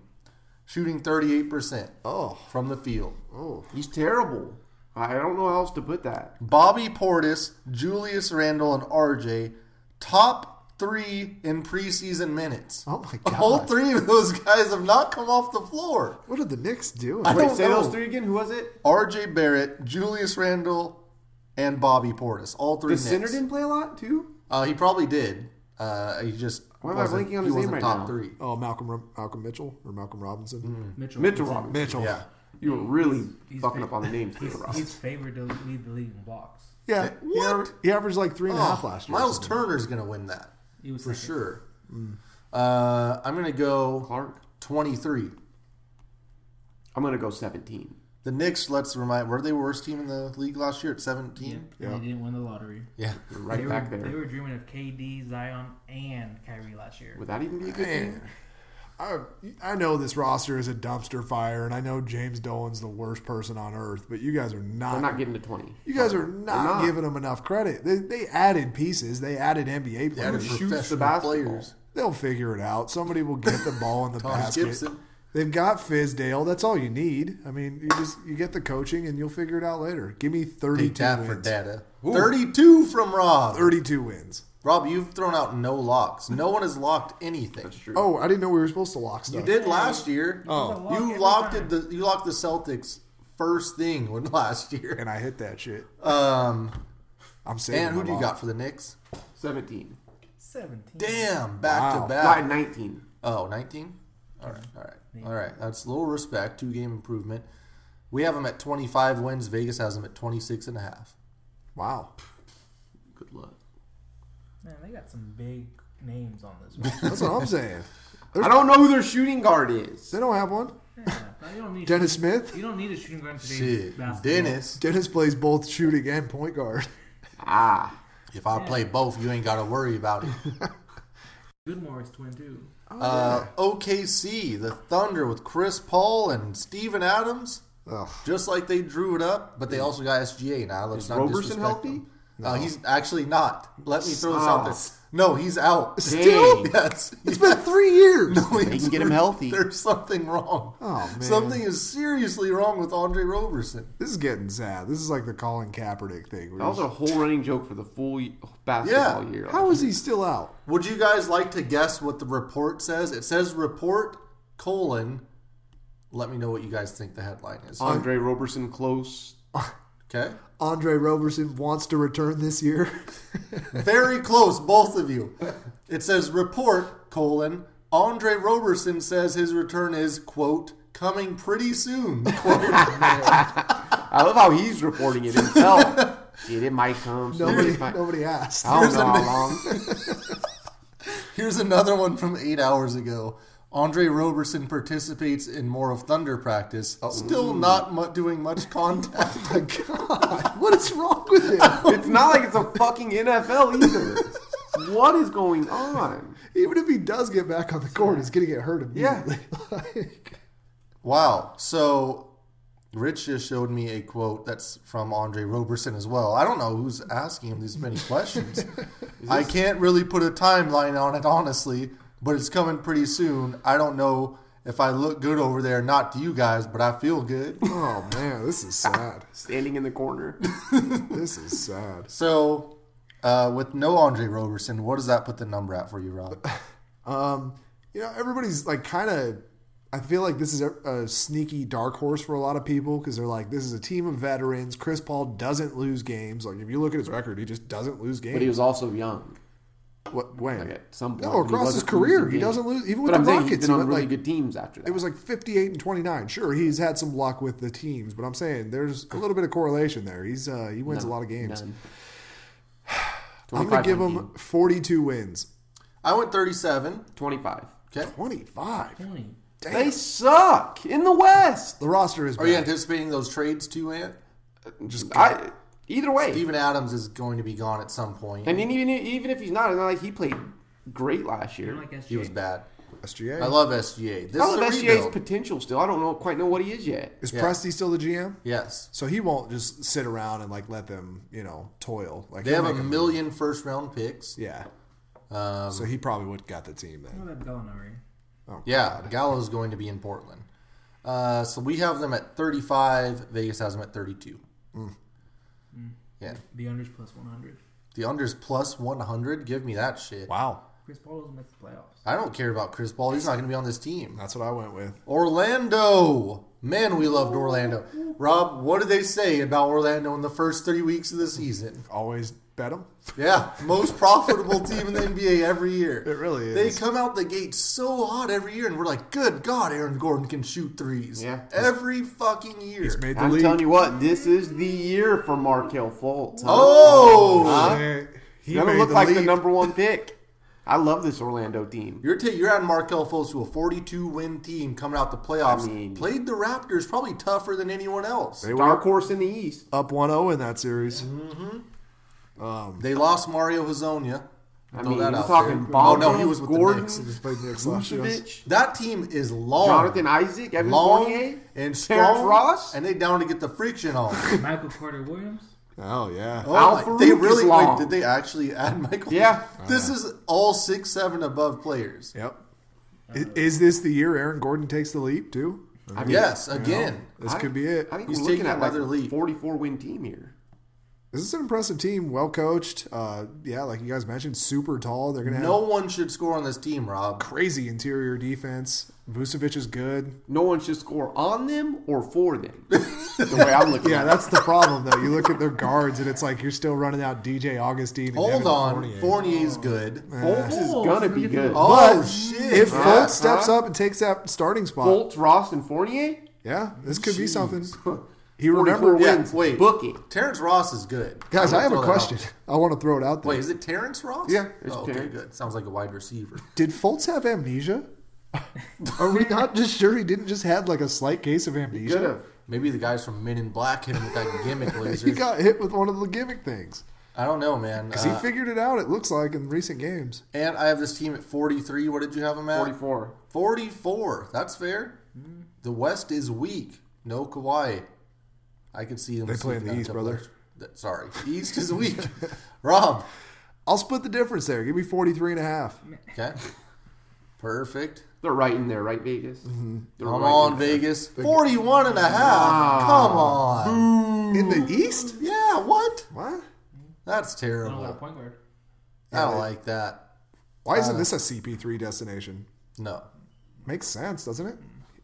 Speaker 1: shooting 38%
Speaker 2: Oh,
Speaker 1: from the field.
Speaker 2: oh.
Speaker 3: He's terrible. I don't know how else to put that.
Speaker 1: Bobby Portis, Julius Randle, and RJ, top three in preseason minutes.
Speaker 2: Oh my
Speaker 1: All
Speaker 2: God.
Speaker 1: three of those guys have not come off the floor.
Speaker 2: What are the Knicks doing?
Speaker 1: I
Speaker 3: Wait,
Speaker 1: don't
Speaker 3: say
Speaker 1: know.
Speaker 3: those three again. Who was it?
Speaker 1: RJ Barrett, Julius Randle, and Bobby Portis. All three.
Speaker 3: The center
Speaker 1: Knicks.
Speaker 3: didn't play a lot too.
Speaker 1: Uh, he probably did. Uh, he just
Speaker 3: Why am I
Speaker 1: wasn't-
Speaker 3: blanking on
Speaker 1: he
Speaker 3: his name
Speaker 1: wasn't
Speaker 3: right
Speaker 1: top
Speaker 3: now?
Speaker 1: three.
Speaker 2: Oh, Malcolm Ro- Malcolm Mitchell or Malcolm Robinson?
Speaker 6: Mitchell. Robinson.
Speaker 3: Mitchell Robinson.
Speaker 2: Mitchell.
Speaker 1: Yeah.
Speaker 3: You were really
Speaker 6: He's
Speaker 3: fucking
Speaker 6: fa-
Speaker 3: up on the names,
Speaker 6: He's,
Speaker 3: Mitchell Robinson.
Speaker 6: he's favored to lead the league in blocks.
Speaker 2: Yeah. He,
Speaker 1: What?
Speaker 2: aver- he averaged like three and a half last year. or
Speaker 1: Oh, Miles
Speaker 2: something.
Speaker 1: Turner's going to win that
Speaker 6: He was
Speaker 1: for
Speaker 6: second.
Speaker 1: sure.
Speaker 3: Mm.
Speaker 1: Uh, I'm going to go
Speaker 3: Clark.
Speaker 1: 23.
Speaker 3: I'm gonna go 17.
Speaker 1: The Knicks, let's remind, were they worst team in the league last year at 17?
Speaker 6: Yep. And They didn't win the lottery.
Speaker 1: Yeah.
Speaker 3: You're right
Speaker 6: they
Speaker 3: back
Speaker 6: were,
Speaker 3: there.
Speaker 6: They were dreaming of KD, Zion, and Kyrie last year.
Speaker 3: Would that even be a good thing?
Speaker 2: Man. I, I know this roster is a dumpster fire, and I know James Dolan's the worst person on earth, but you guys are not.
Speaker 3: I'm not getting to 20.
Speaker 2: you guys are
Speaker 3: They're
Speaker 2: not,
Speaker 3: not.
Speaker 2: giving them enough credit. They, they added pieces. They added NBA
Speaker 1: They added
Speaker 2: players.
Speaker 3: shoots the
Speaker 1: professional
Speaker 3: basketball?
Speaker 1: players.
Speaker 2: They'll figure it out. Somebody will get the ball in the
Speaker 1: Taj
Speaker 2: basket.
Speaker 1: Gibson.
Speaker 2: They've got Fizdale. That's all you need. I mean, you just you get the coaching, and you'll figure it out later. Give me
Speaker 1: Take
Speaker 2: thirty-two
Speaker 1: that
Speaker 2: wins.
Speaker 1: for data. 32 from Rob.
Speaker 2: Thirty-two wins.
Speaker 1: Rob, you've thrown out no locks. No one has locked anything.
Speaker 3: That's true.
Speaker 2: Oh, I didn't know we were supposed to lock stuff.
Speaker 1: You did last year.
Speaker 2: Oh.
Speaker 1: you locked it. The, you locked the Celtics first thing when last year.
Speaker 2: and I hit that shit.
Speaker 1: Um,
Speaker 2: I'm saying.
Speaker 1: and who do you got for the Knicks?
Speaker 3: 17.
Speaker 6: 17.
Speaker 1: Damn, back
Speaker 2: Wow.
Speaker 1: to
Speaker 3: Not
Speaker 1: back.
Speaker 3: 19.
Speaker 1: Oh, 19? All right, all right, all right. That's a little respect. Two game improvement. We have them at 25 wins. Vegas has them at 26 and a half.
Speaker 2: Wow,
Speaker 3: Good luck.
Speaker 6: Man, they got some big names on this one.
Speaker 2: that's what I'm saying.
Speaker 3: I don't know who their shooting guard is.
Speaker 2: They don't have one.
Speaker 6: Yeah, you, don't need
Speaker 2: Dennis Smith.
Speaker 6: you don't need a shooting guard in today's
Speaker 1: Shit,
Speaker 6: basketball.
Speaker 1: Dennis.
Speaker 2: Dennis plays both shooting and point guard.
Speaker 3: Ah.
Speaker 1: If I play both, you ain't got to worry about it.
Speaker 6: Goodmore is 22.
Speaker 1: Uh, OKC, the Thunder with Chris Paul and Steven Adams.
Speaker 2: Ugh.
Speaker 1: Just like they drew it up, but they also got SGA now. Let's
Speaker 3: Is
Speaker 1: not
Speaker 3: Roberson
Speaker 1: disrespect
Speaker 3: healthy?
Speaker 1: them. No, he's actually not. Let me throw this out there.
Speaker 3: Stop.
Speaker 1: No, he's out.
Speaker 3: Still?
Speaker 1: Yes.
Speaker 2: It's been three years.
Speaker 1: They
Speaker 3: can get him healthy.
Speaker 1: There's something wrong.
Speaker 2: Oh, man.
Speaker 1: Something is seriously wrong with Andre Roberson.
Speaker 2: This is getting sad. This is like the Colin Kaepernick thing.
Speaker 3: That was a whole running joke for the full y- basketball
Speaker 1: Yeah.
Speaker 3: year.
Speaker 2: How is he still out?
Speaker 1: Would you guys like to guess what the report says? It says report colon. Let me know what you guys think the headline is.
Speaker 3: Andre Roberson close?
Speaker 1: Okay.
Speaker 2: Andre Roberson wants to return this year.
Speaker 1: Very close, both of you. It says report colon. Andre Roberson says his return is quote coming pretty soon.
Speaker 3: I love how he's reporting it himself. Shit, it might come. soon.
Speaker 2: nobody,
Speaker 3: It might-
Speaker 2: nobody asked.
Speaker 3: I don't know how long.
Speaker 1: Here's another one from eight hours ago. Andre Roberson participates in more of Thunder practice,
Speaker 2: Oh.
Speaker 1: still not mu- doing much contact.
Speaker 2: My God, what is wrong with him?
Speaker 3: It's not like it's a fucking NFL either. what is going on?
Speaker 2: Even if he does get back on the court, he's going to get hurt
Speaker 3: Yeah.
Speaker 2: immediately. like,
Speaker 1: Wow. So Rich just showed me a quote that's from Andre Roberson as well. I don't know who's asking him these many questions. I can't really put a timeline on it, honestly, but it's coming pretty soon. I don't know if I look good over there, not to you guys, but I feel good.
Speaker 2: oh man, this is sad.
Speaker 3: Standing in the corner.
Speaker 2: This is sad.
Speaker 1: So, uh, with no Andre Roberson, what does that put the number at for you, Rob?
Speaker 2: Um, you know, everybody's like kind of. I feel like this is a, a sneaky dark horse for a lot of people because they're like, this is a team of veterans. Chris Paul doesn't lose games. Like if you look at his record, he just doesn't lose games.
Speaker 3: But he was also young.
Speaker 2: what, when?
Speaker 3: Like at some point,
Speaker 2: no,
Speaker 3: he
Speaker 2: across his
Speaker 3: wasn't
Speaker 2: career,
Speaker 3: losing
Speaker 2: he
Speaker 3: games.
Speaker 2: doesn't lose. Even with
Speaker 3: But I'm
Speaker 2: the
Speaker 3: saying
Speaker 2: Rockets, he
Speaker 3: he's been on
Speaker 2: went,
Speaker 3: really
Speaker 2: like,
Speaker 3: good teams after that.
Speaker 2: it was like 58 and 29. Sure, he's had some luck with the teams, but I'm saying there's a little bit of correlation there. He's uh, he wins a lot of games.
Speaker 3: None.
Speaker 2: I'm gonna
Speaker 3: 25
Speaker 2: give
Speaker 3: win
Speaker 2: him
Speaker 3: team.
Speaker 2: 42 wins.
Speaker 1: I went 37.
Speaker 3: 25.
Speaker 1: Okay.
Speaker 2: 25.
Speaker 6: Twenty.
Speaker 3: They
Speaker 2: Damn.
Speaker 3: suck in the West.
Speaker 2: The roster is
Speaker 1: Are you
Speaker 2: bad.
Speaker 1: anticipating those trades too, Ant?
Speaker 3: Just I, either way.
Speaker 1: Steven Adams is going to be gone at some point.
Speaker 3: And then even even if he's not, it's not like he played great last
Speaker 6: I
Speaker 3: year.
Speaker 6: don't like SGA.
Speaker 1: He was bad.
Speaker 2: SGA.
Speaker 1: I love SGA. This
Speaker 3: I love
Speaker 1: is a
Speaker 3: SGA's
Speaker 1: rebuild.
Speaker 3: potential still. I don't know quite know what he is yet.
Speaker 2: is
Speaker 1: yeah.
Speaker 2: Presti still the GM?
Speaker 1: yes.
Speaker 2: So he won't just sit around and like let them, you know, toil. Like
Speaker 1: They
Speaker 2: he'll
Speaker 1: have a
Speaker 2: make
Speaker 1: million first round picks.
Speaker 2: Yeah.
Speaker 1: Um,
Speaker 2: So he probably would got the team
Speaker 6: I
Speaker 2: then.
Speaker 6: don't like Gallinari.
Speaker 2: Oh,
Speaker 1: yeah, Gallo's going to be in Portland. Uh, so we have them at 35. Vegas has them at 32. Yeah.
Speaker 6: The under's plus one hundred.
Speaker 1: The unders plus 100. Give me that shit.
Speaker 2: Wow.
Speaker 6: Chris Paul doesn't make the playoffs.
Speaker 1: I don't care about Chris Paul. He's not going to be on this team.
Speaker 2: That's what I went with.
Speaker 1: Orlando. Man, we loved Orlando. Rob, what did they say about Orlando in the first three weeks of the season?
Speaker 2: Always bet him.
Speaker 1: Yeah, most profitable team in the NBA every year.
Speaker 2: It really is.
Speaker 1: They come out the gate so hot every year, and we're like, good God, Aaron Gordon can shoot threes.
Speaker 3: Yeah.
Speaker 1: Every fucking year.
Speaker 2: He's made the
Speaker 3: I'm
Speaker 2: league.
Speaker 3: telling you what, this is the year for Markel Fultz. huh?
Speaker 1: oh!
Speaker 2: Yeah. He
Speaker 3: He's gonna
Speaker 2: made
Speaker 3: look like the
Speaker 2: league.
Speaker 3: number one pick. I love this Orlando team.
Speaker 1: You're, t- you're at Markel Fultz to a 42 win team coming out the playoffs.
Speaker 3: I mean-
Speaker 1: Played the Raptors probably tougher than anyone else.
Speaker 2: They
Speaker 3: Dark
Speaker 2: were
Speaker 3: horse in the East.
Speaker 2: up 1-0 in that series.
Speaker 1: They lost Mario Hazonia.
Speaker 3: I
Speaker 1: Throw
Speaker 3: mean,
Speaker 1: that
Speaker 3: you're
Speaker 1: out
Speaker 3: talking
Speaker 1: there. Oh,
Speaker 3: Bogdan,
Speaker 1: no, he was with
Speaker 3: Gordon,
Speaker 1: the Knicks.
Speaker 2: Just played Knicks last year.
Speaker 3: Vucevic,
Speaker 1: That team is long.
Speaker 3: Jonathan Isaac, Evan
Speaker 1: long
Speaker 3: Fournier,
Speaker 1: and
Speaker 3: Terrence
Speaker 1: strong.
Speaker 3: Ross.
Speaker 1: And they down to get the friction on.
Speaker 6: Michael Carter Williams.
Speaker 2: Oh yeah.
Speaker 1: Oh, my-
Speaker 3: Al
Speaker 1: they
Speaker 3: Farouk is
Speaker 1: really
Speaker 3: long.
Speaker 1: wait, did they actually add Michael?
Speaker 3: Yeah.
Speaker 1: This is all six seven above players.
Speaker 2: Yep. I- Is, this the year Aaron Gordon takes the leap too?
Speaker 3: I mean,
Speaker 1: Yes,
Speaker 2: You know,
Speaker 1: again.
Speaker 2: this
Speaker 3: I-
Speaker 2: could be it.
Speaker 3: I think
Speaker 1: He's
Speaker 3: we're looking
Speaker 1: taking
Speaker 3: at like
Speaker 1: another
Speaker 3: a
Speaker 1: leap.
Speaker 3: 44 win team here.
Speaker 2: This is an impressive team, well coached. Uh, yeah, like you guys mentioned, super tall. They're gonna have
Speaker 1: No one should score on this team, Rob.
Speaker 2: crazy interior defense. Vucevic is good.
Speaker 3: No one should score on them or for them. the way I'm looking
Speaker 2: Yeah,
Speaker 3: at it.
Speaker 2: that's the problem though. You look at their guards, and it's like you're still running out DJ Augustine. And
Speaker 1: Hold
Speaker 2: Evan
Speaker 1: on.
Speaker 2: Fournier.
Speaker 1: Fournier's good.
Speaker 3: Fultz is
Speaker 6: Oh, so
Speaker 3: gonna be
Speaker 6: look at
Speaker 3: good.
Speaker 6: the-
Speaker 3: Oh.
Speaker 1: Oh,
Speaker 2: But
Speaker 1: shit.
Speaker 2: If
Speaker 1: Yeah.
Speaker 2: Fultz steps
Speaker 3: huh?
Speaker 2: up and takes that starting spot,
Speaker 3: Fultz, Ross, and Fournier.
Speaker 2: yeah, this could be something. He
Speaker 3: 44
Speaker 2: remembered.
Speaker 1: Yeah,
Speaker 3: wins.
Speaker 1: wait.
Speaker 3: Book it.
Speaker 1: Terrence Ross is good.
Speaker 2: Guys, I
Speaker 1: will throw
Speaker 2: have a
Speaker 1: that out.
Speaker 2: question. I want to throw it out there.
Speaker 1: Wait, is it Terrence Ross?
Speaker 2: Yeah,
Speaker 3: it's
Speaker 1: Oh, okay,
Speaker 3: Terrence.
Speaker 1: good. Sounds like a wide receiver.
Speaker 2: Did Fultz have amnesia? Are we not just sure he didn't just have like a slight case of
Speaker 3: Should
Speaker 2: amnesia?
Speaker 3: have.
Speaker 1: Maybe the guys from Men in Black hit him with that gimmick laser.
Speaker 2: He got hit with one of the gimmick things
Speaker 1: I don't know, man.
Speaker 2: because
Speaker 1: Uh,
Speaker 2: he figured it out. It looks like in recent games.
Speaker 1: and I have this team at 43. What did you have him at?
Speaker 3: 44.
Speaker 1: 44. That's fair. The West is weak. No Kawhi. I could see them.
Speaker 2: They play in
Speaker 1: sneaking
Speaker 2: the
Speaker 1: up a
Speaker 2: East,
Speaker 1: couple
Speaker 2: brother.
Speaker 1: extra- that- Sorry. East is weak. Rob.
Speaker 2: I'll split the difference there. Give me 43 and a half.
Speaker 1: Okay. Perfect.
Speaker 3: They're right in there, right, Vegas? They're
Speaker 1: Come
Speaker 3: right
Speaker 1: on,
Speaker 3: in there.
Speaker 1: Vegas. 41 and a
Speaker 2: Ah.
Speaker 1: half. Come on.
Speaker 2: In the East?
Speaker 1: Yeah, what?
Speaker 2: What?
Speaker 1: That's
Speaker 6: I don't like a
Speaker 1: terrible.
Speaker 6: point guard.
Speaker 1: I don't like that.
Speaker 2: Why isn't this a CP3 destination?
Speaker 1: No.
Speaker 2: Makes sense, doesn't it?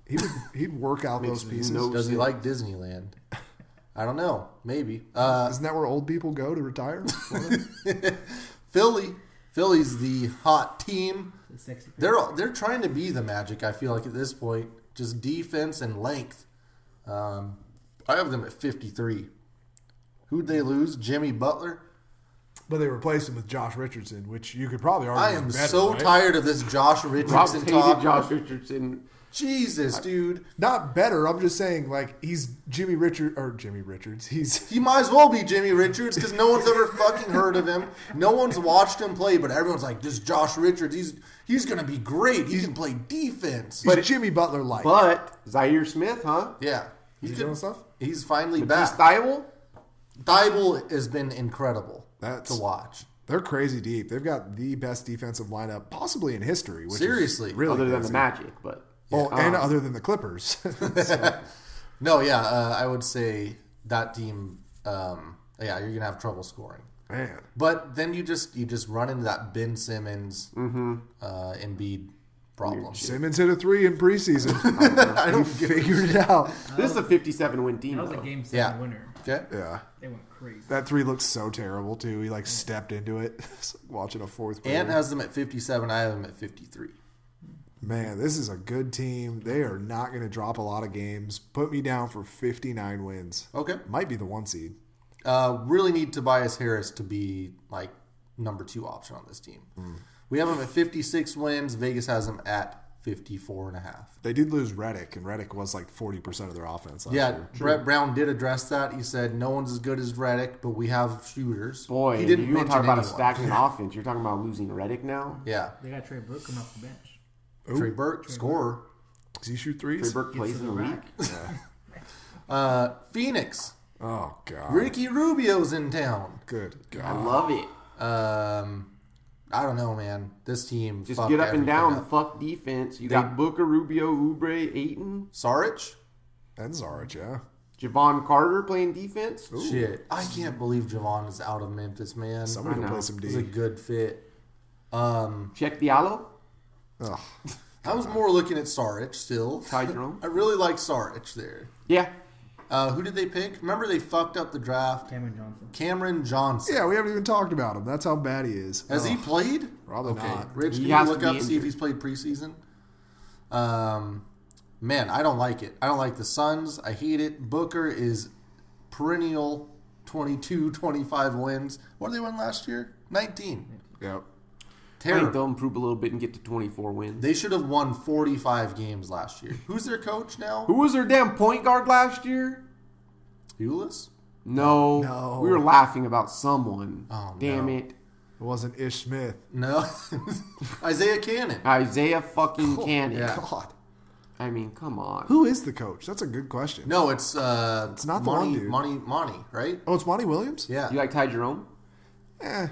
Speaker 2: He would he'd work out those pieces.
Speaker 3: no-
Speaker 1: Does he like Disneyland? I don't know. Maybe. Uh,
Speaker 2: Isn't that where old people go to retire?
Speaker 1: Philly. Philly's the hot team.
Speaker 6: The sexy.
Speaker 1: They're they're trying to be the magic. I feel like at this point, just defense and length. Um, I have them at fifty three. Who'd they lose? Jimmy Butler.
Speaker 2: But they replaced him with Josh Richardson, which you could probably argue.
Speaker 1: I
Speaker 2: is
Speaker 1: am
Speaker 2: better,
Speaker 1: so
Speaker 2: right?
Speaker 1: tired of this Josh
Speaker 3: Rob
Speaker 1: Richardson
Speaker 3: hated
Speaker 1: talk.
Speaker 3: Josh Richardson.
Speaker 1: Jesus, dude.
Speaker 2: Not better. I'm just saying, like he's Jimmy Richard or Jimmy Richards. He's
Speaker 1: He might as well be Jimmy Richards because no one's ever fucking heard of him. No one's watched him play, but everyone's like, "This Josh Richards, he's he's gonna be great. He can play defense."
Speaker 2: he's Jimmy Butler like.
Speaker 3: But Zaire Smith, huh?
Speaker 1: yeah, he
Speaker 2: Is he
Speaker 1: could-
Speaker 2: doing stuff?
Speaker 1: He's finally
Speaker 3: Matisse
Speaker 1: back.
Speaker 3: Thybulle?
Speaker 1: Dybul has been incredible
Speaker 2: That's-
Speaker 1: to watch.
Speaker 2: They're crazy deep. They've got the best defensive lineup possibly in history. Which is
Speaker 1: Seriously.
Speaker 2: really
Speaker 3: other than
Speaker 2: crazy.
Speaker 3: the Magic, but
Speaker 2: Well,
Speaker 3: Yeah.
Speaker 2: and
Speaker 3: Um,
Speaker 2: other than the Clippers.
Speaker 1: No, yeah, uh, I would say that team. Um, yeah, you're gonna have trouble scoring.
Speaker 2: Man,
Speaker 1: But then you just you just run into that Ben Simmons,
Speaker 2: Mm-hmm.
Speaker 1: uh, Embiid problem.
Speaker 2: Simmons hit a three in preseason.
Speaker 1: I
Speaker 2: he
Speaker 1: don't get it.
Speaker 2: figured it out.
Speaker 3: this is a 57-win team.
Speaker 6: That was a
Speaker 3: though.
Speaker 6: game seven
Speaker 1: Yeah.
Speaker 6: winner.
Speaker 1: Okay.
Speaker 2: Yeah,
Speaker 6: They went crazy.
Speaker 2: that three looked so terrible too. He like stepped into it, It's like watching a fourth.
Speaker 1: Ant
Speaker 2: grader.
Speaker 1: has them at 57. I have them at 53.
Speaker 2: Man, this is a good team. They are not going to drop a lot of games. Put me down for 59 wins.
Speaker 1: Okay.
Speaker 2: Might be the one seed.
Speaker 1: Uh, really need Tobias Harris to be like number two option on this team.
Speaker 2: Mm.
Speaker 1: We have them at 56 wins. Vegas has them at 54 and a half.
Speaker 2: They did lose Reddick, and Reddick was like 40% of their offense last
Speaker 1: Yeah,
Speaker 2: year.
Speaker 1: Brett Brown did address that. He said no one's as good as Reddick, but we have shooters.
Speaker 3: Boy,
Speaker 1: he didn't
Speaker 3: you were
Speaker 1: mention
Speaker 3: talking about a
Speaker 1: anyone.
Speaker 3: stagnant offense. You're talking about losing Reddick now?
Speaker 1: Yeah,
Speaker 6: They got Trey Brook come off the bench.
Speaker 1: Trey Burke scorer.
Speaker 2: Does he shoot
Speaker 3: Trey
Speaker 2: threes?
Speaker 3: Burke
Speaker 6: Gets to
Speaker 3: plays in
Speaker 6: the
Speaker 3: the
Speaker 6: rack.
Speaker 3: league.
Speaker 1: Uh, Phoenix.
Speaker 2: Oh, God.
Speaker 1: Ricky Rubio's in town.
Speaker 2: Good God.
Speaker 3: I love it.
Speaker 1: Um, I don't know, man. This team
Speaker 3: Just
Speaker 1: fucked
Speaker 3: get up and
Speaker 1: everything
Speaker 3: down.
Speaker 1: up.
Speaker 3: Fuck defense. You got Booker, Rubio, Oubre, Ayton,
Speaker 1: Saric.
Speaker 2: and Zarich, yeah.
Speaker 3: Javon Carter playing defense.
Speaker 1: Shit, I can't believe Javon is out of Memphis, man.
Speaker 2: Somebody can
Speaker 3: know.
Speaker 2: play some
Speaker 1: It was a
Speaker 2: D.
Speaker 1: good fit. Um,
Speaker 3: Check Diallo.
Speaker 2: Ugh.
Speaker 1: I was more looking at Saric still.
Speaker 3: Ty Jerome.
Speaker 1: I really like Saric there.
Speaker 3: Yeah.
Speaker 1: Uh, who did they pick? Remember they fucked up the draft.
Speaker 6: Cameron Johnson.
Speaker 1: Cameron Johnson.
Speaker 2: Yeah, we haven't even talked about him. That's how bad he is.
Speaker 1: Has he
Speaker 2: Ugh.
Speaker 1: played?
Speaker 2: Probably not.
Speaker 1: Rich,
Speaker 3: He
Speaker 1: can you
Speaker 3: has to
Speaker 1: look
Speaker 3: be
Speaker 1: up see if
Speaker 3: injured.
Speaker 1: he's played preseason? Um, man, I don't like it. I don't like the Suns. I hate it. Booker is perennial 22, 25 wins. What did they win last year? 19.
Speaker 2: Oh, Yep.
Speaker 3: I think
Speaker 1: Terrible.
Speaker 3: they'll improve a little bit and get to 24 wins.
Speaker 1: They should have won 45 games last year. Who's their coach now?
Speaker 3: Who was their damn point guard last year?
Speaker 1: Euless?
Speaker 3: No.
Speaker 2: No.
Speaker 3: We were laughing about someone.
Speaker 1: Oh,
Speaker 3: Damn
Speaker 1: no.
Speaker 3: it.
Speaker 2: It wasn't Ish Smith.
Speaker 1: No. Isaiah Cannon.
Speaker 3: Isaiah fucking Cannon.
Speaker 1: Yeah.
Speaker 2: Oh, God.
Speaker 3: I mean, come on.
Speaker 2: Who is the coach? That's a good question.
Speaker 1: No, it's uh it's
Speaker 2: not the
Speaker 1: Monty,
Speaker 2: one dude.
Speaker 1: Monty Monty, right?
Speaker 2: Oh, it's Monty Williams?
Speaker 1: Yeah.
Speaker 3: You like Ty Jerome?
Speaker 2: Eh.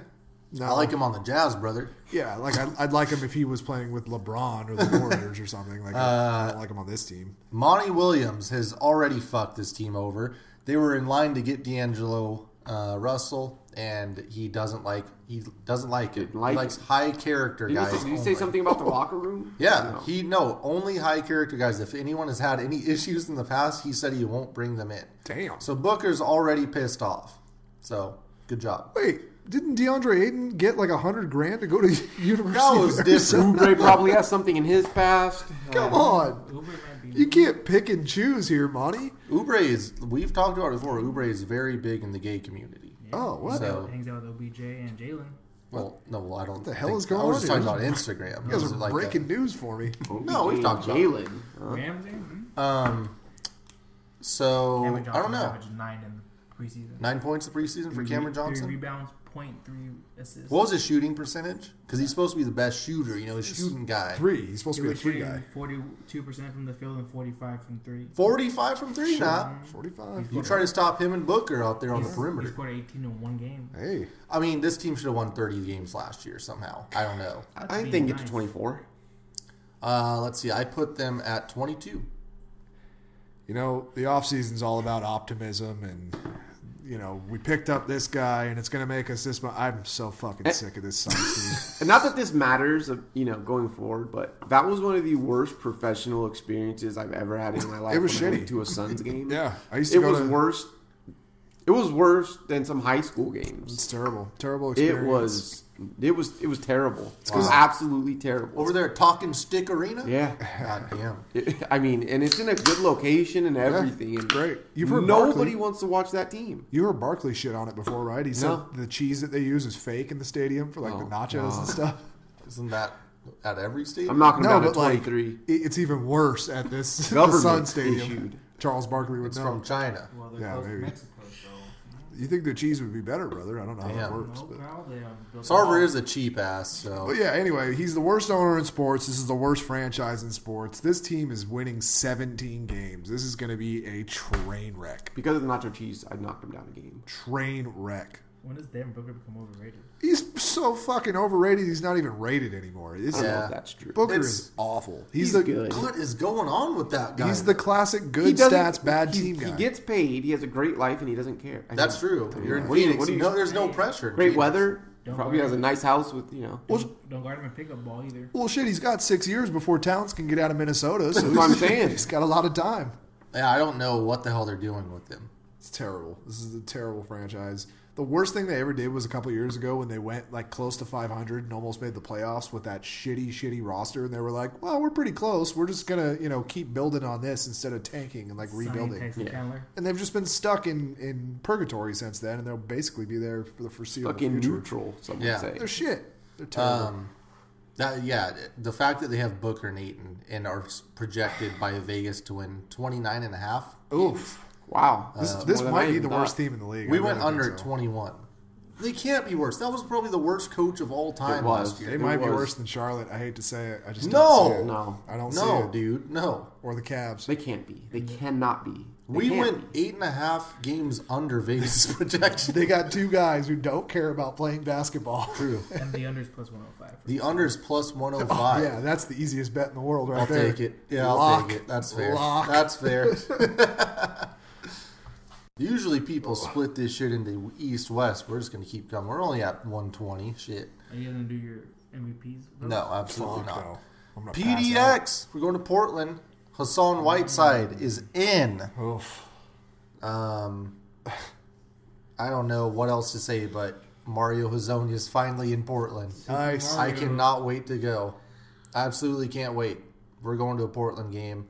Speaker 2: No.
Speaker 1: I like him on the Jazz, brother.
Speaker 2: Yeah, like I'd, I'd like him if he was playing with LeBron or the Warriors or something. Like
Speaker 1: Uh,
Speaker 2: I don't like him on this team.
Speaker 1: Monty Williams has already fucked this team over. They were in line to get D'Angelo uh, Russell, and he doesn't like he doesn't like it.
Speaker 3: Didn't like
Speaker 1: he likes
Speaker 3: it.
Speaker 1: high character
Speaker 3: Did you,
Speaker 1: guys.
Speaker 3: say, did you say
Speaker 1: only.
Speaker 3: something about the locker room?
Speaker 1: Oh. Yeah,
Speaker 3: No.
Speaker 1: he no only high character guys. If anyone has had any issues in the past, he said he won't bring them in.
Speaker 2: Damn.
Speaker 1: So Booker's already pissed off. So good job.
Speaker 2: Wait, didn't DeAndre Ayton get like a hundred grand to go to University?
Speaker 1: That was
Speaker 2: of
Speaker 1: different.
Speaker 3: Oubre probably has something in his past. Uh,
Speaker 2: Come on,
Speaker 6: Uber might be.
Speaker 2: you can't pick and choose here, Monty.
Speaker 1: Ubre is we've talked about it before. Ubre is very big in the gay community.
Speaker 2: Oh, what?
Speaker 1: So-
Speaker 6: hangs out with OBJ and Jalen.
Speaker 1: Well, no, well, I don't. What
Speaker 2: the hell is going
Speaker 1: I was
Speaker 2: on
Speaker 1: just
Speaker 2: here?
Speaker 1: talking about Instagram.
Speaker 2: you guys
Speaker 1: It was
Speaker 2: are
Speaker 1: like a-
Speaker 3: uh,
Speaker 2: breaking news for me.
Speaker 1: No, we've talked about it.
Speaker 3: Jalen. Huh?
Speaker 6: Ramsey? hmm
Speaker 1: Um, so
Speaker 6: Cameron
Speaker 1: I don't know.
Speaker 6: averaged nine in preseason.
Speaker 1: Nine points the preseason for
Speaker 6: Three-
Speaker 1: Cameron
Speaker 6: Three
Speaker 1: Johnson.
Speaker 6: rebounds, point three assists.
Speaker 1: What was his shooting percentage? Because he's supposed to be the best shooter. You know, he's a shooting guy.
Speaker 2: Three. He's supposed
Speaker 6: He
Speaker 2: to be a
Speaker 6: was
Speaker 2: three
Speaker 6: shooting
Speaker 2: guy.
Speaker 6: 42% from the field and 45 from three.
Speaker 1: Forty-five from three. Nah,
Speaker 2: Forty-five.
Speaker 1: you try to stop him and Booker out there on the
Speaker 6: He's- He
Speaker 1: perimeter.
Speaker 6: scored 18 in one game.
Speaker 2: Hey,
Speaker 1: I mean, this team should have won thirty games last year somehow. I don't know.
Speaker 3: I think they can get to 24.
Speaker 1: Uh, let's see. I put them at twenty-two.
Speaker 2: you know the off season's all about optimism and. You know, we picked up this guy, and it's going to make us this much. I'm so
Speaker 3: Eh.
Speaker 2: fucking sick of this Suns team.
Speaker 3: And not that this matters, uh, you know, going forward, but that was one of the worst professional experiences I've ever had in my life.
Speaker 2: It was
Speaker 3: when I went
Speaker 2: shitty.
Speaker 3: To a Suns game.
Speaker 2: Yeah, I used to
Speaker 3: It
Speaker 2: go
Speaker 3: was
Speaker 2: to-
Speaker 3: worse. It was worse than some high school games.
Speaker 2: It's terrible. Terrible
Speaker 3: It
Speaker 2: experience.
Speaker 3: was it was it was terrible. It was
Speaker 1: Wow.
Speaker 3: absolutely terrible.
Speaker 1: Over there at Talking Stick Arena?
Speaker 3: Yeah.
Speaker 1: God damn.
Speaker 3: It- I mean, and it's in a good location and everything. and
Speaker 2: great. You've heard
Speaker 3: nobody
Speaker 2: Barkley.
Speaker 3: wants to watch that team.
Speaker 2: You heard Barkley shit on it before, right? He said
Speaker 3: No.
Speaker 2: the cheese that they use is fake in the stadium for like the
Speaker 3: Oh,
Speaker 2: nachos and stuff.
Speaker 1: Isn't that at every stadium?
Speaker 3: I'm knocking
Speaker 2: No,
Speaker 3: down at
Speaker 2: but, like,
Speaker 3: 23.
Speaker 2: It- It's even worse at this the
Speaker 3: Government
Speaker 2: Sun Stadium.
Speaker 3: issued.
Speaker 2: Charles Barkley would
Speaker 1: It's
Speaker 2: know.
Speaker 1: from China.
Speaker 6: Well, they're
Speaker 2: Yeah,
Speaker 6: close
Speaker 2: maybe.
Speaker 6: to Mexico, so
Speaker 2: you think the cheese would be better, brother? I don't know how that
Speaker 1: Damn.
Speaker 2: works,
Speaker 6: no
Speaker 2: but.
Speaker 6: probably. um, they'll-
Speaker 1: Sarver is a cheap ass, so.
Speaker 2: But yeah, anyway, he's the worst owner in sports. This is the worst franchise in sports. This team is winning 17 games. This is going to be a train wreck.
Speaker 3: Because of the nacho cheese, I knocked him down a game.
Speaker 2: Train wreck.
Speaker 6: When does Devin Booker become overrated?
Speaker 2: He's so fucking overrated. He's not even rated anymore. It's,
Speaker 3: I don't know
Speaker 1: Yeah.
Speaker 3: if that's true.
Speaker 2: Booker
Speaker 1: It's-
Speaker 2: is awful. He's,
Speaker 3: he's
Speaker 2: the
Speaker 3: good.
Speaker 1: What is going on with that guy?
Speaker 2: he's the classic good
Speaker 3: doesn't-
Speaker 2: stats bad
Speaker 3: he-
Speaker 2: team guy.
Speaker 3: He gets paid. He has a great life, and he doesn't care. I
Speaker 1: That's
Speaker 3: mean,
Speaker 1: true. You're in
Speaker 3: What do you-
Speaker 1: Phoenix.
Speaker 3: what do you-
Speaker 1: no, there's no pressure. in
Speaker 3: Great
Speaker 1: Phoenix.
Speaker 3: weather.
Speaker 6: Don't
Speaker 3: Probably
Speaker 6: worry.
Speaker 3: has a nice house with you know.
Speaker 2: Well,
Speaker 6: Don't guard him and pick up ball either.
Speaker 2: well, shit. He's got six years before Towns can get out of Minnesota. So
Speaker 3: That's what I'm
Speaker 2: he's-
Speaker 3: saying.
Speaker 2: He's got a lot of time.
Speaker 1: Yeah, I don't know what the hell they're doing with him.
Speaker 2: It's terrible. This is a terrible franchise. The worst thing they ever did was a couple years ago when they went like close to 500 and almost made the playoffs with that shitty, shitty roster. And they were like, "Well, we're pretty close. We're just gonna, you know, keep building on this instead of tanking and like
Speaker 6: Sign
Speaker 2: rebuilding."
Speaker 6: Tyson
Speaker 3: Yeah.
Speaker 6: Chandler.
Speaker 2: And they've just been stuck in in purgatory since then, and they'll basically be there for the foreseeable
Speaker 3: Fucking
Speaker 2: future.
Speaker 3: neutral. Some would
Speaker 1: Yeah.
Speaker 3: say.
Speaker 2: They're shit. They're terrible.
Speaker 1: Um, that yeah, the fact that they have Booker and Aiton and are projected by Vegas to win 29 and a half.
Speaker 3: Um,
Speaker 2: Oof.
Speaker 3: Wow.
Speaker 2: This,
Speaker 1: Uh,
Speaker 3: That's
Speaker 2: this
Speaker 3: more than Um, I
Speaker 2: might be
Speaker 3: even
Speaker 2: the
Speaker 3: thought.
Speaker 2: worst team in the league.
Speaker 1: We
Speaker 2: I
Speaker 1: went
Speaker 2: really think
Speaker 1: under
Speaker 2: so.
Speaker 1: 21. They can't be worse. That was probably the worst coach of all time
Speaker 3: was.
Speaker 1: last
Speaker 2: They
Speaker 1: year.
Speaker 3: It
Speaker 2: might be
Speaker 3: was.
Speaker 2: worse than Charlotte. I hate to say it. I just
Speaker 1: No.
Speaker 2: don't see it.
Speaker 3: No.
Speaker 2: I don't see
Speaker 1: No,
Speaker 2: it.
Speaker 1: dude, no.
Speaker 2: Or the Cavs.
Speaker 3: They can't be. They
Speaker 2: Mm-hmm.
Speaker 3: cannot be. They
Speaker 1: We
Speaker 3: can't
Speaker 1: went
Speaker 3: be.
Speaker 1: eight and a half games under Vegas projection.
Speaker 2: They got two guys who don't care about playing basketball.
Speaker 1: True.
Speaker 6: And the unders plus 105.
Speaker 1: The unders plus 105.
Speaker 2: Oh, Yeah, that's the easiest bet in the world, right
Speaker 1: I'll
Speaker 2: there.
Speaker 1: take it. Yeah, I'll
Speaker 2: Lock.
Speaker 1: take it. That's fair.
Speaker 2: Lock.
Speaker 1: That's fair. Usually people split this shit into east west. We're just gonna keep going. We're only at 120. Shit.
Speaker 6: Are you going to do your MVPs? with
Speaker 1: No,
Speaker 6: us?
Speaker 1: absolutely
Speaker 2: Fuck
Speaker 1: not.
Speaker 2: no. I'm gonna pass
Speaker 1: PDX. We're going to Portland. Hassan
Speaker 2: Mm.
Speaker 1: Whiteside is in.
Speaker 2: out. Oof.
Speaker 1: Um, I don't know what else to say, but Mario Hazonia is finally in Portland.
Speaker 2: Nice.
Speaker 1: I cannot wait to go. Absolutely can't wait. We're going to a Portland game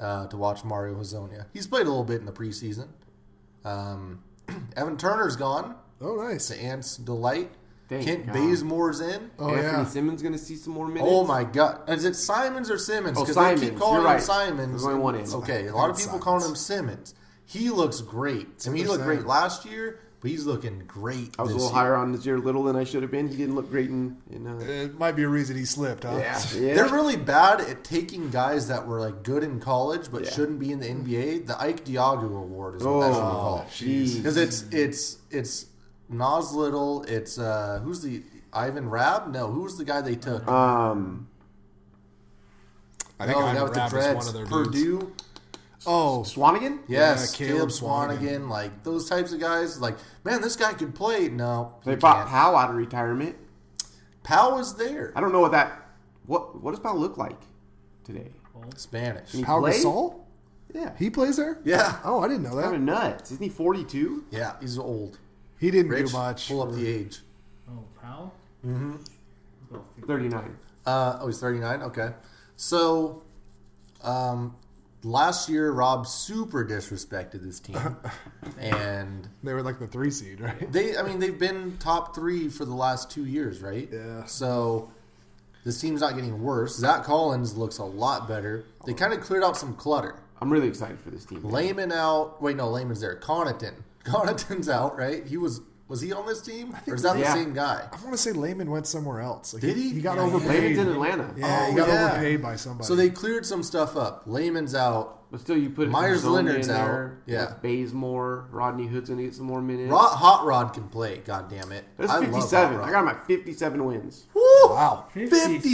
Speaker 1: uh, to watch Mario Hazonia. He's played a little bit in the preseason. Um, Evan Turner's gone
Speaker 2: Oh, nice.
Speaker 1: to Ant's delight.
Speaker 3: Thank
Speaker 1: Kent
Speaker 3: God.
Speaker 1: Bazemore's in.
Speaker 2: Oh,
Speaker 3: Anthony
Speaker 2: yeah.
Speaker 3: Simmons gonna see some more minutes.
Speaker 1: Oh my God! Is it Simons or Simmons?
Speaker 3: Oh,
Speaker 1: Because
Speaker 3: Simons.
Speaker 1: they keep calling
Speaker 3: You're right.
Speaker 1: him Simons.
Speaker 3: There's only one in.
Speaker 1: Okay, a
Speaker 2: I
Speaker 1: lot of
Speaker 2: think it's
Speaker 1: people
Speaker 2: Simons.
Speaker 1: calling him Simmons. He looks great. I mean, he looked great
Speaker 2: 100%.
Speaker 1: last year, but he's looking great.
Speaker 3: I was a
Speaker 1: this
Speaker 3: little
Speaker 1: year.
Speaker 3: higher on this year, little than I should have been. He didn't look great in. in uh,
Speaker 2: It might be a reason he slipped, huh?
Speaker 3: yeah. yeah.
Speaker 1: They're really bad at taking guys that were like good in college but
Speaker 3: Yeah.
Speaker 1: shouldn't be in the NBA. The Ike Diagu Award is what that should be
Speaker 3: Oh,
Speaker 1: called
Speaker 3: jeez.
Speaker 1: because it's it's it's Nas Little. It's uh who's the Ivan Rab? No, who's the guy they took?
Speaker 3: Um,
Speaker 2: I
Speaker 1: no, the guy with the
Speaker 2: Rabb is
Speaker 1: dreads. Purdue.
Speaker 2: dudes. Oh,
Speaker 3: Swanigan.
Speaker 1: Yes,
Speaker 2: Yeah,
Speaker 1: Caleb,
Speaker 2: Caleb
Speaker 1: Swanigan, like those types of guys. Like, man, this guy could play. No,
Speaker 3: They
Speaker 1: he
Speaker 3: bought
Speaker 1: can't.
Speaker 3: Powell out of retirement.
Speaker 1: Powell is there.
Speaker 3: I don't know what that. What what does Powell look like today?
Speaker 1: Spanish.
Speaker 3: He
Speaker 2: Pau
Speaker 3: played?
Speaker 2: Gasol?
Speaker 3: Yeah, he's
Speaker 2: He plays there?
Speaker 1: Yeah,
Speaker 2: Oh, I didn't know
Speaker 3: kind of
Speaker 2: that.
Speaker 3: nuts. Isn't he forty two?
Speaker 1: yeah, he's old.
Speaker 2: He didn't
Speaker 1: Rich,
Speaker 2: do much.
Speaker 1: pull up the age.
Speaker 6: Oh, Powell? Mm-hmm.
Speaker 3: Thirty nine.
Speaker 1: Uh, oh, he's thirty nine. Okay, so, um, last year Rob super disrespected this team, and
Speaker 2: They were like the three seed, right?
Speaker 1: They, I mean, they've been top three for the last two years, right?
Speaker 2: Yeah.
Speaker 1: So this team's not getting worse. Zach Collins looks a lot better. They kind of cleared out some clutter.
Speaker 3: I'm really excited for this team.
Speaker 1: Layman out. Wait, no, Layman's there. Connaughton. Connaughton's out, right? He was. Was he on this team, or is that
Speaker 3: Yeah.
Speaker 1: the same guy?
Speaker 2: I want to say Lehman went somewhere else. Like,
Speaker 1: Did he?
Speaker 2: He got
Speaker 1: Yeah,
Speaker 2: overpaid.
Speaker 3: Layman's in Atlanta.
Speaker 2: Yeah, he
Speaker 1: Oh,
Speaker 2: got
Speaker 1: yeah.
Speaker 2: overpaid by somebody.
Speaker 1: So they cleared some stuff up. Layman's out.
Speaker 3: But still, you put
Speaker 1: Myers
Speaker 3: Arizona
Speaker 1: Leonard's
Speaker 3: in
Speaker 1: out.
Speaker 3: there.
Speaker 1: Yeah.
Speaker 3: with Bazemore, Rodney Hood's gonna get some more minutes.
Speaker 1: Rod, Hot Rod can play. God damn it!
Speaker 3: That's
Speaker 1: I love Hot
Speaker 3: fifty-seven.
Speaker 1: Rod.
Speaker 3: I got him at fifty-seven wins.
Speaker 1: Woo!
Speaker 2: wow,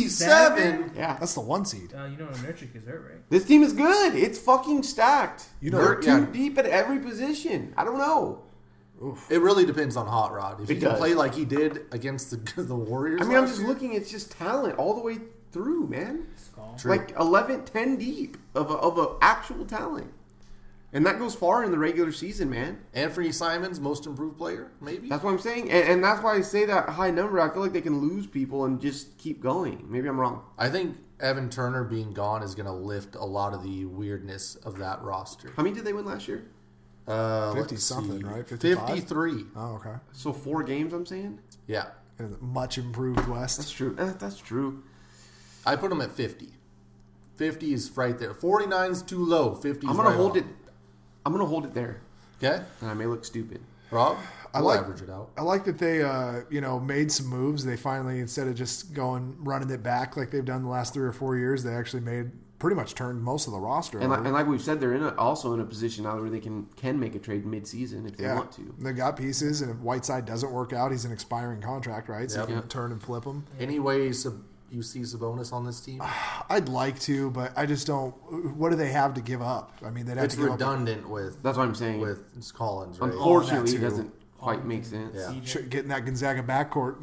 Speaker 1: Fifty-seven.
Speaker 3: Yeah,
Speaker 2: that's the one seed.
Speaker 6: Uh, you know Nurchik is hurt, right?
Speaker 3: this team is good. It's fucking stacked.
Speaker 2: You know-
Speaker 3: They're
Speaker 1: Yeah.
Speaker 3: too deep at every position. I don't know.
Speaker 1: It really depends on Hot Rod. If
Speaker 3: It
Speaker 1: he can
Speaker 3: does.
Speaker 1: play like he did against the the Warriors,
Speaker 3: I mean, I'm
Speaker 1: last
Speaker 3: just
Speaker 1: year-
Speaker 3: looking. It's just talent all the way through, man.
Speaker 6: Skull.
Speaker 1: True.
Speaker 3: Like 11, 10 deep of a, of a actual talent. and that goes far in the regular season, man.
Speaker 1: Anthony Simons, most improved player, maybe.
Speaker 3: That's what I'm saying, and, and that's why I say that high number. I feel like they can lose people and just keep going. Maybe I'm wrong.
Speaker 1: I think Evan Turner being gone is going to lift a lot of the weirdness of that roster.
Speaker 3: How many did they win last year?
Speaker 1: Uh,
Speaker 2: 50
Speaker 1: let's
Speaker 2: something,
Speaker 1: see.
Speaker 2: right? 55?
Speaker 1: 53.
Speaker 2: Oh, okay.
Speaker 3: So four games. I'm saying
Speaker 1: Yeah.
Speaker 2: And much improved
Speaker 3: that's
Speaker 2: West.
Speaker 3: true. Eh, that's true.
Speaker 1: I put him at 50. 50 is right there. 49's too low. 50 is
Speaker 3: I'm gonna
Speaker 1: right
Speaker 3: hold
Speaker 1: on.
Speaker 3: it. I'm gonna hold it there,
Speaker 1: Okay.
Speaker 3: and I may look stupid.
Speaker 1: Rob,
Speaker 2: I
Speaker 1: we'll
Speaker 2: like-
Speaker 1: average it out.
Speaker 2: I like that they, uh, you know, made some moves. They finally, instead of just going running it back like they've done the last three or four years, they actually made pretty much turned most of the roster.
Speaker 3: And,
Speaker 2: over.
Speaker 3: like, and like we've said, they're in a, also in a position now where they can can make a trade mid-season if they
Speaker 2: yeah,
Speaker 3: want to.
Speaker 2: they got pieces. And if Whiteside doesn't work out, he's an expiring contract, right? So
Speaker 1: Yep.
Speaker 2: you can
Speaker 3: Yep.
Speaker 2: turn and flip him.
Speaker 1: Any way Sab- you see Sabonis on this team?
Speaker 2: I'd like to, but I just don't. What do they have to give up? I mean, they'd have
Speaker 1: It's
Speaker 2: to give up.
Speaker 1: redundant with
Speaker 3: That's what I'm saying.
Speaker 1: with Collins, right?
Speaker 3: Unfortunately,
Speaker 2: that
Speaker 3: it
Speaker 2: too.
Speaker 3: doesn't quite make sense.
Speaker 1: Yeah.
Speaker 2: Sh- Getting that Gonzaga backcourt.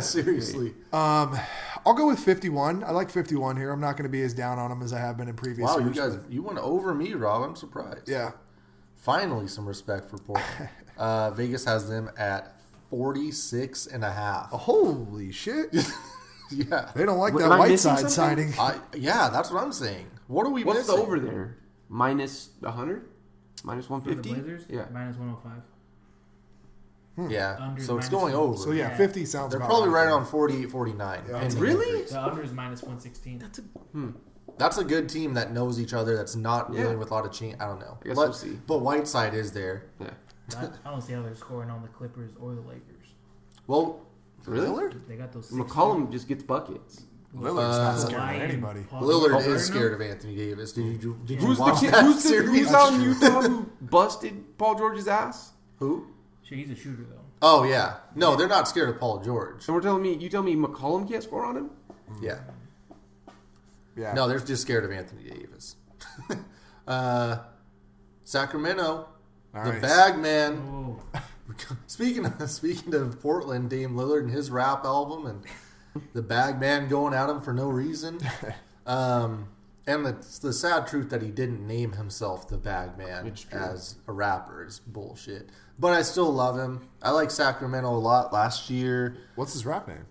Speaker 1: Seriously.
Speaker 2: I'll go with 51. I like 51 here. I'm not going to be as down on him as I have been in previous
Speaker 1: Wow,
Speaker 2: years.
Speaker 1: you guys,
Speaker 2: but-
Speaker 1: you went over me, Rob. I'm surprised.
Speaker 2: Yeah.
Speaker 1: Finally, some respect for Portland. uh, Vegas has them at 46 and a half.
Speaker 2: Oh. Holy shit.
Speaker 1: Yeah.
Speaker 2: They don't like
Speaker 3: Wait,
Speaker 2: that
Speaker 3: am I missing
Speaker 2: Whiteside
Speaker 3: something?
Speaker 1: I,
Speaker 2: signing.
Speaker 1: yeah, that's what I'm saying. What are we
Speaker 3: What's
Speaker 1: missing?
Speaker 3: the over there? Minus 100? Minus
Speaker 6: For the
Speaker 3: 150?
Speaker 6: Blazers,
Speaker 3: Yeah.
Speaker 6: minus 105.
Speaker 1: Hmm. Yeah.
Speaker 6: Under
Speaker 1: so it's
Speaker 6: minus
Speaker 1: going
Speaker 6: one.
Speaker 1: over.
Speaker 2: So yeah,
Speaker 6: Yeah.
Speaker 2: 50 sounds.
Speaker 1: They're
Speaker 2: about
Speaker 1: probably right on 48, 49.
Speaker 2: Yeah.
Speaker 1: pending
Speaker 3: Really?
Speaker 1: injuries.
Speaker 6: The under is minus 116.
Speaker 1: That's a good team that knows each other. That's not
Speaker 3: Yeah.
Speaker 1: dealing with a lot of change. I don't know.
Speaker 3: I guess
Speaker 1: but,
Speaker 3: we'll see.
Speaker 1: But Whiteside is there.
Speaker 3: Yeah.
Speaker 6: I, I don't see how they're scoring on the Clippers or the Lakers.
Speaker 1: Well,
Speaker 3: Really?
Speaker 6: They got those. Six
Speaker 3: McCollum just gets buckets.
Speaker 2: Lillard's not
Speaker 1: Uh,
Speaker 2: scared of
Speaker 6: Kawhi and
Speaker 2: anybody.
Speaker 6: Paul
Speaker 1: Lillard
Speaker 3: Oh,
Speaker 6: George
Speaker 1: is
Speaker 6: now?
Speaker 1: scared of Anthony Davis. Did you did you
Speaker 3: Who's the
Speaker 1: watch
Speaker 3: kid?
Speaker 1: that
Speaker 3: Who's, the,
Speaker 1: series?
Speaker 3: who's out in Utah who busted Paul George's ass?
Speaker 1: Who?
Speaker 6: Shit, he's a shooter though.
Speaker 1: Oh yeah. No, they're not scared of Paul George.
Speaker 3: And we're telling me, you tell me McCollum can't score on him?
Speaker 1: Yeah.
Speaker 2: Yeah.
Speaker 1: No, they're just scared of Anthony Davis. uh, Sacramento,
Speaker 2: All
Speaker 1: the
Speaker 2: right.
Speaker 1: bag man.
Speaker 6: Oh,
Speaker 1: Speaking of, speaking of Portland, Dame Lillard and his rap album, and the bag man going at him for no reason. Um, and the the sad truth that he didn't name himself the bag man
Speaker 3: It's true.
Speaker 1: as a rapper is bullshit. But I still love him. I like Sacramento a lot. Last year,
Speaker 2: What's his rap name?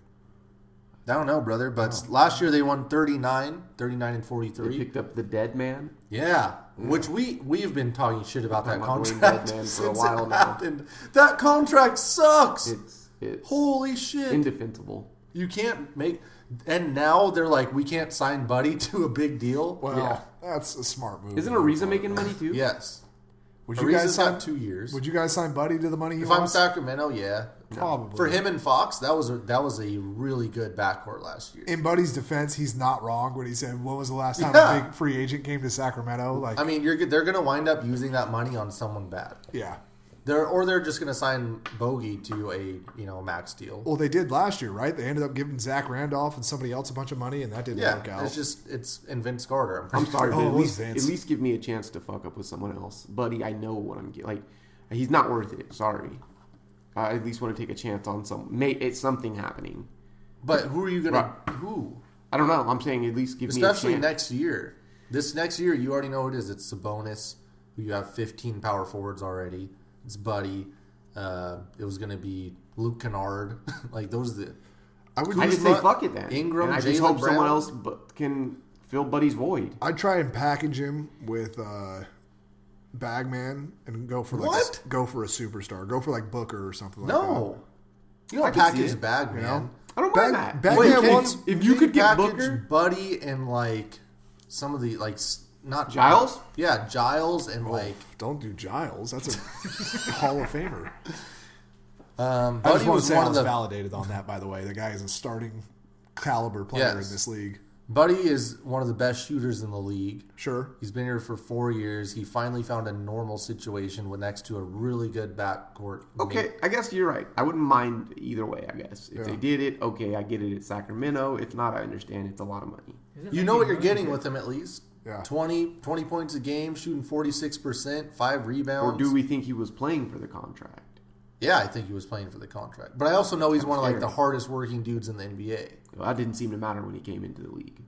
Speaker 1: I don't know, brother, but last year they won 39, 39 and
Speaker 3: Oh. They
Speaker 1: 43.
Speaker 3: picked up the dead man.
Speaker 1: Yeah, which we we've been talking shit about that
Speaker 3: Talking about Dwayne
Speaker 1: contract
Speaker 3: Dedman for a
Speaker 1: since it
Speaker 3: while now.
Speaker 1: happened. That contract sucks.
Speaker 3: It's, it's
Speaker 1: Holy shit!
Speaker 3: indefensible.
Speaker 1: you can't make. And now they're like, we can't sign Buddy to a big deal.
Speaker 2: Well,
Speaker 3: Yeah.
Speaker 2: that's a smart move.
Speaker 3: Isn't Ariza making money too?
Speaker 1: yes,
Speaker 2: Would you guys
Speaker 1: Ariza's
Speaker 2: sign?
Speaker 1: got two years.
Speaker 2: Would you guys sign Buddy to the money he
Speaker 1: if I'm
Speaker 2: wants?
Speaker 1: Sacramento, yeah,
Speaker 2: Probably.
Speaker 1: for him and Fox, that was a, that was a really good backcourt last year.
Speaker 2: In Buddy's defense, he's not wrong when he said, "When was the last time
Speaker 1: Yeah.
Speaker 2: a big free agent came to Sacramento?" Like,
Speaker 1: I mean, you're good- they're gonna wind up using that money on someone bad.
Speaker 2: yeah.
Speaker 1: They're or they're just gonna sign Bogey to a you know max deal.
Speaker 2: Well, they did last year, right? They ended up giving Zach Randolph and somebody else a bunch of money, and that didn't
Speaker 1: Yeah,
Speaker 2: work out.
Speaker 1: it's just it's and Vince Carter. I'm
Speaker 3: I'm
Speaker 1: pretty
Speaker 3: sorry,
Speaker 2: Oh,
Speaker 3: but
Speaker 2: it
Speaker 3: at
Speaker 2: was
Speaker 3: least, at
Speaker 2: Vance.
Speaker 3: least give me a chance to fuck up with someone else, buddy. I know what I'm getting. Like, he's not worth it. Sorry. I at least want to take a chance on some. May it's something happening.
Speaker 1: But who are you gonna who?
Speaker 3: I don't know. I'm saying at least give
Speaker 1: Especially
Speaker 3: me a chance.
Speaker 1: next year. This next year, you already know what it is. It's Sabonis, who you have 15 power forwards already. It's Buddy. Uh, it was gonna be Luke Kennard. like those are the
Speaker 2: I would.
Speaker 3: I
Speaker 2: just-
Speaker 3: just say
Speaker 1: Kuzma,
Speaker 3: fuck it then.
Speaker 1: Ingram,
Speaker 3: And I just
Speaker 1: Jaylen
Speaker 3: hope someone
Speaker 1: Brown.
Speaker 3: else but can fill Buddy's void.
Speaker 2: I'd try and package him with uh, Bagman and go for like a-
Speaker 1: What?
Speaker 2: go for a superstar, go for like Booker or something. like
Speaker 1: no. You
Speaker 3: Oh I
Speaker 1: don't
Speaker 3: can see
Speaker 1: package
Speaker 3: it,
Speaker 1: bag,
Speaker 2: that. You
Speaker 1: man.
Speaker 2: know,
Speaker 3: I don't
Speaker 2: Bag-
Speaker 3: mind that.
Speaker 2: Bagman
Speaker 1: Wait, can
Speaker 2: wants-
Speaker 3: if you could get
Speaker 1: package
Speaker 3: Booker-
Speaker 1: Buddy, and like some of the like s- not
Speaker 3: Giles? Oh.
Speaker 1: Yeah, Giles and like
Speaker 2: Don't do Giles. That's a Hall of Famer.
Speaker 1: um,
Speaker 2: I
Speaker 1: Buddy
Speaker 2: just want to
Speaker 1: was
Speaker 2: say I
Speaker 1: one of
Speaker 2: was
Speaker 1: the
Speaker 2: validated on that. By the way, the guy is a starting caliber player
Speaker 1: Yes.
Speaker 2: in this league.
Speaker 1: Buddy is one of the best shooters in the league.
Speaker 2: Sure.
Speaker 1: He's been here for four years. He finally found a normal situation with next to a really good backcourt.
Speaker 3: Okay,
Speaker 1: mate.
Speaker 3: I guess you're right. I wouldn't mind either way. I guess if
Speaker 2: Yeah.
Speaker 3: they did it, okay, I get it. It's Sacramento. If not, I understand. It's a lot of money.
Speaker 6: Isn't
Speaker 1: You
Speaker 6: Andy
Speaker 1: know what you're
Speaker 6: Murray
Speaker 1: getting
Speaker 6: good?
Speaker 1: with him at least.
Speaker 2: Yeah.
Speaker 1: 20, 20 points a game, shooting 46%, five rebounds.
Speaker 3: Or do we think he was playing for the contract?
Speaker 1: Yeah, I think he was playing for the contract. But I also know he's one of like
Speaker 3: fair.
Speaker 1: the hardest working dudes in the NBA.
Speaker 3: Well, that didn't seem to matter when he came into the league.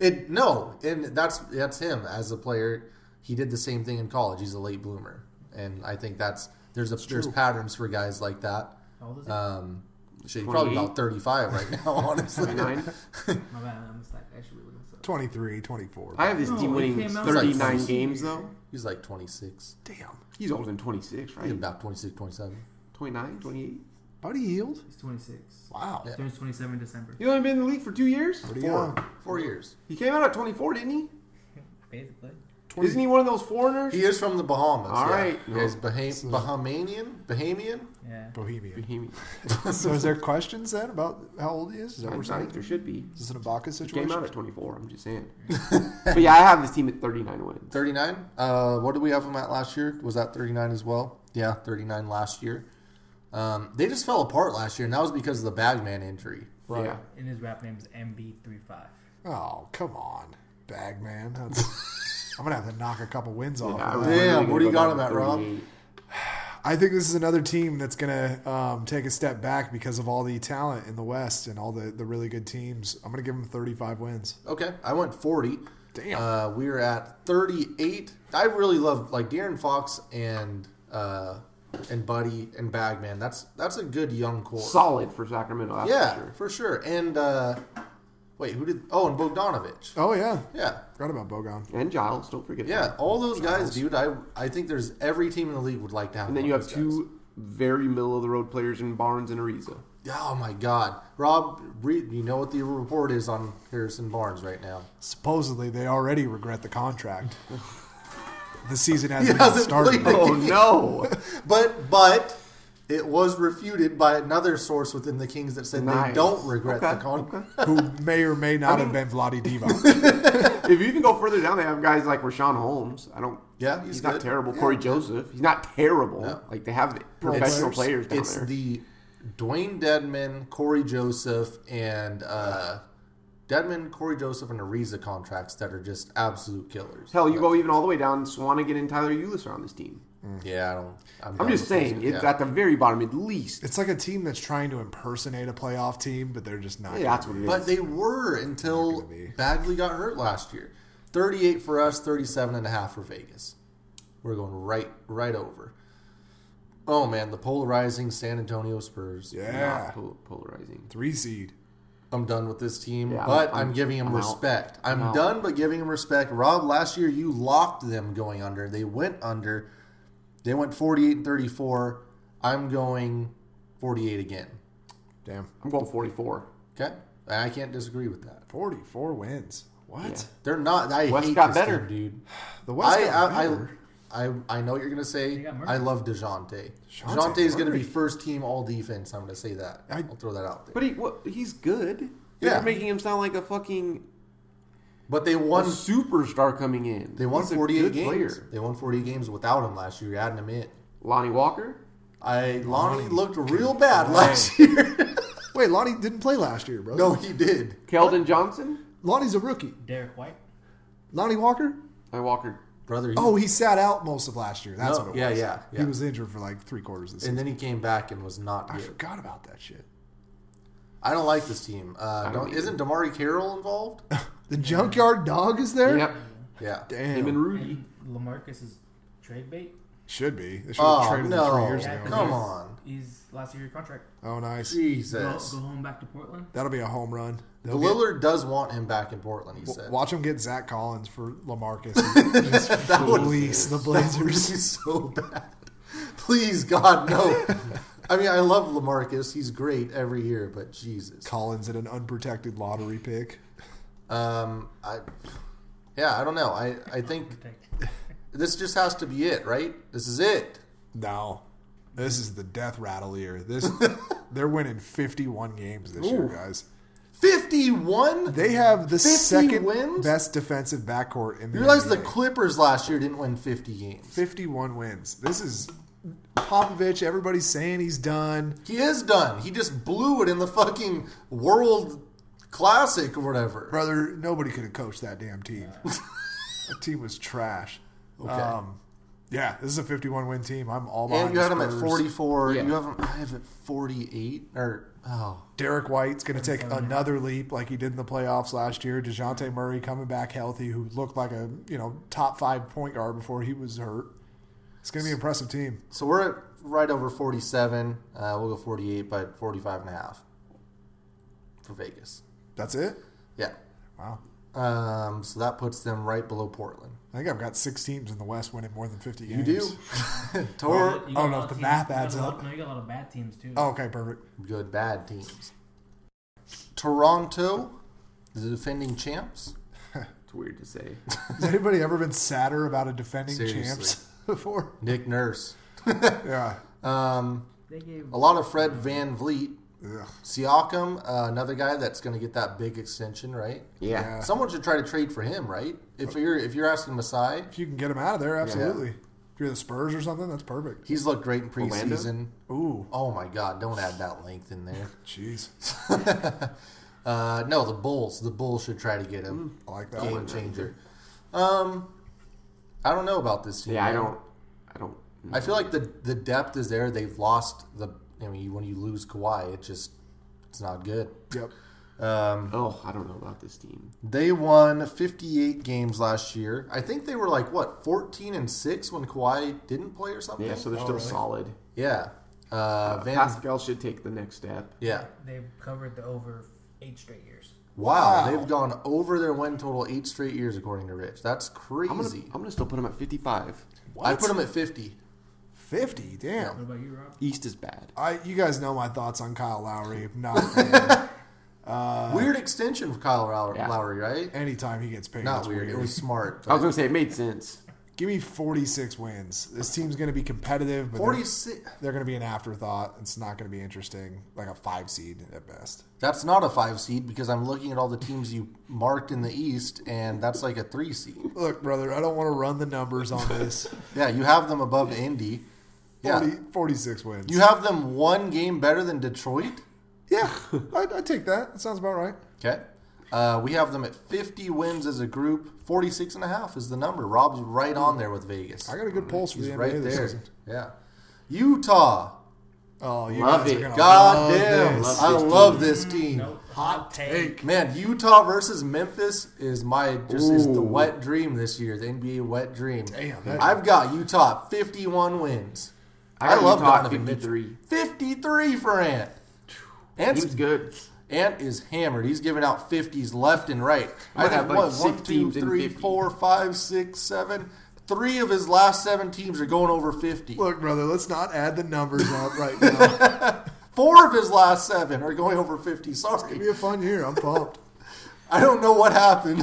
Speaker 1: it no, and that's that's him as a player. he did the same thing in college. He's a late bloomer, and I think that's there's a, there's patterns for guys like that.
Speaker 6: How old Oh, is he?
Speaker 1: Um, shit, he's probably
Speaker 3: 28?
Speaker 1: about 35 right now, honestly.
Speaker 3: 29?
Speaker 6: My bad. I'm just like actually looking this up.
Speaker 2: 23, 24.
Speaker 3: I have this
Speaker 6: No, he
Speaker 3: team winning
Speaker 6: came out
Speaker 3: 39
Speaker 1: like-
Speaker 3: games, though.
Speaker 1: He's like 26.
Speaker 2: Damn.
Speaker 3: He's older than 26,
Speaker 1: He's
Speaker 3: right?
Speaker 1: about 26, 27.
Speaker 3: 29, 28?
Speaker 2: Buddy Healed?
Speaker 6: He's 26.
Speaker 2: Wow.
Speaker 1: Yeah.
Speaker 6: Turns 27 in December.
Speaker 3: You only been in the league for two years?
Speaker 2: Pretty young.
Speaker 1: Four. Four years.
Speaker 3: He came out at 24, didn't he?
Speaker 6: Basically.
Speaker 3: Isn't he one of those foreigners?
Speaker 1: He is from the Bahamas.
Speaker 3: All
Speaker 1: yeah.
Speaker 3: right.
Speaker 1: He's Baham- Bahamian? Bahamian?
Speaker 6: Yeah.
Speaker 2: Bohemian.
Speaker 3: Bohemian.
Speaker 2: so is there questions then about how old he is? Is that what
Speaker 3: I
Speaker 2: we're
Speaker 3: think
Speaker 2: saying?
Speaker 3: there should be.
Speaker 2: Is this an Ibaka
Speaker 3: He came
Speaker 2: situation?
Speaker 3: out at 24, I'm just saying. but yeah, I have this team at 39 wins.
Speaker 1: 39? Uh, what did we have him at last year? Was that 39 as well? Yeah, 39 last year. Um, they just fell apart last year, and that was because of the Bagman injury.
Speaker 2: Right.
Speaker 3: Yeah.
Speaker 6: And his rap name is MB35.
Speaker 2: Oh, come on. Bagman. That's, I'm going to have to knock a couple wins off.
Speaker 3: Yeah, I
Speaker 2: of
Speaker 3: was
Speaker 2: that.
Speaker 1: Damn,
Speaker 3: literally
Speaker 1: what do you
Speaker 3: gonna
Speaker 1: got him
Speaker 3: go
Speaker 1: at, Rob?
Speaker 3: down to 38.
Speaker 2: I think this is another team that's going to um, take a step back because of all the talent in the West and all the, the really good teams. I'm going to give them 35 wins.
Speaker 1: Okay, I went 40.
Speaker 2: Damn.
Speaker 1: Uh, we are at 38. I really love like Darren Fox and uh, and Buddy and Bagman. That's that's a good young core.
Speaker 3: Solid for Sacramento, that's
Speaker 1: yeah,
Speaker 3: for sure.
Speaker 1: for sure. And uh, wait, who did? Oh, and Bogdanovich.
Speaker 2: Oh, yeah.
Speaker 1: Yeah,
Speaker 2: Forgot about Bogon.
Speaker 3: And Giles, don't forget. that.
Speaker 1: yeah. All those guys, dude. I I think there's every team in the league would like to have.
Speaker 3: And then
Speaker 1: one
Speaker 3: you
Speaker 1: of
Speaker 3: have
Speaker 1: those guys.
Speaker 3: two very middle of the road players in Barnes and Ariza.
Speaker 1: Oh my God, Rob, read, you know what the report is on Harrison Barnes right now?
Speaker 2: Supposedly, they already regret the contract. the season hasn't,
Speaker 1: He
Speaker 2: even
Speaker 1: hasn't
Speaker 2: started.
Speaker 1: played.
Speaker 3: Oh no!
Speaker 1: But but it was refuted by another source within the Kings that said they
Speaker 3: Nice.
Speaker 1: don't regret
Speaker 3: Okay,
Speaker 1: the contract.
Speaker 2: who may or may not have been Vladi Divac.
Speaker 3: if you even go further down, they have guys like Rashawn Holmes. I don't.
Speaker 1: Yeah,
Speaker 3: he's,
Speaker 1: he's
Speaker 3: not
Speaker 1: good.
Speaker 3: terrible. Corey Joseph, he's not terrible.
Speaker 1: No.
Speaker 3: Like they have professional players down
Speaker 1: it's
Speaker 3: there.
Speaker 1: the Dwayne Dedman, Corey Joseph, and uh, Dedman, Corey Joseph, and Ariza contracts that are just absolute killers.
Speaker 3: Hell, you go even all the way down. Swanigan and Tyler Ulis are on this team.
Speaker 1: Yeah, I don't. I'm,
Speaker 3: I'm
Speaker 1: done
Speaker 3: just
Speaker 1: with those.
Speaker 3: saying, it's
Speaker 1: Yeah.
Speaker 3: at the very bottom, at least.
Speaker 2: It's like a team that's trying to impersonate a playoff team, but they're just not.
Speaker 3: Yeah, that's what it is.
Speaker 1: But they were until
Speaker 2: gonna be.
Speaker 1: Bagley got hurt last year. 38 for us, 37 and a half for Vegas. We're going right right over. Oh man, the polarizing San Antonio Spurs.
Speaker 2: yeah,
Speaker 3: Not pol- polarizing.
Speaker 2: three seed.
Speaker 1: I'm done with this team,
Speaker 3: Yeah,
Speaker 1: but
Speaker 3: I'm-
Speaker 1: I'm, giving them
Speaker 3: I'm out.
Speaker 1: respect. I'm,
Speaker 3: I'm out.
Speaker 1: done, but giving them respect. Rob, last year you locked them going under. They went under. They went 48 and 34. I'm going 48 again.
Speaker 2: Damn,
Speaker 3: I'm going 44.
Speaker 1: Okay, I can't disagree with that.
Speaker 2: forty-four wins. What?
Speaker 3: Yeah.
Speaker 1: They're not. I
Speaker 3: West
Speaker 1: hate
Speaker 3: got
Speaker 1: this
Speaker 3: better.
Speaker 1: team, dude.
Speaker 2: The West
Speaker 1: I,
Speaker 2: got
Speaker 1: I,
Speaker 2: better.
Speaker 1: I, I, I know what you're going to say.
Speaker 6: got murdered.
Speaker 1: I love DeJounte.
Speaker 2: DeJounte
Speaker 1: DeJounte is going to be
Speaker 2: murdered.
Speaker 1: first team all defense. I'm going to say that. I,
Speaker 2: I-
Speaker 1: will throw that out there. But,
Speaker 3: But he, what, he's good.
Speaker 1: Yeah.
Speaker 3: They're making him sound like a fucking
Speaker 1: they
Speaker 3: a
Speaker 1: won.
Speaker 3: superstar coming in.
Speaker 1: They won
Speaker 3: He's a
Speaker 1: 48
Speaker 3: good
Speaker 1: games.
Speaker 3: player.
Speaker 1: They won 48 games without him last year. You're adding him in.
Speaker 3: Lonnie Walker.
Speaker 1: I Lonnie looked real bad last year.
Speaker 2: Wait, Lonnie didn't play last year, bro.
Speaker 1: no, he did.
Speaker 3: Keldon Johnson.
Speaker 2: Lonnie's a rookie.
Speaker 6: Derek White.
Speaker 2: Lonnie Walker.
Speaker 3: Lonnie Walker.
Speaker 1: Brother, he,
Speaker 2: Oh, he sat out most of last year. That's
Speaker 1: No,
Speaker 2: what it
Speaker 1: yeah,
Speaker 2: was.
Speaker 1: yeah, yeah.
Speaker 2: He was injured for like three quarters of the season.
Speaker 1: and then he came back and was not
Speaker 2: I
Speaker 1: good.
Speaker 2: forgot about that shit.
Speaker 1: I don't like this team. Uh,
Speaker 3: don't
Speaker 1: don't,
Speaker 3: either.
Speaker 1: isn't Damari Carroll involved?
Speaker 2: The junkyard dog is there.
Speaker 3: Yep.
Speaker 1: Yeah.
Speaker 3: Him and
Speaker 2: Damn.
Speaker 3: Rudy.
Speaker 6: And Lamarcus is trade bait.
Speaker 2: Should be. They should have
Speaker 1: Oh
Speaker 2: traded him three
Speaker 1: no!
Speaker 2: years ago.
Speaker 1: Come on,
Speaker 6: He's last year contract.
Speaker 2: Oh, nice.
Speaker 6: Go, go
Speaker 1: Jesus.
Speaker 6: home back to Portland.
Speaker 2: That'll be a home run. They'll get-
Speaker 1: Lillard does want him back in Portland. He said.
Speaker 2: Watch him get Zach Collins for Lamarcus. and Just fleece the Blazers.
Speaker 1: He's so bad. Please, God, no. I mean, I love Lamarcus. He's great every year, but Jesus.
Speaker 2: Collins at an unprotected lottery pick.
Speaker 1: Um, I, yeah, I don't know. I, I think this just has to be it, right? This is it.
Speaker 2: No, this is the death rattle year. This they're winning fifty-one games this year, guys.
Speaker 1: 51?
Speaker 2: They have the
Speaker 1: 50
Speaker 2: second
Speaker 1: wins?
Speaker 2: best defensive backcourt in the
Speaker 1: You realize the
Speaker 2: NBA.
Speaker 1: Clippers last year didn't win 50 games.
Speaker 2: fifty-one wins. This is Popovich. Everybody's saying he's done.
Speaker 1: He is done. He just blew it in the fucking World Classic or whatever.
Speaker 2: Brother, nobody could have coached that damn team. that team was trash.
Speaker 1: Okay.
Speaker 2: Um, Yeah, this is a 51 win team. I'm all behind.
Speaker 1: And you
Speaker 2: the
Speaker 1: had him at
Speaker 2: Spurs.
Speaker 1: 44.
Speaker 3: Yeah.
Speaker 1: You have him. I have at 48. Or oh,
Speaker 2: Derek White's going to take
Speaker 6: Seven.
Speaker 2: another leap like he did in the playoffs last year. DeJounte Murray coming back healthy, who looked like a you know top five point guard before he was hurt. It's going to be an impressive team.
Speaker 1: so we're at right over 47. Uh, we'll go 48, but 45 and a half for Vegas.
Speaker 2: That's it.
Speaker 1: Yeah.
Speaker 2: Wow.
Speaker 1: Um, so that puts them right below Portland.
Speaker 2: I think I've got six teams in the West winning more than 50
Speaker 1: You
Speaker 2: games.
Speaker 1: do. Tor
Speaker 6: You got
Speaker 2: oh,
Speaker 6: a
Speaker 2: no, if
Speaker 6: lot of
Speaker 2: the
Speaker 6: teams-
Speaker 2: math
Speaker 6: you got
Speaker 2: adds
Speaker 6: a lot-
Speaker 2: up.
Speaker 6: No, you got a lot of bad teams too.
Speaker 2: Oh, okay, perfect.
Speaker 1: good bad teams. Toronto, the defending champs.
Speaker 3: It's weird to say.
Speaker 2: Has anybody ever been sadder about a defending
Speaker 1: Seriously.
Speaker 2: champs before?
Speaker 1: Nick Nurse.
Speaker 2: Yeah.
Speaker 1: Um,
Speaker 6: They gave
Speaker 1: a lot of Fred Van Vliet.
Speaker 2: Ugh.
Speaker 1: Siakam, uh, another guy that's going to get that big extension, right?
Speaker 3: Yeah.
Speaker 2: Yeah.
Speaker 1: Someone should try to trade for him, right? If you're if you're asking Masai,
Speaker 2: If you can get him out of there, absolutely. If you're the Spurs or something, that's perfect.
Speaker 1: he's looked great in
Speaker 3: Orlando?
Speaker 1: preseason.
Speaker 2: Ooh,
Speaker 1: Oh my God! Don't add that length in there.
Speaker 2: jeez.
Speaker 1: uh, no, the Bulls. The Bulls should try to get him.
Speaker 2: I
Speaker 3: Hmm.
Speaker 2: like that
Speaker 1: Game
Speaker 2: one.
Speaker 1: changer. Um, I don't know about this team.
Speaker 3: Yeah, I
Speaker 1: man.
Speaker 3: don't. I don't.
Speaker 1: I feel like the the depth is there. They've lost the. I mean, when you lose Kawhi, it just it's not good.
Speaker 2: Yep.
Speaker 1: Um,
Speaker 3: Oh, I don't know about this team.
Speaker 1: they won 58 games last year. I think they were like what 14 and six when Kawhi didn't play or something.
Speaker 3: Yeah, so they're still
Speaker 2: really?
Speaker 3: solid.
Speaker 1: yeah. Uh,
Speaker 3: Uh,
Speaker 1: Van.
Speaker 3: Pascal should take the next step.
Speaker 1: yeah.
Speaker 6: they've covered the over eight straight years.
Speaker 1: Wow,
Speaker 2: Wow.
Speaker 1: They've gone over their win total eight straight years, according to Rich. That's crazy.
Speaker 3: I'm gonna, I'm gonna still put him at 55.
Speaker 1: I put them at 50.
Speaker 2: 50. Damn.
Speaker 6: What about you, Rob?
Speaker 3: East is bad.
Speaker 2: I, you guys know my thoughts on Kyle Lowry. Not a fan.
Speaker 1: Weird extension for Kyle Lowry,
Speaker 3: Uh, Yeah.
Speaker 1: Lowry right?
Speaker 2: anytime he gets paid.
Speaker 1: Not
Speaker 2: it's
Speaker 1: weird. It was smart.
Speaker 3: I was gonna say it made sense.
Speaker 2: Give me 46 wins. This team's going to be competitive, but
Speaker 1: 46.
Speaker 2: they're, they're going to be an afterthought. It's not going to be interesting. Like a five seed at best.
Speaker 1: That's not a five seed because I'm looking at all the teams you marked in the East, and that's like a three seed.
Speaker 2: Look, brother, I don't want to run the numbers on this.
Speaker 1: Yeah, you have them above Indy. Yeah,
Speaker 2: 40, 46 wins.
Speaker 1: you have them one game better than Detroit.
Speaker 2: yeah, I, I take that. That sounds about right.
Speaker 1: Okay. Uh, we have them at 50 wins as a group. 46 and a half is the number. Rob's right on there with Vegas.
Speaker 2: I got a good pulse for
Speaker 1: He's
Speaker 2: the NBA
Speaker 1: right
Speaker 2: this
Speaker 1: there.
Speaker 2: season.
Speaker 1: Yeah. Utah.
Speaker 2: Oh, you
Speaker 3: Love
Speaker 2: guys
Speaker 3: it.
Speaker 2: are gonna
Speaker 1: God
Speaker 2: love
Speaker 1: damn.
Speaker 2: this.
Speaker 1: I
Speaker 3: Oh, Love this
Speaker 1: love
Speaker 3: team.
Speaker 1: this team.
Speaker 6: Hot take.
Speaker 1: Man, Utah versus Memphis is my just is the
Speaker 3: Ooh.
Speaker 1: wet dream this year, the NBA wet dream.
Speaker 2: Damn, that-
Speaker 1: I've got Utah at 51 wins. I,
Speaker 3: got
Speaker 1: love
Speaker 3: Utah at
Speaker 1: Donovan
Speaker 3: 53.
Speaker 1: Mitchell. 53 for Ant.
Speaker 3: He's
Speaker 1: Ant's,
Speaker 3: good.
Speaker 1: Ant is hammered. He's giving out 50s left and right. I have
Speaker 3: might have, like,
Speaker 1: one,
Speaker 3: six
Speaker 1: one, two,
Speaker 3: teams in
Speaker 1: three,
Speaker 3: 50.
Speaker 1: four, five, six, seven. Three of his last seven teams are going over 50.
Speaker 2: Look, brother, let's not add the numbers up right now.
Speaker 1: Four of his last seven are going over 50. Sorry.
Speaker 2: It'll be a fun year. I'm pumped.
Speaker 1: I don't know what happened,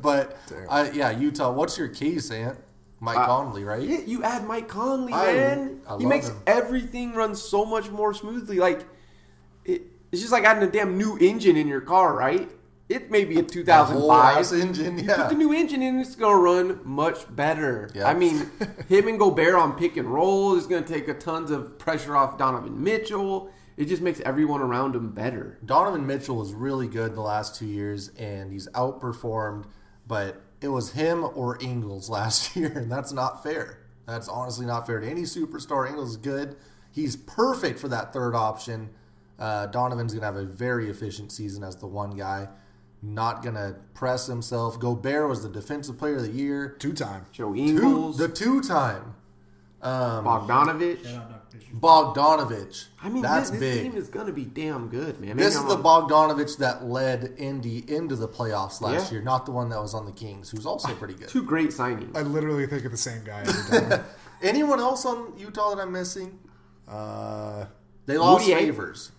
Speaker 1: but
Speaker 2: Damn.
Speaker 1: I, yeah, Utah. What's your case, Ant? Mike
Speaker 3: Uh,
Speaker 1: Conley, right?
Speaker 3: Yeah, you add Mike Conley,
Speaker 1: I-
Speaker 3: man.
Speaker 1: I love
Speaker 3: he makes
Speaker 1: him.
Speaker 3: everything run so much more smoothly. Like it, it's just like adding a damn new engine in your car, right? It may be a
Speaker 1: The whole ass
Speaker 3: 2005.
Speaker 1: engine.
Speaker 3: You put the
Speaker 1: Yeah,
Speaker 3: new engine in, it's gonna run much better.
Speaker 1: Yeah.
Speaker 3: I mean, him and Gobert on pick and roll is gonna take a tons of pressure off Donovan Mitchell. It just makes everyone around him better.
Speaker 1: Donovan Mitchell was really good the last two years, and he's outperformed. But it was him or Ingles last year, and that's not fair. That's honestly not fair to any superstar. Ingles is good. He's perfect for that third option. Uh, Donovan's gonna have a very efficient season as the one guy. Not gonna press himself. Gobert was the defensive player of the year.
Speaker 2: Two time.
Speaker 3: Joe
Speaker 1: Two,
Speaker 3: Ingles,
Speaker 1: the two time
Speaker 6: Shout
Speaker 3: Bogdanovich.
Speaker 6: out, Dr. Fisher.
Speaker 1: Bogdanovich.
Speaker 3: I mean,
Speaker 1: that's
Speaker 3: this, this
Speaker 1: big.
Speaker 3: team is gonna be damn good, man. Maybe
Speaker 1: this is
Speaker 3: I'm
Speaker 1: the
Speaker 3: wrong.
Speaker 1: Bogdanovich that led Indy into the playoffs last
Speaker 3: Yeah.
Speaker 1: year, not the one that was on the Kings, who's also pretty good.
Speaker 3: two great signings.
Speaker 2: I literally think of the same guy every time.
Speaker 1: Anyone else on Utah that I'm missing?
Speaker 2: uh,
Speaker 1: They lost
Speaker 3: Moutier.
Speaker 1: favors.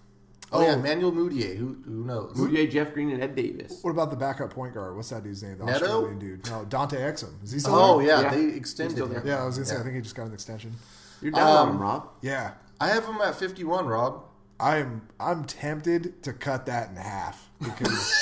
Speaker 1: Oh, yeah, Manuel Moutier. Who who knows?
Speaker 3: Bouye, Jeff Green, and Ed Davis.
Speaker 2: what about the backup point guard? What's that dude's name? The
Speaker 1: Neto?
Speaker 2: Australian dude. No, Dante Exum. Is he still
Speaker 1: Oh
Speaker 2: there?
Speaker 1: yeah,
Speaker 3: Yeah.
Speaker 1: they
Speaker 3: He's
Speaker 1: extended
Speaker 3: still
Speaker 1: him.
Speaker 3: there.
Speaker 2: Yeah, I was going to say,
Speaker 1: Yeah.
Speaker 2: I think he just got an extension.
Speaker 3: You're down on
Speaker 1: Um,
Speaker 3: him, Rob.
Speaker 2: Yeah.
Speaker 1: I have him at 51, Rob.
Speaker 2: I am I'm tempted to cut that in half because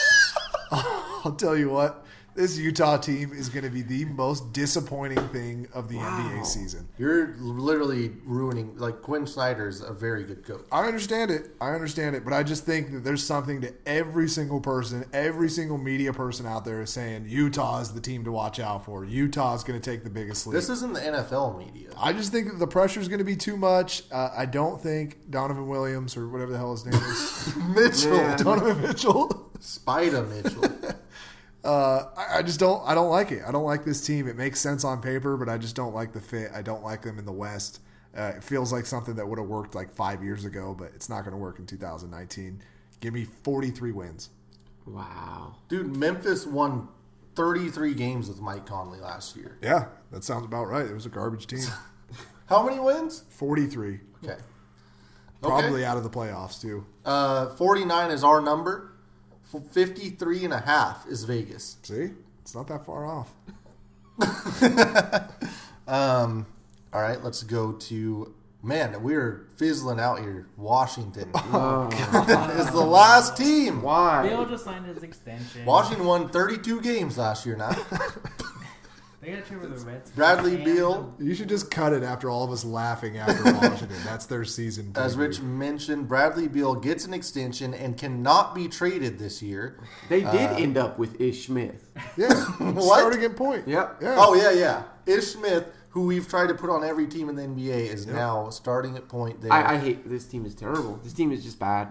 Speaker 2: I'll tell you what, This Utah team is going to be the most disappointing thing of the NBA season.
Speaker 1: You're literally ruining. Like Quinn Snyder's a very good coach.
Speaker 2: I understand it. I understand it. But I just think that there's something to every single person, every single media person out there is saying Utah is the team to watch out for. Utah is going to take the biggest lead.
Speaker 1: This isn't the NFL media.
Speaker 2: I just think that the pressure is going to be too much. Uh, I don't think Donovan Williams or whatever the hell his name is, Mitchell,
Speaker 3: Yeah.
Speaker 2: Donovan Mitchell.
Speaker 1: Spider Mitchell.
Speaker 2: Uh, I, I just don't. I don't like it. I don't like this team. It makes sense on paper, but I just don't like the fit. I don't like them in the West. Uh, it feels like something that would have worked like five years ago, but it's not going to work in 2019. Give me 43 wins.
Speaker 3: Wow.
Speaker 1: Dude, Memphis won 33 games with Mike Conley last year.
Speaker 2: Yeah, that sounds about right. It was a garbage team.
Speaker 1: How many wins?
Speaker 2: 43,
Speaker 1: Okay. Okay.
Speaker 2: probably out of the playoffs too.
Speaker 1: Uh, 49 is our number. F- 53 and a half is Vegas.
Speaker 2: See, it's not that far off.
Speaker 1: Um, all right, let's go to man. We're fizzling out here. Washington is the last team.
Speaker 3: Why?
Speaker 6: Bill just signed his extension.
Speaker 1: Washington won 32 games last year. Now
Speaker 6: They got Trevor the Reds.
Speaker 1: Bradley
Speaker 6: And
Speaker 1: Beal.
Speaker 2: You should just cut it after all of us laughing after Washington. That's their season.
Speaker 1: As
Speaker 2: preview.
Speaker 1: Rich mentioned, Bradley Beal gets an extension and cannot be traded this year.
Speaker 3: They did
Speaker 1: Uh,
Speaker 3: end up with Ish Smith.
Speaker 2: yeah,
Speaker 1: What?
Speaker 2: starting at point.
Speaker 3: Yep.
Speaker 2: Yeah.
Speaker 1: Oh yeah, yeah. Ish Smith, who we've tried to put on every team in the NBA, is now starting at point there.
Speaker 3: I, I hate this team is terrible. This team is just bad.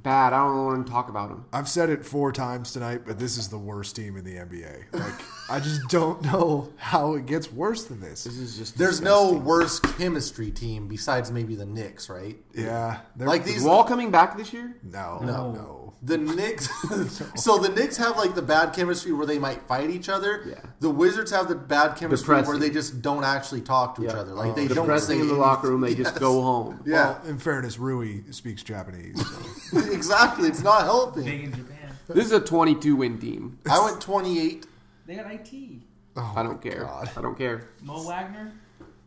Speaker 3: Bad. I don't want to talk about them.
Speaker 2: I've said it four times tonight, but this is the worst team in the NBA. Like, I just don't know how it gets worse than this.
Speaker 3: This is just
Speaker 1: There's no
Speaker 3: disgusting.
Speaker 1: worse chemistry team besides maybe the Knicks, right?
Speaker 2: Yeah, they're-
Speaker 1: Like these
Speaker 3: Is Wall coming back this year?
Speaker 2: No,
Speaker 1: No.
Speaker 2: no,
Speaker 1: The Knicks. so the Knicks have like the bad chemistry where they might fight each other.
Speaker 3: Yeah.
Speaker 1: The Wizards have the bad chemistry where
Speaker 3: pressing.
Speaker 1: they just don't actually talk to each
Speaker 3: Yeah. Oh,
Speaker 1: other. Like they don't
Speaker 3: Depressing
Speaker 1: say
Speaker 3: in the
Speaker 1: anything.
Speaker 3: locker room. They just
Speaker 1: Yes.
Speaker 3: go home.
Speaker 1: Yeah,
Speaker 2: Well, in fairness, Rui speaks Japanese. so-
Speaker 1: exactly. It's not helping.
Speaker 6: Big in Japan.
Speaker 3: This is a 22 win team.
Speaker 1: I went 28.
Speaker 6: They got IT.
Speaker 2: Oh
Speaker 3: I don't
Speaker 2: my
Speaker 3: care.
Speaker 2: God.
Speaker 3: I don't care.
Speaker 6: Mo Wagner.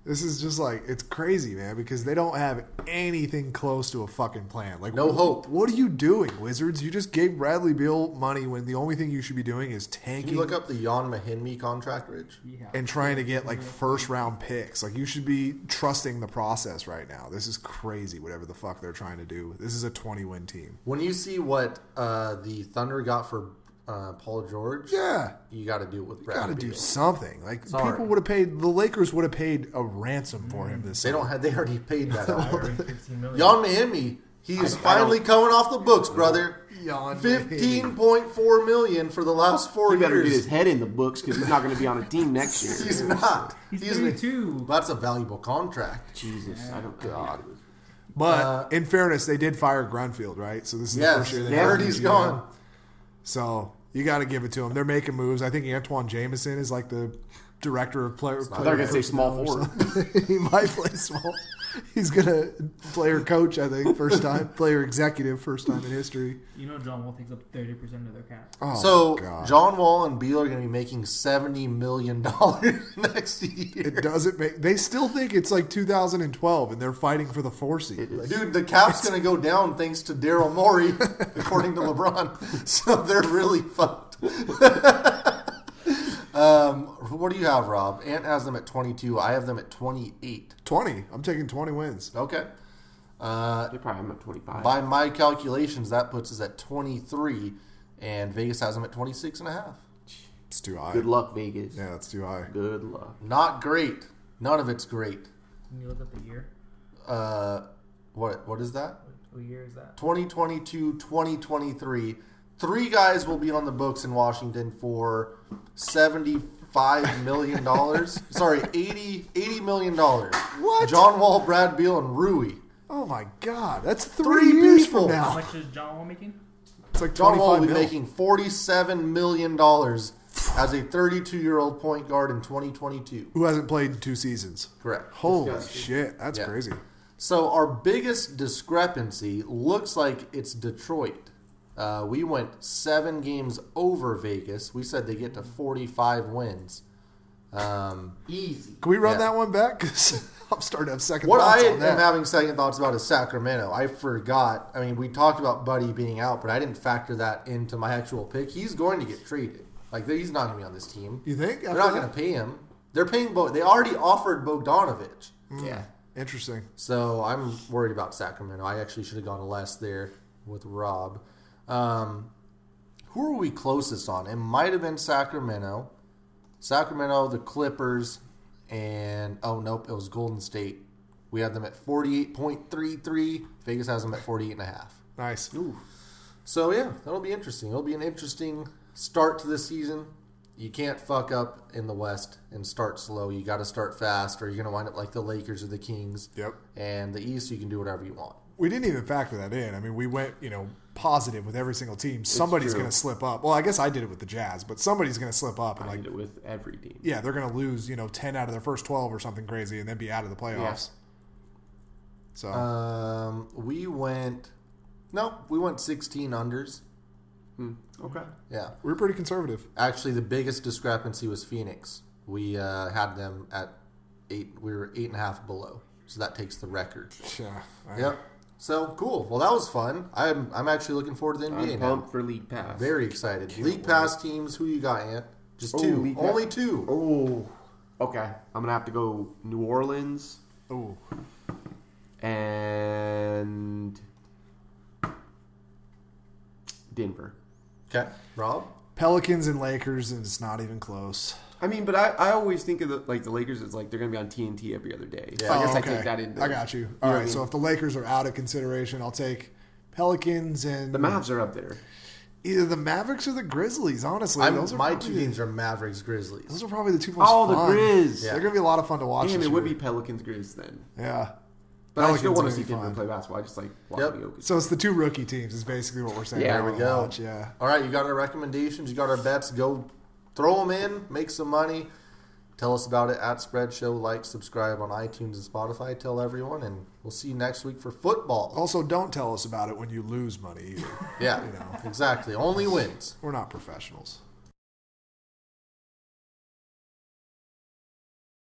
Speaker 2: This is just like it's crazy, man, because they don't have anything close to a fucking plan. Like
Speaker 1: No
Speaker 2: wh-
Speaker 1: hope.
Speaker 2: What are you doing, Wizards? You just gave Bradley Beal money when the only thing you should be doing is
Speaker 1: Can
Speaker 2: tanking
Speaker 1: you look up the Jan Mahinmi contract, Rich?
Speaker 6: Yeah.
Speaker 2: and trying to get like first round picks. Like you should be trusting the process right now. This is crazy. Whatever the fuck they're trying to do. This is a twenty win team.
Speaker 1: When you see what uh, the Thunder got for uh, Paul George,
Speaker 2: Yeah,
Speaker 1: you got to do it with
Speaker 2: got to
Speaker 1: Bradley
Speaker 2: do
Speaker 1: Beal.
Speaker 2: something. Like
Speaker 1: Sorry.
Speaker 2: people would have paid. The Lakers would have paid a ransom for him this.
Speaker 1: They
Speaker 2: summer.
Speaker 1: don't have. They already paid that. out.
Speaker 6: Hiring 15 million.
Speaker 1: Jan Mahinmi, he is finally coming off the books, brother.
Speaker 2: Jan
Speaker 1: Fifteen point four million for the last four
Speaker 3: He better get
Speaker 1: years.
Speaker 3: his head in the books because he's not going to be on a team next year.
Speaker 1: He's not.
Speaker 6: He's,
Speaker 1: He's-
Speaker 6: 32.
Speaker 1: That's a valuable contract.
Speaker 3: Jesus, I don't. God.
Speaker 2: But
Speaker 1: Uh,
Speaker 2: in fairness, they did fire Grunfield, right? So this is the
Speaker 1: Yes,
Speaker 2: first year they
Speaker 1: yeah,
Speaker 2: hired
Speaker 1: heard he's
Speaker 2: him.
Speaker 1: gone.
Speaker 2: So you got to give it to them. They're making moves. I think Antoine Jameson is like the director of player.
Speaker 1: not-
Speaker 3: I
Speaker 2: player
Speaker 3: thought you were going to say small
Speaker 2: personnel or
Speaker 3: forward.
Speaker 2: something. he might play small. He's gonna player coach. I think first time player executive, first time in history.
Speaker 6: You know John Wall takes up 30% of their cap.
Speaker 2: Oh,
Speaker 1: so
Speaker 2: God.
Speaker 1: John Wall and Beal are going to be making seventy million dollars next year.
Speaker 2: It doesn't make. They still think it's like 2012, and they're fighting for the four seed. Like,
Speaker 1: Dude, the cap's going to go down thanks to Daryl Morey, according to LeBron. So they're really fucked. um, what do you have, Rob? Ant has them at 22. I have them at 28.
Speaker 2: 20. I'm taking 20 wins.
Speaker 1: Okay. Uh,
Speaker 3: They probably have him at 25.
Speaker 1: by my calculations, that puts us at 23, and Vegas has them at 26 and a half.
Speaker 2: It's too high.
Speaker 3: Good luck, Vegas.
Speaker 2: Yeah, that's too high.
Speaker 3: Good luck.
Speaker 1: Not great. None of it's great.
Speaker 6: Can you look up the year?
Speaker 1: Uh, what What is that?
Speaker 6: What, what year is that?
Speaker 1: 2022, 2023. Three guys will be on the books in Washington for $75 million. Sorry, 80, $80 million. What? John Wall, Brad Beal, and Rui.
Speaker 2: Oh my God, that's three,
Speaker 1: Three
Speaker 2: years
Speaker 1: people.
Speaker 2: from
Speaker 6: How
Speaker 2: now.
Speaker 6: much is John Wall making?
Speaker 2: It's like
Speaker 1: John
Speaker 2: 25
Speaker 1: Wall will be
Speaker 2: mil.
Speaker 1: making $47 million as a 32 year old point guard in 2022.
Speaker 2: who hasn't played in two seasons.
Speaker 1: Correct.
Speaker 2: Holy
Speaker 3: Disgusting.
Speaker 2: shit, that's
Speaker 1: Yeah.
Speaker 2: crazy.
Speaker 1: So our biggest discrepancy looks like it's Detroit. Uh, we went seven games over Vegas. We said they get to 45 wins. Um,
Speaker 3: Easy.
Speaker 2: Can we run
Speaker 1: Yeah.
Speaker 2: that one back? Because I'm starting to have second
Speaker 1: what I
Speaker 2: thoughts on
Speaker 1: am
Speaker 2: that.
Speaker 1: having second thoughts about is Sacramento. I forgot. I mean, we talked about Buddy being out, but I didn't factor that into my actual pick. He's going to get traded. Like he's not gonna be on this team.
Speaker 2: You think?
Speaker 1: They're
Speaker 2: after
Speaker 1: not
Speaker 2: that?
Speaker 1: gonna pay him. They're paying. Bo- they already offered Bogdanovich.
Speaker 3: Yeah.
Speaker 2: Interesting.
Speaker 1: So I'm worried about Sacramento. I actually should have gone less there with Rob. Um, who are we closest on? It might have been Sacramento. Sacramento, the Clippers, and oh nope, it was Golden State. We had them at 48.33. Vegas has them at 48.5.
Speaker 2: Nice.
Speaker 1: So yeah, that'll be interesting. It'll be an interesting start to the season. You can't fuck up in the West and start slow. You got to start fast, or you're gonna wind up like the Lakers or the Kings.
Speaker 2: Yep.
Speaker 1: And the East, you can do whatever you want.
Speaker 2: We didn't even factor that in. I mean, we went, you know, positive with every single team. Somebody's
Speaker 3: true.
Speaker 2: going to slip up. Well, I guess I did it with the Jazz, but somebody's going to slip up and
Speaker 3: I
Speaker 2: like
Speaker 3: did it with every team.
Speaker 2: yeah, they're going to lose, you know, 10 out of their first 12 or something crazy and then be out of the playoffs. So,
Speaker 3: Uh,
Speaker 1: Um, we went, no, we went 16 unders.
Speaker 3: Hmm. Okay.
Speaker 1: Yeah,
Speaker 2: we we're pretty conservative.
Speaker 1: actually, the biggest discrepancy was Phoenix. We uh, had them at eight. We were eight and a half below, so that takes the record.
Speaker 2: Yeah. I-
Speaker 1: Yep. So cool. Well, that was fun. I'm I'm actually looking forward to the NBA
Speaker 3: I'm
Speaker 1: now.
Speaker 3: pumped for league pass.
Speaker 1: Very excited. league pass teams. Who you got, Ant? Just
Speaker 3: Oh,
Speaker 1: two.
Speaker 3: league pass.
Speaker 1: Only two.
Speaker 3: Oh. Okay. I'm gonna have to go New Orleans
Speaker 2: Oh,
Speaker 3: and Denver.
Speaker 1: Okay, Rob.
Speaker 2: Pelicans and Lakers and it's not even close.
Speaker 3: I mean, but I, I always think of the like the Lakers as like they're gonna be on TNT every other day. So
Speaker 1: Yeah.
Speaker 3: I guess
Speaker 2: Oh,
Speaker 3: I
Speaker 2: okay.
Speaker 3: take that into
Speaker 2: I got you.
Speaker 3: know
Speaker 2: All
Speaker 3: what
Speaker 2: right,
Speaker 3: I
Speaker 2: so
Speaker 3: mean?
Speaker 2: if the Lakers are out of consideration, I'll take Pelicans and
Speaker 3: The Mavs are up there.
Speaker 2: either the Mavericks or the Grizzlies. Honestly,
Speaker 1: I'm,
Speaker 2: those are
Speaker 1: my
Speaker 2: probably
Speaker 1: two
Speaker 2: the-
Speaker 1: teams are Mavericks
Speaker 2: Those
Speaker 1: Grizzlies.
Speaker 2: are probably the two most.
Speaker 3: Oh, the
Speaker 2: fun.
Speaker 3: Grizz.
Speaker 1: Yeah.
Speaker 2: They're gonna be a lot of fun to watch.
Speaker 3: Damn,
Speaker 2: this
Speaker 3: it would be
Speaker 2: year.
Speaker 3: Pelicans Grizz then.
Speaker 2: Yeah.
Speaker 3: But I still
Speaker 2: Pelicans
Speaker 3: want
Speaker 2: would
Speaker 3: to see
Speaker 2: be
Speaker 3: Denver
Speaker 2: fun.
Speaker 3: play basketball. I just like
Speaker 1: Yep.
Speaker 3: watching Jokic.
Speaker 2: So it's the two rookie teams. Is basically what we're saying.
Speaker 3: Yeah,
Speaker 1: we
Speaker 2: we
Speaker 3: there
Speaker 2: wanna
Speaker 1: go.
Speaker 2: Watch. Yeah.
Speaker 1: All right, you got our recommendations. You got our bets. Go throw them in. Make some money. Tell us about it at Spread Show. Like, subscribe on iTunes and Spotify. Tell everyone, and we'll see you next week for football.
Speaker 2: Also, don't tell us about it when you lose money. Either.
Speaker 1: Yeah, exactly. Only wins.
Speaker 2: We're not professionals.